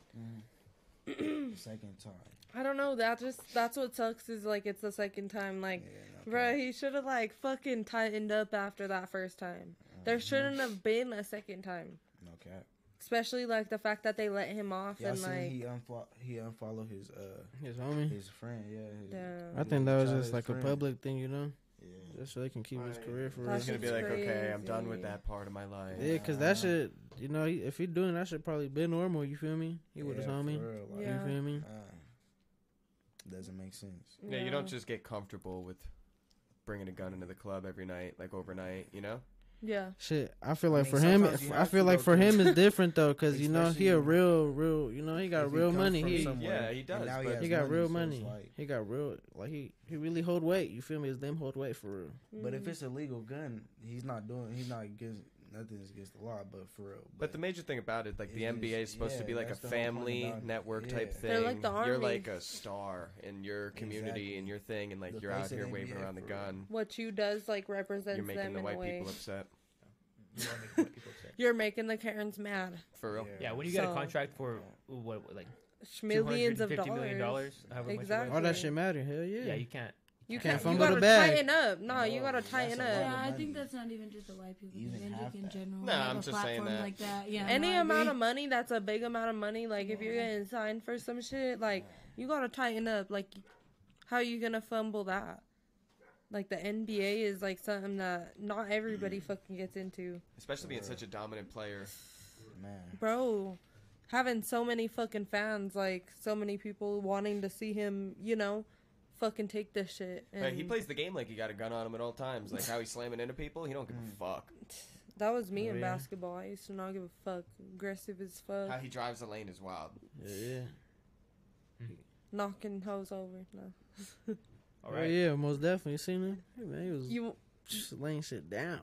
J: The second time
B: I don't know. That just that's what sucks is like it's the second time. Like, bruh, he should have like fucking tightened up after that first time. There
J: Uh-huh.
B: shouldn't have been a second time.
J: no cap
B: Especially like the fact that they let him off
J: y'all
B: and
J: seen
B: like
J: he unfollow he unfollowed his uh
D: His homie.
J: his friend yeah his,
B: Damn.
D: I think that was
J: Shout out
D: just
J: his
D: like a
J: friend.
D: public thing, you know,
J: yeah
D: just so they can keep his
L: Right.
D: career for real.
B: That's
L: He's gonna be like, okay, I'm done with
B: crazy.
L: that part of my life.
D: Yeah, cause that shit, you know, he- if he doing that shit, probably been normal. You feel me? He with his
J: Yeah, for
D: homie.
J: real, like,
B: Yeah.
D: You feel me?
J: uh, doesn't make sense
L: Yeah, you don't
B: Yeah.
L: just get comfortable with bringing a gun into the club every night, like overnight, you know?
B: yeah.
D: Shit, I feel like
J: mean,
D: for him,
J: sometimes you
D: I
J: have
D: feel
J: to,
D: like
J: though,
D: for him
J: 'cause-
D: it's different though, cause you know he a
J: Especially
D: real, real, you know he got
J: If he
D: real
J: comes
D: money.
J: from
D: He
J: somewhere,
L: Yeah, he
J: and
L: does,
J: now
L: but-
J: has
D: he got real
J: so it's
D: money.
J: like-
D: he got real, like he he really hold weight. You feel me? His them hold weight for real.
J: But
L: Mm.
J: if it's a legal gun, he's not doing. He's not against nothing's against the law. But for real,
L: But the major thing about it, like the
J: It is-
L: NBA is supposed to
J: yeah,
L: be like a
J: that's the whole point
L: family
J: about it.
L: network type thing.
J: Yeah.
B: They're like the
L: You're
B: army.
L: like a star in your community
J: Exactly.
L: and your thing, and like
J: The
L: you're
J: face
L: out
J: of
L: here
J: the
L: waving
J: NBA
L: around the
J: for real.
L: gun.
B: what you does like
L: You're
B: represents
L: making
B: them
L: the
B: in a
L: white
B: way.
L: people upset.
C: You wanna make white people upset.
B: You're making the Karens mad.
L: For real.
C: Yeah, when you get a
B: So-
C: contract for ooh, what, what, like
B: Mm. Millions of
C: $250
B: dollars.
C: million dollars, however much it was.
B: Exactly.
D: All that shit matter. Hell yeah.
C: Yeah, you can't.
B: You can't.
D: Can't
B: You
D: fumble the
B: gotta
D: bag.
B: tighten up. No, you gotta
J: that's
B: tighten
J: a
B: up.
J: lot of
A: Yeah, I
J: money.
A: think that's not even just the white people.
J: You
A: but
J: even
A: I
J: have
A: think in
J: that.
A: general,
L: Nah,
A: have
L: I'm
A: a
L: just saying
A: platform
L: that.
A: Like that. Yeah,
B: Any
A: no, I
B: amount
A: agree.
B: of money, that's a big amount of money. Like if you're getting signed for some shit, like you gotta tighten up. Like how you gonna fumble that? Like the NBA is like something that not everybody
A: Mm.
B: fucking gets into,
L: Especially being such a dominant player.
J: man,
B: bro. Having so many fucking fans, like so many people wanting to see him, you know, fucking take this shit. And
L: Like, he plays the game like he got a gun on him at all times. Like how he's slamming into people, he don't give
J: Mm.
L: a fuck.
B: That was me in
A: Oh,
D: yeah.
B: basketball. I used to not give a fuck. Aggressive as fuck.
L: How he drives the lane is wild.
D: Yeah, yeah.
B: knocking hoes over. No.
D: All right. yeah, most definitely. You seen him? Hey, man, he was
B: You-
D: just laying shit down.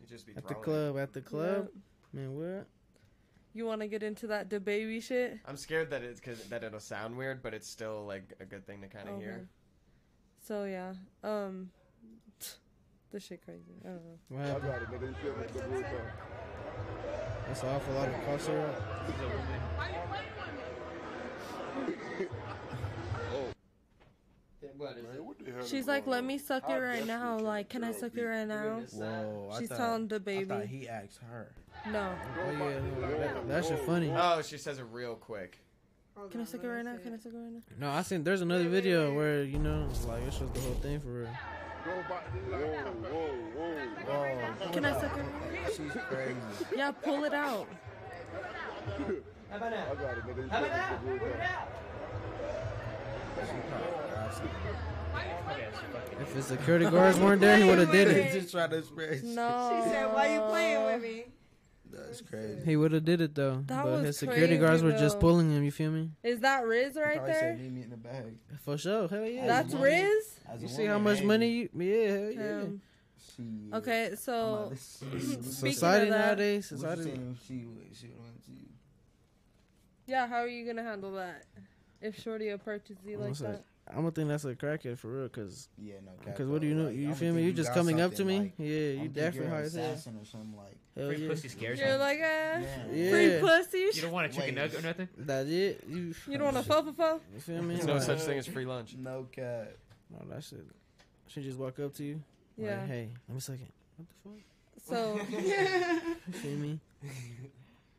L: You just be
D: at the
L: throwing it.
D: club, at the club. Man, what?
B: You want to get into that the baby shit?
L: I'm scared that it's cause that it'll sound weird, but it's still like a good thing to kind of
B: Oh,
L: hear.
B: man. So yeah, um, this shit crazy. I don't know.
D: What happened? That's an awful lot of cough syrup.
B: She's like, let me suck it right now. Like, can I suck it right now?
J: Whoa, I
B: She's
J: thought-
B: telling the
J: I thought
B: baby.
J: he asked her.
B: No.
D: Oh yeah, no, that, that shit funny.
L: Oh, she says it real quick.
B: Can I suck it right now? Can I suck it right now?
D: No, I seen there's another video where you know like it shows the whole thing for real.
B: Can I suck it?
J: She's crazy.
B: Yeah, pull it out.
D: If the security guards weren't there, he would have did it.
J: Just trying to spread.
B: No.
I: She said, "Why you playing with me?"
J: That's crazy.
D: He would have did it though,
B: That
D: but
B: was
D: his security guards were
B: crazy,
D: just
B: though.
D: pulling him. You feel me?
B: Is that Riz right
J: Probably
B: there?
J: said leave me in the bag.
D: For sure, hell yeah.
B: That's
D: You-
B: Riz.
J: As
D: You
J: a
D: see how
J: woman,
D: much
J: hey.
D: money? You, yeah, hell yeah.
B: Um, Okay, so speaking of
D: Society
B: that-
D: nowadays,
J: What you
D: society.
J: saying? She would- she would want you.
B: Yeah, how are you gonna handle that if Shorty approaches you like
D: What's
B: that?
D: that? I'm gonna think that's a crackhead for real, cause
J: Yeah, no. cap,
D: Because what do
J: though.
D: you know?
J: Like, I
D: you
J: would
D: feel
J: think
D: me? You
J: you
D: just
J: got
D: coming up to
J: something,
D: me?
J: like,
D: yeah,
J: I
D: you
J: would think you're
D: definitely
J: an
D: high as hell.
J: assassin or something, like-
D: Hell
C: Free
D: yeah.
C: pussy scares
B: You're like, eh,
D: Yeah.
B: free pussy.
C: You don't want a chicken nugget or nothing?
D: That's it. You,
B: You don't want a fofofo?
D: You feel me?
L: There's no such thing as free lunch.
J: No cap.
D: No, that shit. She just walk up to you.
B: Yeah.
D: Like, hey, let me second. What the
B: So,
D: fuck? You feel me?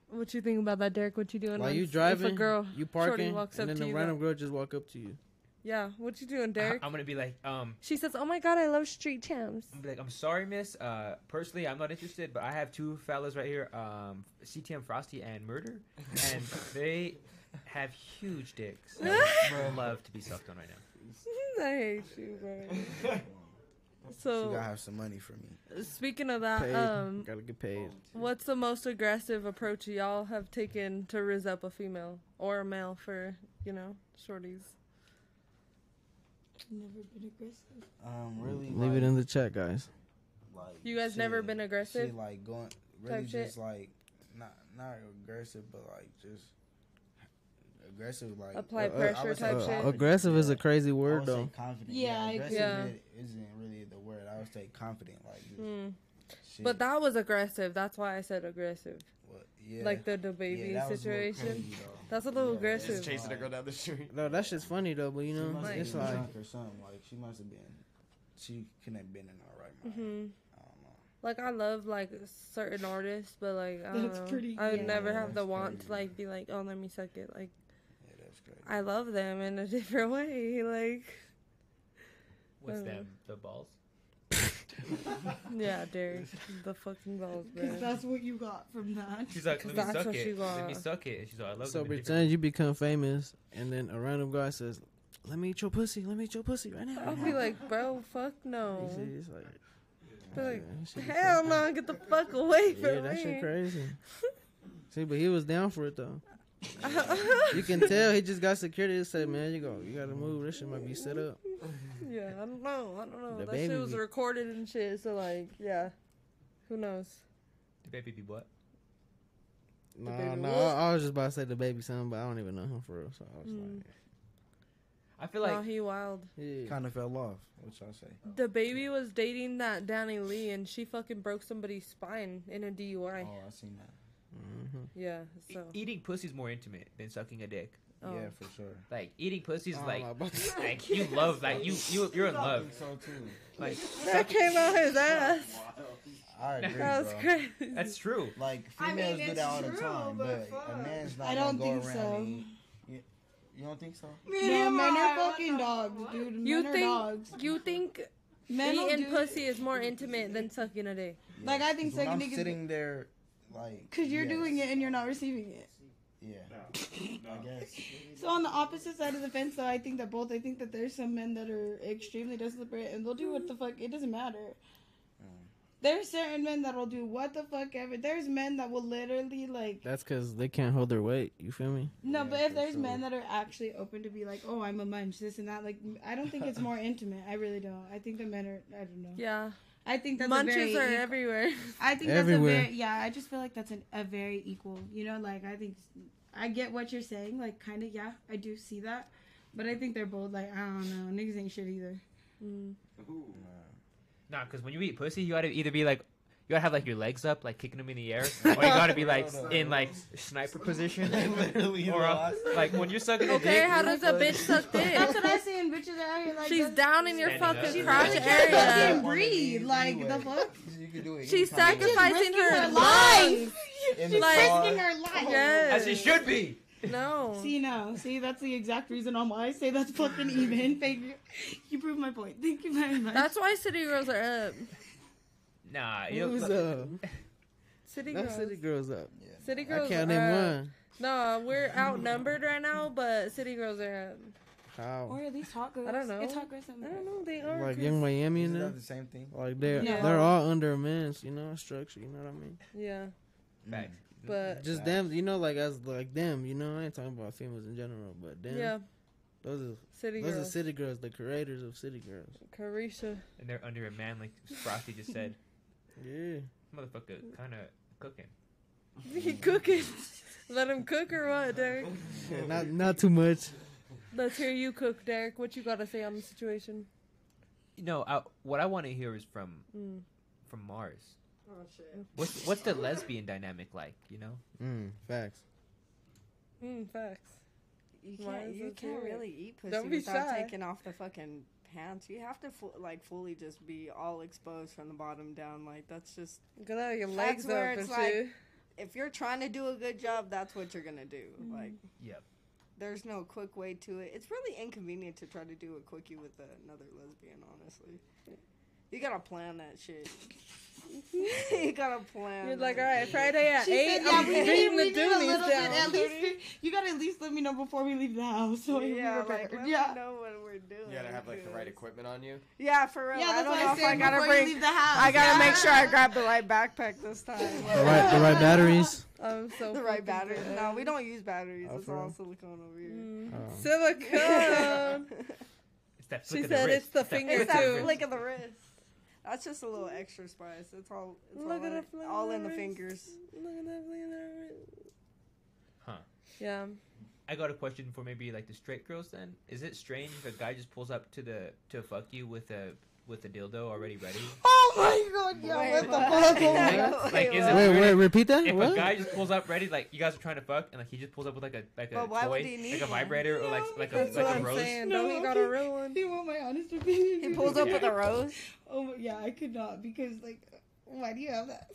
B: what you think about that, Derek? What you doing?
D: Like
B: on-
D: you
B: if a
D: driving,
B: girl,
D: you
B: Shorty
D: parking,
B: walks
D: and
B: up
D: then
B: to
D: a
B: you.
D: random girl just walk up to you.
B: yeah, what you doing, Derek?
C: I'm gonna be like, um,
B: she says, "Oh my God, I love street champs."
C: I'm gonna be like, I'm sorry, miss. Uh, personally, I'm not interested, but I have two fellas right here, um, CTM Frosty and Murder, and they have huge dicks. that would love to be sucked on right now.
B: I hate you, bro.
J: she gotta
B: so,
J: have some money for me.
B: speaking of that,
D: Paid.
B: um,
D: Gotta get paid.
B: what's the most aggressive approach y'all have taken to rizz up a female or a male for you know shorties?
A: Never been aggressive.
J: Um, really.
D: Leave it
J: like-
D: in the chat, guys.
J: like
B: You guys never been aggressive
J: shit, like going really
B: type shit?
J: just like not not aggressive but like just aggressive like
B: Apply
J: I would
B: pressure
J: say
B: type
D: Uh,
B: shit.
J: confident.
D: aggressive is
J: Yeah.
D: a crazy
J: I
D: word
J: would say
D: though.
J: confident
B: Yeah, I
J: yeah,
B: agree.
J: aggressive
B: Yeah.
J: i- isn't really the word I would say confident like just,
B: Mm.
J: shit.
B: But that was aggressive. That's why I said aggressive.
J: What- yeah.
B: Like the the baby
J: that was a little
B: situation.
J: crazy, though.
B: That's a little
J: Yeah.
B: aggressive.
L: Chasing a girl down the street.
D: No, that shit's funny though, but you
J: she
D: know,
J: must have
D: it's
J: been
D: like
J: drunk or something like she must have been she couldn't have been in her right mind
B: hmm Like I love like certain artists, but like I
A: That's
B: don't know.
A: pretty-
B: I would
A: yeah.
B: never have the
J: That's
B: want
J: crazy.
B: to like be like, oh, let me suck it. Like
J: yeah that's crazy
B: I love them in a different way. Like
C: What's
B: Mm.
C: them? The balls?
B: yeah, Derek, the fucking balls,
A: Because
B: bro.
A: that's what you got from that.
C: She's like, let me
B: That's
C: suck
B: what she
C: it. Let me
B: got.
C: suck it. And she's like, I love
D: so
C: them in different
D: pretend you become famous, and then a random guy says, "Let me eat your pussy. Let me eat your pussy right now."
B: I'll be like, bro, fuck no.
D: You see, it's like,
B: Be like,
D: yeah, that shit be
B: hell no, get the fuck away
D: crazy.
B: from
D: yeah, that
B: me.
D: shit crazy. see, but he was down for it though. you can tell he just got security. He said, "Man, you go, you gotta move. This shit might be set up."
B: Yeah, I don't know. I don't know.
D: The
B: that
D: baby
B: shit was
D: be-
B: recorded and shit. So like, yeah, who knows?
C: The baby be what?
D: No,
B: baby
D: no,
B: what?
D: I, I was just about to say the baby son, but I don't even know him for real. So I was
B: Mm.
D: like,
C: I feel
B: no,
C: like
B: he wild.
D: yeah.
J: kind of fell off what y'all say
B: The baby was dating that Danny Lee, and she fucking broke somebody's spine in a DUI.
J: oh I seen that
D: Mhm.
B: Yeah,
C: e-
B: so
C: eating pussy's more intimate than sucking a dick.
B: oh.
J: yeah for sure
C: Like eating pussy's
D: I don't
C: like,
D: know about that.
C: like you love, like you you you're in
J: I
C: love.
J: think so too
C: Like
B: that came out his ass.
J: I agree
B: That was
J: bro.
B: crazy.
C: that's true.
J: Like
I: I mean,
J: females do
I: it's
J: that all the
I: true,
J: time,
I: but
J: but,
I: fuck.
J: a man's not
A: I don't
J: gonna go
A: think
J: around.
A: so.
J: And, you, you don't think so?
A: No, men are fucking dogs, dude. Men
B: You
A: are
B: think
A: dogs.
B: you think
A: Men will
B: eating
A: do-
B: pussy is more intimate than sucking a dick?
A: Like, I think
J: 'Cause when
A: second
J: I'm
A: niggas-
J: sitting there, like
A: Because you're
J: yes,
A: doing it and you're not receiving it.
J: Yeah, I guess.
A: So on the opposite side of the fence, though, I think that both. I think
J: Mm.
A: that there's some men that are extremely desperate and they'll do what the fuck. It doesn't matter. There's certain men that will do what the fuck ever. There's men that will literally like
D: That's because they can't hold their weight. You feel me?
A: no, but if there's men that are actually open to be like, oh, I'm a munch, this and that. Like, I don't think it's more intimate. I really don't. I think the men are. I don't know.
B: Yeah.
A: I think that's a
B: munches
A: very
B: are
A: equal-
B: everywhere.
A: I think
D: Everywhere.
A: that's a very yeah. I just feel like that's an, a very equal. You know, like I think I get what you're saying. Like kind of yeah, I do see that, but I think they're both like I don't know. Niggas ain't shit either.
B: Mm.
C: Nah, because when you eat pussy, you gotta either be like, you gotta have like your legs up, like kicking them in the air, or you gotta be like in like sniper position,
F: Literally
C: or uh, like when you're sucking. a
B: Okay,
C: dick,
B: how does a bitch suck dick?
A: That's what I see in bitches out here. Like
B: She's
A: that's-
B: down in your
A: Standing
B: fucking
A: up. She
B: crotch
A: really can't
B: area.
A: fucking breathe. Like the fuck.
B: She's sacrificing
A: risking
B: her,
A: her
B: life.
A: life.
B: She's
A: She's risking her
J: Oh,
A: life.
B: Yes.
C: As it should be.
B: No.
A: See no, see that's the exact reason on why I say that's fucking even. Thank you. You proved my point. Thank you very much.
B: That's why city girls are up.
C: Nah, you
D: Who's
C: know,
D: up?
B: uh, City
D: That
B: girls.
D: city girls up.
B: City
D: I
B: girls
D: can't
B: are uh,
D: name
B: up.
D: one.
B: No, we're outnumbered right now, but city girls are up.
D: How?
A: are these hot girls?
B: I don't know.
A: It's hot girls. and-
B: I don't know. They are.
D: Oh. Like
B: 'cause-
D: Young Miami
J: Isn't
D: and
J: that
D: them?
J: the same thing?
D: Like they're
B: Yeah.
D: they're all under a man's, you know, structure. You know what I mean?
B: Yeah,
J: Mm.
C: Facts.
B: but
D: Just them, you know, like as like them, you know. I ain't talking about females in general, but them.
B: yeah,
D: Those are
B: city
D: those
B: girls.
D: are city girls, the creators of city girls.
B: Carisha.
C: and they're under a man, like Frosty just said.
D: Yeah.
C: Motherfucker, kind of cooking.
B: He cooking. Let him cook or what, Derek?
D: not not too much.
B: Let's hear you cook, Derek. What you got to say on the situation?
C: You know, I, what I want to hear is from
D: Hmm.
B: Mm.
C: from Mars.
I: Oh shit.
C: What's what's the lesbian dynamic like? You know,
D: Mm, facts.
B: Mm, facts.
I: You
B: Why
I: can't,
B: is
I: you
B: it
I: can't
B: weird?
I: really eat pussy
B: Don't be
I: without
B: shy.
I: taking off the fucking pants. You have to fu- like fully just be all exposed from the bottom down. Like that's just
B: Get out of your
I: that's
B: legs up
I: where
B: and
I: it's like
B: shit.
I: if you're trying to do a good job, that's what you're gonna do.
B: Mm.
I: Like
C: Yep.
I: there's no quick way to it. It's really inconvenient to try to do a quickie with another lesbian. Honestly, you gotta plan that shit. you gotta plan.
B: You're like, all
I: that
B: right,
I: shit.
B: Friday at
A: She
B: eight.
A: said, yeah,
B: I'm
A: we need,
B: bringing
A: we
B: the
A: need a
B: doonies
A: little bit. At
B: down.
A: least we- you gotta at least let me know before we leave the house. So
I: Yeah,
A: yeah, we
I: like
A: prepared.
I: let
A: yeah.
I: me know what we're doing.
L: You gotta have like the right
I: because-
L: equipment on you.
I: Yeah, for real.
A: Yeah,
I: I
A: that's
I: don't
A: what I
I: know if I
A: said
I: gotta
A: before you
I: bring.
A: leave the house.
I: I gotta make
A: Yeah.
I: sure I grab the right backpack this time.
D: The right the right batteries.
B: I'm so
I: the right battery. No, we don't use batteries.
D: Oh,
I: it's
D: for
I: all
D: real?
I: silicone over here.
D: Oh.
B: Mm. silicone.
C: it's that
B: She
C: flick of
B: said
C: the wrist.
B: it's the finger
I: It's that
B: too.
I: flick of the wrist. That's just a little extra spice. It's all. It's
B: Look
I: all,
B: at
I: in,
B: the flick
I: all
B: of
I: in the
B: wrist.
I: fingers.
B: Look at that flick of the wrist.
C: Huh.
B: Yeah.
C: I got a question for maybe like the straight girls. Then is it strange if a guy just pulls up to the to fuck you with a with a dildo already ready?
A: Oh my god, yeah,
I: Wait,
A: what the fuck?
I: what?
A: Oh my
I: Wait,
A: god.
I: what?
C: Like, is it-
D: Wait, wait, repeat that.
C: If
D: what?
C: a guy just pulls up ready, like you guys are trying to fuck, and like he just pulls up with like a like a
I: But why would
C: toy,
I: he need
C: like a
I: one?
C: vibrator or like like a
B: That's what
C: like a
B: I'm
C: rose.
B: saying.
A: No,
B: Don't he got a
A: okay.
B: real one?
A: Do you want my honest opinion?
I: He pulls up with a rose.
A: Oh my, yeah, I could not because like, why do you have that?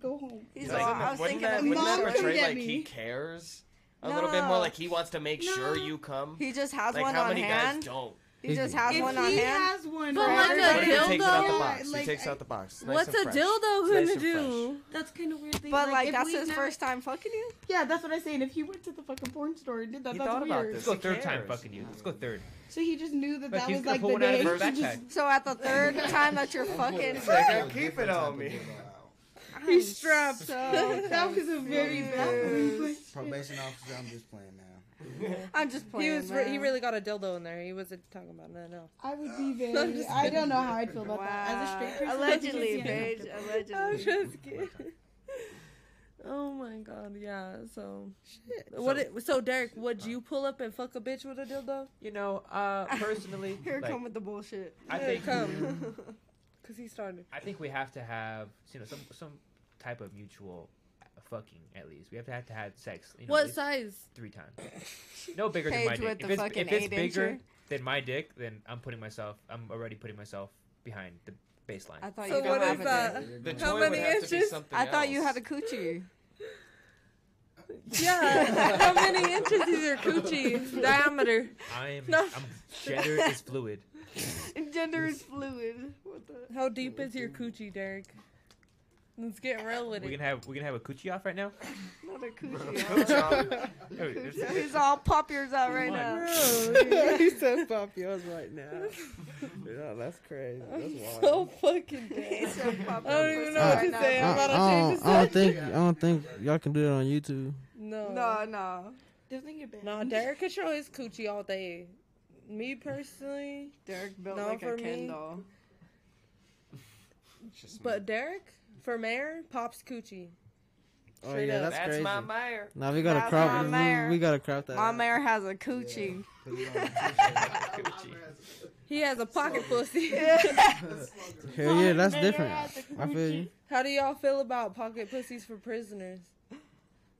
A: Go home.
I: He's
L: Like,
I: all. I was
L: wouldn't
I: thinking
L: that,
I: of
A: Mom,
L: wouldn't that
A: come
L: portray
A: get
L: like he
A: me.
L: cares a little bit more?
I: No.
L: Like he wants to make sure you come.
I: He just has
L: like
I: one
L: how
I: on
L: many
I: hand.
L: guys don't?
I: He just has
A: If
I: one on
A: he
I: hand.
A: has one,
B: But
A: for
B: like a
L: But
A: everybody-
L: he takes it out the
B: dildo?
L: box.
A: Like,
L: he takes
A: I-
L: out the box. Nice
B: What's
L: and
B: a
L: fresh.
B: dildo
L: Nice
B: gonna
L: and fresh.
B: do?
A: That's kind of weird. Thing.
I: But like
A: if
I: that's
A: we've
I: his
A: never-
I: first time fucking you.
A: Yeah, that's what I'm saying. If he went to the fucking porn store and did that,
L: He
A: that's
L: thought
A: weird.
L: about
C: Let's
L: this.
C: go
L: Who
C: third time
L: cares?
C: fucking you. Let's go third.
A: So he just knew that
C: Like,
A: that
C: he's
A: was
C: gonna
A: like
C: pull
A: the
C: one out of
A: day.
C: his
A: He
C: backpack.
A: just-
I: So at the third time that you're fucking,
L: keep it on me.
I: I'm
B: He's strapped.
I: So
A: That was a very bad one.
J: Probation officer, I'm just playing now.
I: I'm just
B: He
I: playing.
B: was. Re- he
I: man.
B: really got a dildo in there. He wasn't talking about nothing else.
A: I would be
B: I'm
A: very.
B: just
A: I don't know how I'd feel about
I: Wow.
A: that. As a straight person, I
I: allegedly,
A: think it's-
I: Paige.
A: yeah.
B: I'm
I: Allegedly.
B: just kidding. Oh my god, yeah. So, what?
C: So-
B: it, so Derek, would you pull up and fuck a bitch with a dildo?
C: You know, uh, personally,
I: Here
C: like,
I: come with the bullshit.
C: I
B: Here it
C: think
B: come, cause he started.
C: I think we have to have you know some some type of mutual fucking at least. We have to have to have sex. You know, at
B: What
C: least
B: size?
C: Three times. No bigger than
I: Page
C: my
I: with
C: dick.
I: the
C: If it's,
I: fucking
C: if it's
I: eight
C: bigger
I: incher.
C: than my dick, then I'm putting myself. I'm already putting myself behind the baseline.
I: I thought
B: So
I: you
B: what
I: got
B: is
I: have a
B: that?
I: dick.
L: The
B: How
L: toy
B: many
L: would have to be
B: inches?
L: something
I: I thought you
L: else.
I: had a coochie.
B: Yeah. How many inches is your coochie diameter?
C: I'm.
B: No.
C: I'm gender is fluid.
I: Gender is fluid. What the?
B: How deep is your coochie, Derek? Let's get real with
C: We
B: it.
C: can have we can have a coochie off right now.
I: Not a
C: Coochie. Hey,
I: coochie.
C: it's-
I: He's all pop yours out right uh, now.
B: he
D: said pop yours right now. yeah, that's crazy. That's wild.
B: so fucking dead. I don't even know what to say. I'm about to change the
D: I
B: subject.
D: don't think I don't think y'all can do that on YouTube.
B: No.
I: No, no.
A: Doesn't get banned.
B: No, Derek could show his coochie all day. Me personally,
I: Derek built
B: no,
I: like
B: for
I: a
B: me.
I: Kendall.
B: But Derek, for mayor, pops coochie.
D: Oh
B: Straight
D: yeah,
B: up.
D: that's, crazy.
I: mayor.
D: Nah, we gotta
I: That's my
D: crop. we-
I: mayor.
D: We, gotta crop that.
I: My
D: out.
I: mayor has a coochie.
B: He has a pocket pussy.
D: Hell yeah, that's
B: My mayor
D: different.
B: has a
D: I feel you.
B: How do y'all feel about pocket pussies for prisoners?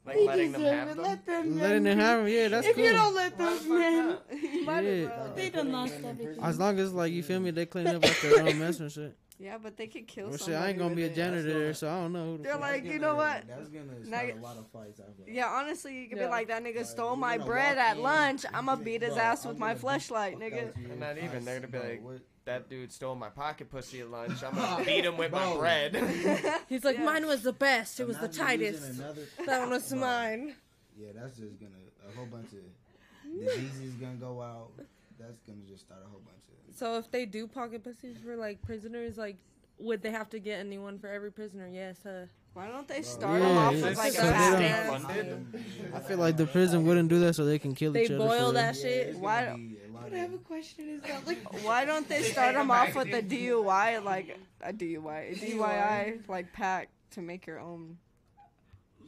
L: Like letting them have them.
D: Letting them have 'em, yeah, that's
B: if
D: cool.
B: you don't let them, man,
I: you might as
D: Yeah.
I: well.
A: They done lost everything.
D: As long as like you feel me, they clean up after their own mess and shit.
I: Yeah, but they could kill
D: Well, shit,
I: somebody.
D: I ain't gonna be a janitor there, so I don't know. Who the
I: They're
D: fuck.
I: like, you know what?
J: That's gonna
I: Now
J: start
I: you-
J: a lot of fights. I feel.
I: Yeah, honestly, you could
B: Yeah.
I: be like, that nigga stole my
J: gonna
I: bread
J: walk
I: at
J: in,
I: lunch. I'm gonna beat his
J: bro,
I: ass
J: I'm
I: with my
J: gonna beat
I: fleshlight,
J: the fuck
I: nigga.
J: out you.
L: And not even. They're gonna be
J: Bro,
L: like,
J: what-
L: that dude stole my pocket pussy at lunch. I'm gonna beat him with my
J: Bro.
L: bread.
B: he's like, mine was the best. It was the
J: Imagine using
B: tightest.
J: another-
B: That one was
J: Bro.
B: mine.
J: Yeah, that's just gonna a whole bunch of diseases gonna go out. That's gonna just start a whole bunch of.
B: So if they do pocket pussies for like prisoners, like would they have to get a new one for every prisoner? Yes. Huh?
I: Why don't they
D: Yeah,
I: start him off
D: yeah.
I: with like a
D: So they don't-
I: fat ass?
D: I feel like the prison wouldn't do that so they can kill
B: They
D: each other.
B: boil
D: for
B: that
D: real.
B: shit.
I: Why don't-
A: But I have a question. Is that like
I: Why don't they start them off with a DUI, like a DUI, a DUI, like pack to make your own?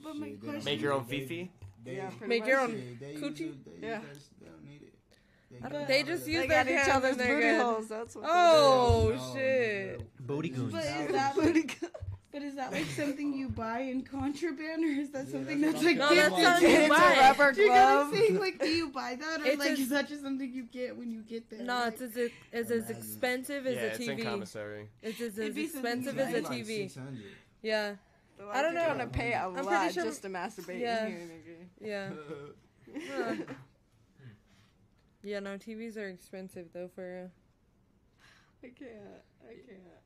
A: But my
J: Shit, they
A: question.
J: don't
L: Make your own fifi.
I: Yeah,
J: They-
I: pretty
B: Make your
I: much.
B: own
J: they use
B: coochie.
J: it- they use
I: Yeah.
J: that shit, They don't need it.
B: I
J: got
B: don't- they
J: all
B: just
J: the-
B: use
I: They
B: their
I: got each
B: hands
I: other's
B: and they're
I: booty
B: good.
I: holes. That's what. they
B: Oh
J: No,
B: shit!
J: no.
C: Booty
J: They
C: goons.
J: just
A: But
J: use
A: is
J: it.
A: that
I: do. Booty
A: like,
I: go-
A: but is that like something you buy in contraband, or is that
J: Yeah,
A: something
J: that's
A: that's,
J: what
A: like
B: No,
J: I'm
B: that's
A: gifted?
B: not
I: It's a
B: Why?
I: rubber
A: Do you know what I'm
I: glove.
A: saying? Like, do you buy that, or
B: It's
A: like,
B: a-
A: is that just something you get when you get there?
B: No,
A: Like,
B: it's as it- it's as expensive
L: yeah,
B: as a
L: it's in
B: TV.
L: commissary.
B: It's as,
A: It'd
B: as
A: be something
B: expensive
A: you
B: as a
A: like.
B: TV.
J: 600.
B: Yeah,
I: They're
B: I don't
I: they're
B: know.
I: Gonna pay a
B: pretty
I: lot
B: sure-
I: just to masturbate
B: Yeah.
I: in here,
B: yeah,
I: nigga.
B: Huh. yeah. No, TVs are expensive though. For
I: I can't. I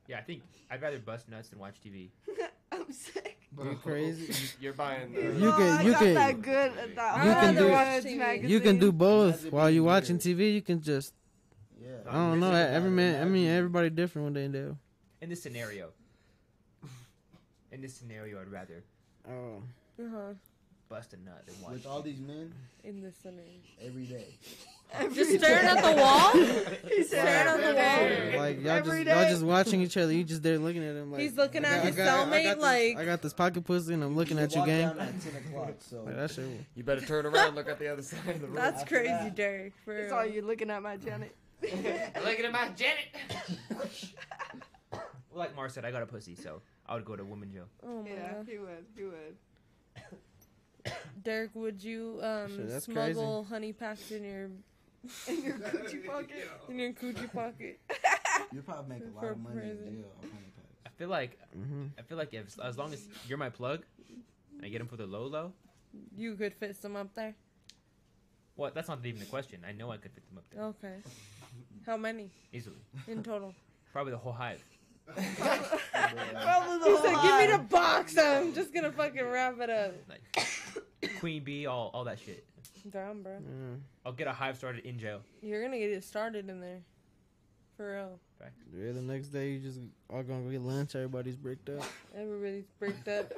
C: Yeah, I think I'd rather bust nuts than watch TV.
I: can't. I'm sick.
D: You crazy?
L: You're buying. The,
D: You
I: oh,
D: can-
I: I
D: you
I: got
D: can-
I: that good. That
D: You
I: hot
D: can
I: on the
D: do-
I: Woods
B: You
I: magazine.
D: You can do both
J: Imagine
D: while
J: being
D: you watching
J: weird.
D: TV. You can just
J: Yeah.
D: I don't know.
C: Imagine
D: Every man, I mean,
J: Imagine.
D: everybody different when they do.
C: In this scenario. In this scenario, I'd rather
D: Oh,
B: uh
I: Uh-huh.
B: huh,
C: bust a nut than watch.
J: With all these men,
B: in the scenaring.
J: every day.
B: Just staring at the wall.
I: He's
B: staring at the wall.
D: like y'all just
I: Every
D: y'all
I: day.
D: just watching each other. You just there looking at him like
B: He's looking
D: I
B: at
D: got-
B: his
D: I got- I
B: cellmate
D: got this-
B: like-
D: I got this pocket pussy and I'm looking at you,
J: walk
D: gang.
J: down at 10 o'clock, so.
D: Like, that shit.
L: you better turn around, look at the other side of the room.
B: That's
J: After
B: crazy,
J: that.
B: Derek. For
I: It's
B: real.
I: all you looking at my Janet.
L: Looking at my Janet.
C: Well, like Mar said, I got a pussy, so I would go to Woman Joe.
B: Oh my
I: yeah,
B: god.
I: he would. He would.
B: Derek, would you um
D: Shit, that's
B: smuggle honey packs in your
I: In your coochie pocket.
B: in your coochie pocket?
J: You probably make a lot
B: For
J: of money in
B: prison.
J: jail on honey packs.
C: I feel like
D: Mhm.
C: I feel like if, as long as you're my plug, and I get him for the low low.
B: You could fit some up there.
C: Well, that's not even the question. I know I could fit them up there
B: Okay. How many
C: easily.
B: in total?
C: Probably the whole hive.
I: Probably
B: He
I: the
B: said,
I: whole
B: "Give
I: lot.
B: me the box. I'm just gonna fucking wrap it up."
C: Like Queen Bee, all all that shit.
B: Down, bro.
D: Yeah,
C: I'll get a hive started in jail.
B: You're gonna get it started in there, for real.
D: Yeah, the next day you just all gonna go get lunch. Everybody's bricked up.
B: Everybody's bricked up.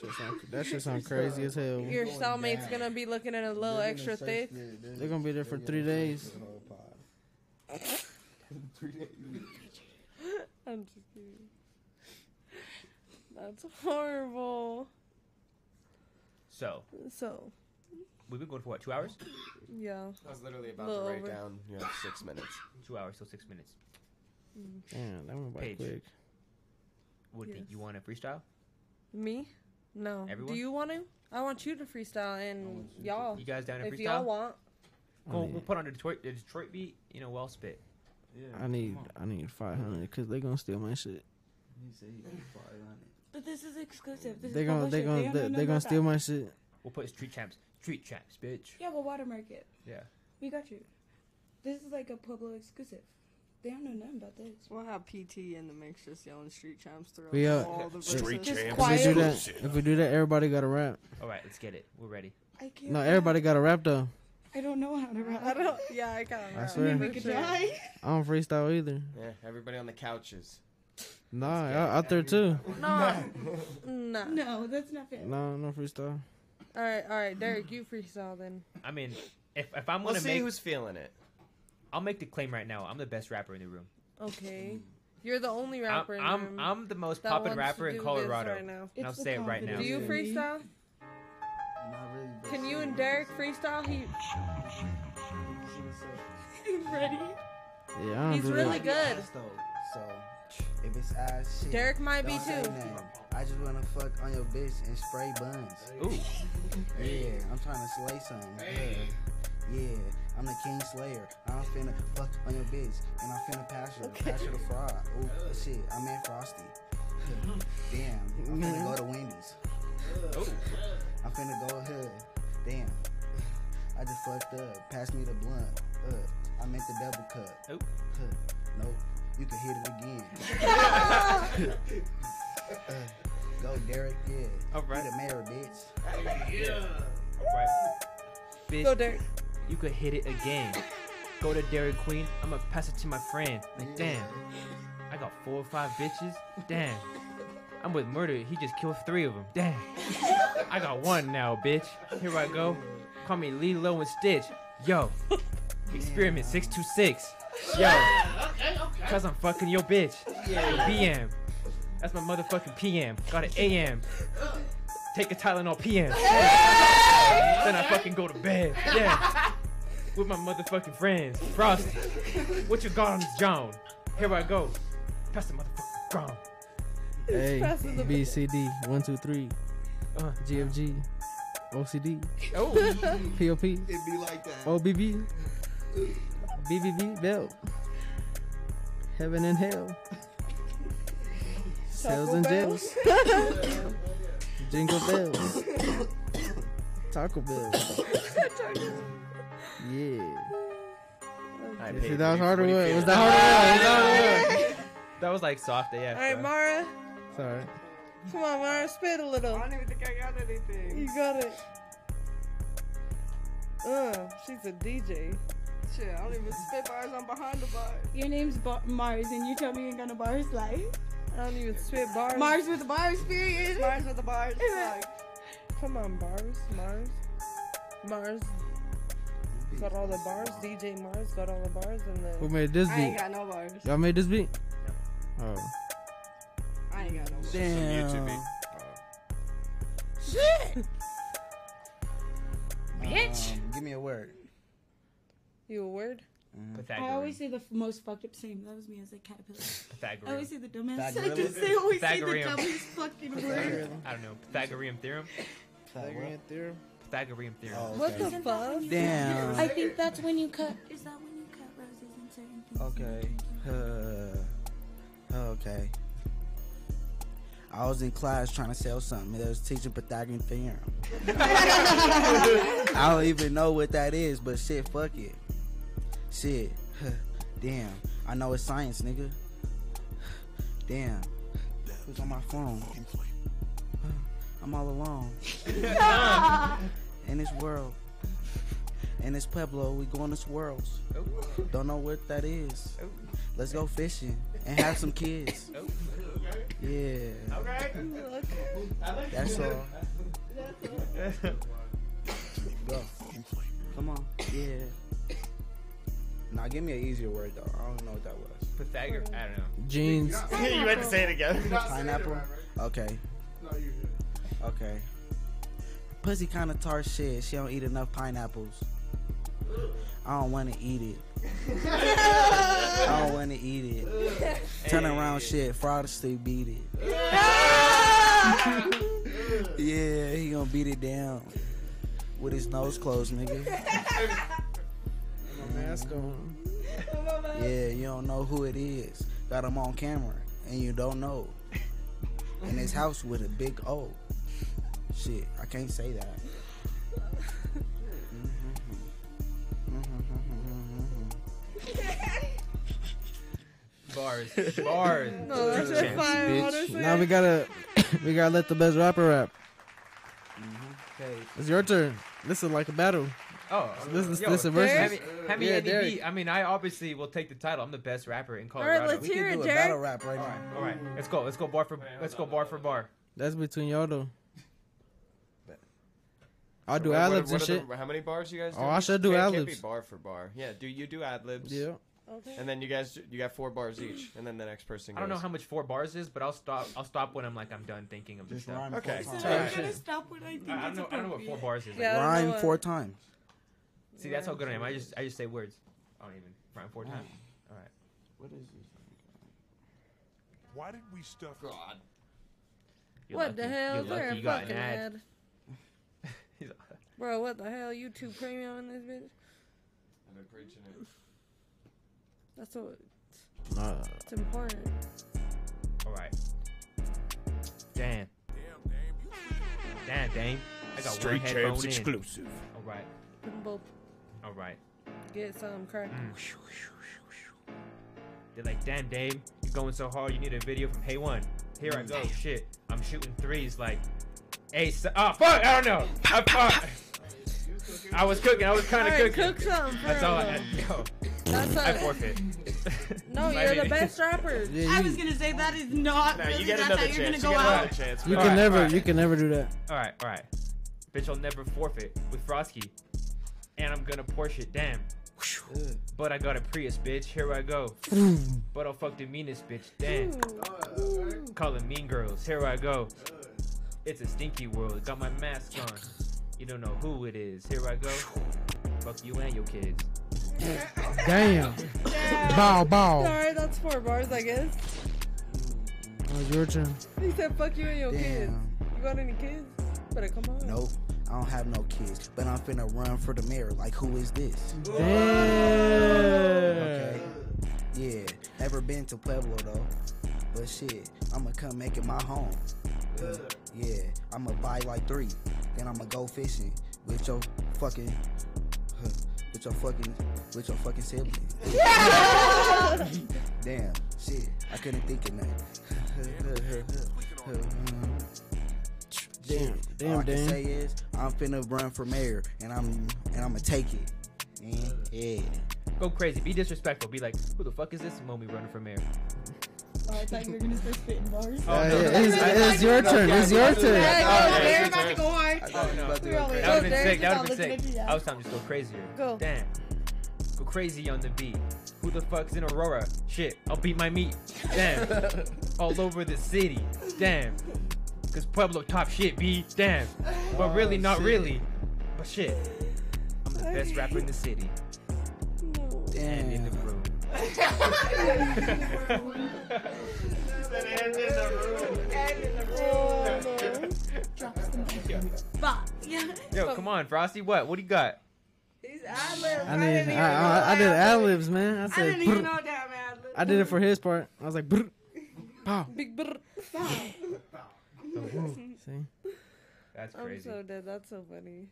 D: Shit sound, that shit sound crazy as hell.
B: Your
J: going
B: cellmate's
J: down.
B: gonna be looking at a
J: They're
B: little
J: gonna
B: extra
J: search
B: thick.
J: the- they're-
D: They're gonna be there
J: they're
D: for
J: gonna
D: three
J: search
D: days.
J: the whole pod. Three days.
B: I'm just kidding. That's horrible.
C: So
B: So,
C: we've been going for what? Two hours?
B: yeah.
L: I was literally about
B: Little
L: to write
B: over.
L: down. Um, You have six minutes.
C: Two hours, so six minutes.
D: Damn, that went by
C: Paige.
D: quick.
C: What do
B: Mm. Yes.
C: you want to freestyle?
B: Me? No.
C: Everyone?
B: Do you want to? I want you to freestyle and y'all.
C: You guys down to
B: If y'all
C: freestyle?
B: want,
C: Cool.
D: I
C: We'll
D: need,
C: put on a Detroit, a Detroit beat. You know, well spit.
D: I need, I need five hundred because they gonna steal my shit.
J: He said he was five hundred.
A: But this is exclusive. This
D: They
A: is not
D: gonna, they
A: bullshit.
D: gonna,
A: don't
D: they,
A: know
D: they gonna
A: about
D: steal
A: that.
D: my shit.
C: We'll put street champs. Street champs, bitch.
A: Yeah, we'll watermark it.
C: Yeah.
A: We got you. This is like a Pueblo exclusive. They don't know nothing about this.
G: We'll have PT in the mix just yelling street champs throughout
D: We uh,
G: all the verses.
D: if we do that, if we do that, everybody got a rap.
C: All right, let's get it. We're ready.
A: I can't.
D: No, everybody got a rap though.
A: I don't know how to rap.
B: I don't. Yeah, I can't.
D: I swear.
A: we could die.
D: I don't freestyle either.
L: Yeah, everybody on the couches.
D: Nah, y'all out there too.
B: No. no.
A: No, that's not fair.
D: No, no freestyle.
B: All right, all right, Derek, you freestyle then.
C: I mean, if, if I'm
L: We'll
C: gonna
L: see
C: make,
L: who's feeling it.
C: I'll make the claim right now. I'm the best rapper in the room.
B: Okay. You're the only
C: I'm
B: rapper. in the
C: I'm,
B: room
C: I'm the most
B: that
C: poppin'
B: wants
C: rapper
B: to
C: in
B: do this
C: Colorado.
B: right now.
C: And I'll say it right now.
B: Do you freestyle? Can you and Derek freestyle? He
A: ready.
D: Yeah, I don't
B: He's
D: do
B: really
D: that.
B: good.
J: Ass, though, so if it's ass shit,
B: Derek might be
J: don't say
B: too.
J: nothing. I just wanna fuck on your bitch and spray buns.
C: Ooh.
J: Yeah, I'm trying to slay something. Yeah. Yeah, I'm the king slayer. I'm finna fuck on your bitch and I'm finna pass her. Pass her to fraud. Ooh, shit, I'm at Frosty. Damn, I'm finna go to Wendy's. I'm finna go hood. Damn. I just fucked up. Pass me the blunt. Uh, I meant the double cut.
C: Nope.
J: Nope. You can hit it again. uh, go, Derek. Yeah. All right. the mayor, bitch.
C: Bitch,
B: Go Derek.
C: You could hit it again. Go to Dairy Queen. I'm gonna pass it to my friend. Like, damn. I got four or five bitches. Damn. I'm with murder. He just killed three of them. Damn. I got one now, bitch. Here I go. Call me Lilo and Stitch. Yo. Experiment 626. Yo. Cause I'm fucking your bitch.
P: Yeah.
C: BM. That's my motherfucking PM. Got an AM. Take a Tylenol PM. Then I fucking go to bed. Yeah. With my motherfucking friends. Frosty. What you got on this John? Here I go. Pass the motherfucking ground.
D: A
C: passing the-
D: B C D one two three.
C: Uh,
D: G F G. O C D.
C: Oh.
D: P O P.
P: It be like that.
D: O B B. B B B. Bell. Heaven and hell. Cells and jails. Jingle bells. Taco Bell. Yeah.
C: I
D: See,
C: paid
D: that was harder one. It Was that harder one? It was
B: Alright,
C: That was like soft AF. bro.
B: Mara.
D: Sorry.
B: Come on, Mara, spit a little.
G: I don't even think I got anything.
B: You got it. Uh, she's a DJ.
G: Shit, I don't even spit bars. I'm behind the bar.
A: Your name's Bar- Mars, and you tell me you're gonna bars like
B: I don't even spit bars.
A: Mars with bars. Period.
G: Bars with the bars. Like,
B: Come on, bars, Mars, Mars. Got all the bars. DJ Mars got all the bars, and then
D: Who made this
G: I ain't
D: beat?
G: got no bars.
D: Y'all made this beat? Oh.
G: I ain't got no bars.
D: Damn.
B: Shit.
J: Bitch. give me a word. Mm-hmm.
B: You a word?
A: I always say the f- most fucked up same. That was me. I was like caterpillar.
C: Pythagorean.
A: I always say the dumbass. I
J: Pythagorean.
A: just say always say the
C: Pythagorean.
A: dumbest fucking word.
C: I don't know. Pythagorean theorem.
D: Pythagorean theorem. Oh,
C: Pythagorean theorem.
B: What the
A: Isn't that when
B: fuck?
A: you-
J: Damn.
A: I think that's when you cut. Is that when you cut roses and certain things?
J: Okay. Uh, okay. I was in class trying to sell something. They was teaching Pythagorean theorem. I don't even know what that is, but shit, fuck it. Shit. Damn. I know it's science, nigga. Damn. Who's on my phone? I'm all alone. in this world. In this Pueblo, we going to swirls. Don't know what that is.
C: Oh.
J: Let's go fishing and have some kids. Yeah.
P: Okay.
J: That's all. Go. Come on. Yeah. Now give me an easier word though. I don't know what that was.
C: Pythagorean. I don't know.
D: Jeans.
P: you had to say it again.
J: Pineapple. Okay. Okay. Pussy kind of tart shit. She don't eat enough pineapples. I don't want to eat it. I don't want to eat it. Turn around shit. Frosty beat it. yeah, he gonna beat it down with his nose closed, nigga.
D: My mask on.
J: Yeah, you don't know who it is. Got him on camera, and you don't know. In his house with a big O. Shit, I can't say that.
L: Mm-hmm.
C: Bars. Bars.
B: No, that's just
C: Champs,
B: fire,
C: bitch.
B: honestly.
D: Now we gotta we gotta let the best rapper rap. It's your turn. This is like a battle.
C: Oh,
D: this is
C: yo,
D: this is
C: Have
D: versus.
C: me, have me
D: Yeah,
C: any
D: Derek.
C: beat. I mean, I obviously will take the title. I'm the best rapper in
B: right,
C: Colorado.
B: let's We can hear it, do a Derek. battle
J: rap right
C: All right, all right, let's go. Let's go bar for let's go bar for bar.
D: That's between y'all though. I'll
L: So
D: do
L: what- what-
D: ad libs
L: what
D: and
L: are the-
D: shit.
L: how many bars you guys?
D: Oh,
L: doing?
D: I should do
L: Can't-
D: ad
L: can't be
D: libs.
L: bar for bar. Yeah, do you do ad libs?
D: Yeah.
B: Okay.
L: And then you guys, do- you got four bars each, and then the next person.
C: I don't know
L: goes.
C: how much four bars is, but I'll stop. I'll stop when I'm like I'm done thinking of this stuff.
L: Okay.
C: I,
L: times.
J: Alright.
L: Shit.
A: Stop what I think.
C: I don't know. I don't know what four bars is.
B: Yeah, I don't know
J: Rhyme
B: what-
J: four times.
C: See, that's how good I am. I just I just say words. I don't even rhyme four times. All right.
J: What is this?
Q: Why did we stuff? God.
C: You're
B: what the
C: lucky.
B: hell?
C: You're
B: Is
C: lucky
B: there a
C: you got an
B: fucking
C: ad.
B: ad? Bro, what the hell? You two premium in this bitch?
L: I've been preaching it.
B: That's what.
D: Uh.
B: It's important.
C: All right. Damn. Damn, dang. I got
Q: Straight
C: one headphone
Q: Jabs
C: in.
Q: exclusive.
C: All right.
B: We can both
C: All right.
B: get some crack.
C: Mm. They're like, damn, Dame, you're going so hard. You need a video from Hey One. Here I go. Shit, I'm shooting threes. Like, hey, so, oh fuck, I don't know. I, fuck. I was cooking. I was kind of
B: All right,
C: cooking.
B: cook something for
C: That's all. I,
B: him.
C: yo,
B: That's
C: I
B: all.
C: forfeit.
B: No,
C: My
B: you're the
C: meeting.
B: best rapper.
A: I was gonna say that is not.
L: Nah, you
A: really,
L: get
A: that's
L: another
A: how you're
L: chance, you
A: gonna go
L: get another
A: out.
L: chance.
D: You
C: All
D: can
C: right,
D: never
C: all right.
D: you can never do that.
C: All right, all right. Bitch, I'll never forfeit with Frosky, and I'm gonna Porsche it. Damn. But I got a Prius, bitch. Here I go. but I'll fuck the meanest bitch. Damn. Calling mean girls. Here I go. It's a stinky world. Got my mask on. You don't know who it is. Here I go. Fuck you and your kids.
D: Damn. Bow bow.
B: Sorry, that's four bars, I guess.
D: Now It's your turn.
B: He said, "Fuck you and your kids."
J: Damn.
B: You got any kids? Better come on.
J: Nope. I don't have no kids, but I'm finna run for the mayor. Like, who is this? Okay. Yeah, never been to Pueblo though, but shit, I'ma come make it my home. Yeah, I'ma buy like three, then I'ma go fishing with your fucking, with your fucking, with your fucking siblings. Damn, shit, I couldn't think of nothing. Damn,
D: damn,
J: All I
D: damn.
J: can say is I'm finna run for mayor, and I'm and I'ma take it. Man, yeah.
C: Go crazy. Be disrespectful. Be like, who the fuck is this mommy running for mayor?
A: Oh, I thought you were gonna start spitting bars.
C: Oh, Uh, no. yeah,
D: it's- it's your turn, it's your turn.
A: Yeah,
C: Okay,
A: They're
C: it's
A: about
C: your
A: to go hard.
C: Oh, no.
A: We were all like,
C: That would have
A: oh,
C: been
A: Derek's
C: sick. That
A: about
C: would
A: looking
C: have been
A: at
C: sick.
A: you, yeah.
C: I was trying to just go crazier.
B: Go.
C: Damn. Go crazy on the beat. Who the fuck's in Aurora? Shit, I'll beat my meat. Damn. All over the city. Damn. Cause Pueblo top shit, B. Damn. But really, not really. But shit. I'm the best rapper in the city. And in the room.
A: Fuck. Yeah.
C: Yo, come on, Frosty. What? What do you got?
D: I did I, I, I did ad libs, man. I said.
A: didn't even
D: "Brr."
A: know that, man.
D: I did it for his part. I was like, brr, pow.
B: Big brr.
D: See?
C: That's
B: I'm
C: crazy.
B: so dead. That's so funny.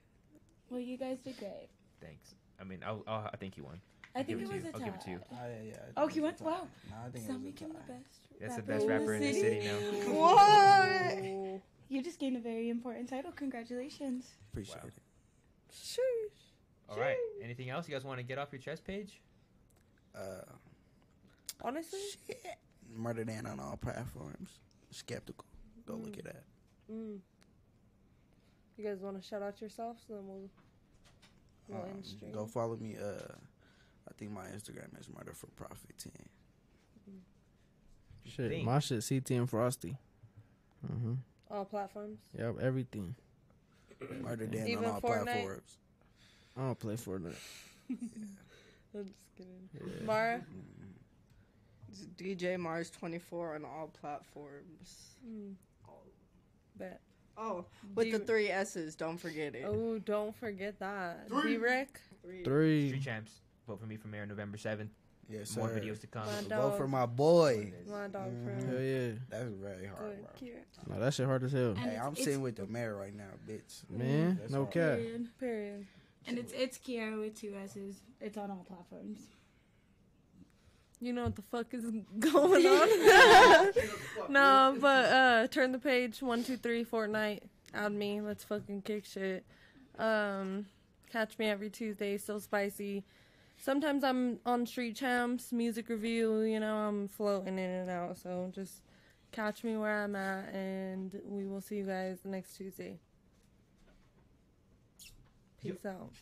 A: Well, you guys did great.
C: Thanks. I mean, I'll, I'll, I think you
A: I
C: won. I'll give
A: think it
C: to
A: was
C: you.
A: a
C: I'll give it to you.
A: tie.
J: Oh, yeah, yeah.
A: Oh, he went. Wow.
J: Nah, I think
A: Stop
J: it was a
A: making the
J: tie.
A: best.
C: That's the best rapper in the city now.
A: What? You just gained a very important title. Congratulations.
J: Appreciate it.
B: Sure.
C: All right. Anything else you guys want to get off your chest page?
J: Uh,
B: Honestly.
J: Murder Dan on all platforms. Skeptical. Go look at that.
B: Mm. You guys want to shout out yourselves? Then we'll. we'll
D: Uh,
B: end stream.
J: Um, go follow me. Uh, I think my Instagram is murder for profit ten.
D: Shit,
C: Think.
D: my shit, CTM Frosty. Mm-hmm.
B: All platforms.
D: Yep, everything.
J: Murder Dan
B: Even
J: on all
B: Fortnite?
J: platforms.
D: I don't play Fortnite.
B: I'm just kidding.
D: Yeah.
B: Mara.
G: It's DJ Mars 24 on all platforms.
B: Mm. Bet.
G: Oh, with
B: Do
G: the
B: you-
G: three S's, don't forget it.
B: Oh, don't forget that.
G: Three.
B: D Rick.
D: Three.
C: Street Champs. Vote for me for mayor November 7th.
J: Yes,
C: More
J: sir.
C: videos to come.
B: My
J: Vote for
B: dog.
J: my boy.
B: My dog
J: Mhm.
D: Hell
B: friend.
D: yeah.
J: That's very hard,
B: Good.
J: bro.
B: Cute.
D: No, that shit hard as hell.
A: And
J: Hey,
A: it's-
J: I'm
A: it's-
J: sitting with the mayor right now, bitch.
D: Man,
J: That's
D: no
J: hard.
D: cap.
A: Period.
B: Period.
A: And it's it's Kiara with two S's. It's on all platforms.
B: You know what the fuck is going on? no, but uh, turn the page. One, two, three, Fortnite. Add me. Let's fucking kick shit. Um, catch me every Tuesday. So spicy. Sometimes I'm on Street Champs music review. You know I'm floating in and out. So just catch me where I'm at, and we will see you guys next Tuesday. Peace out.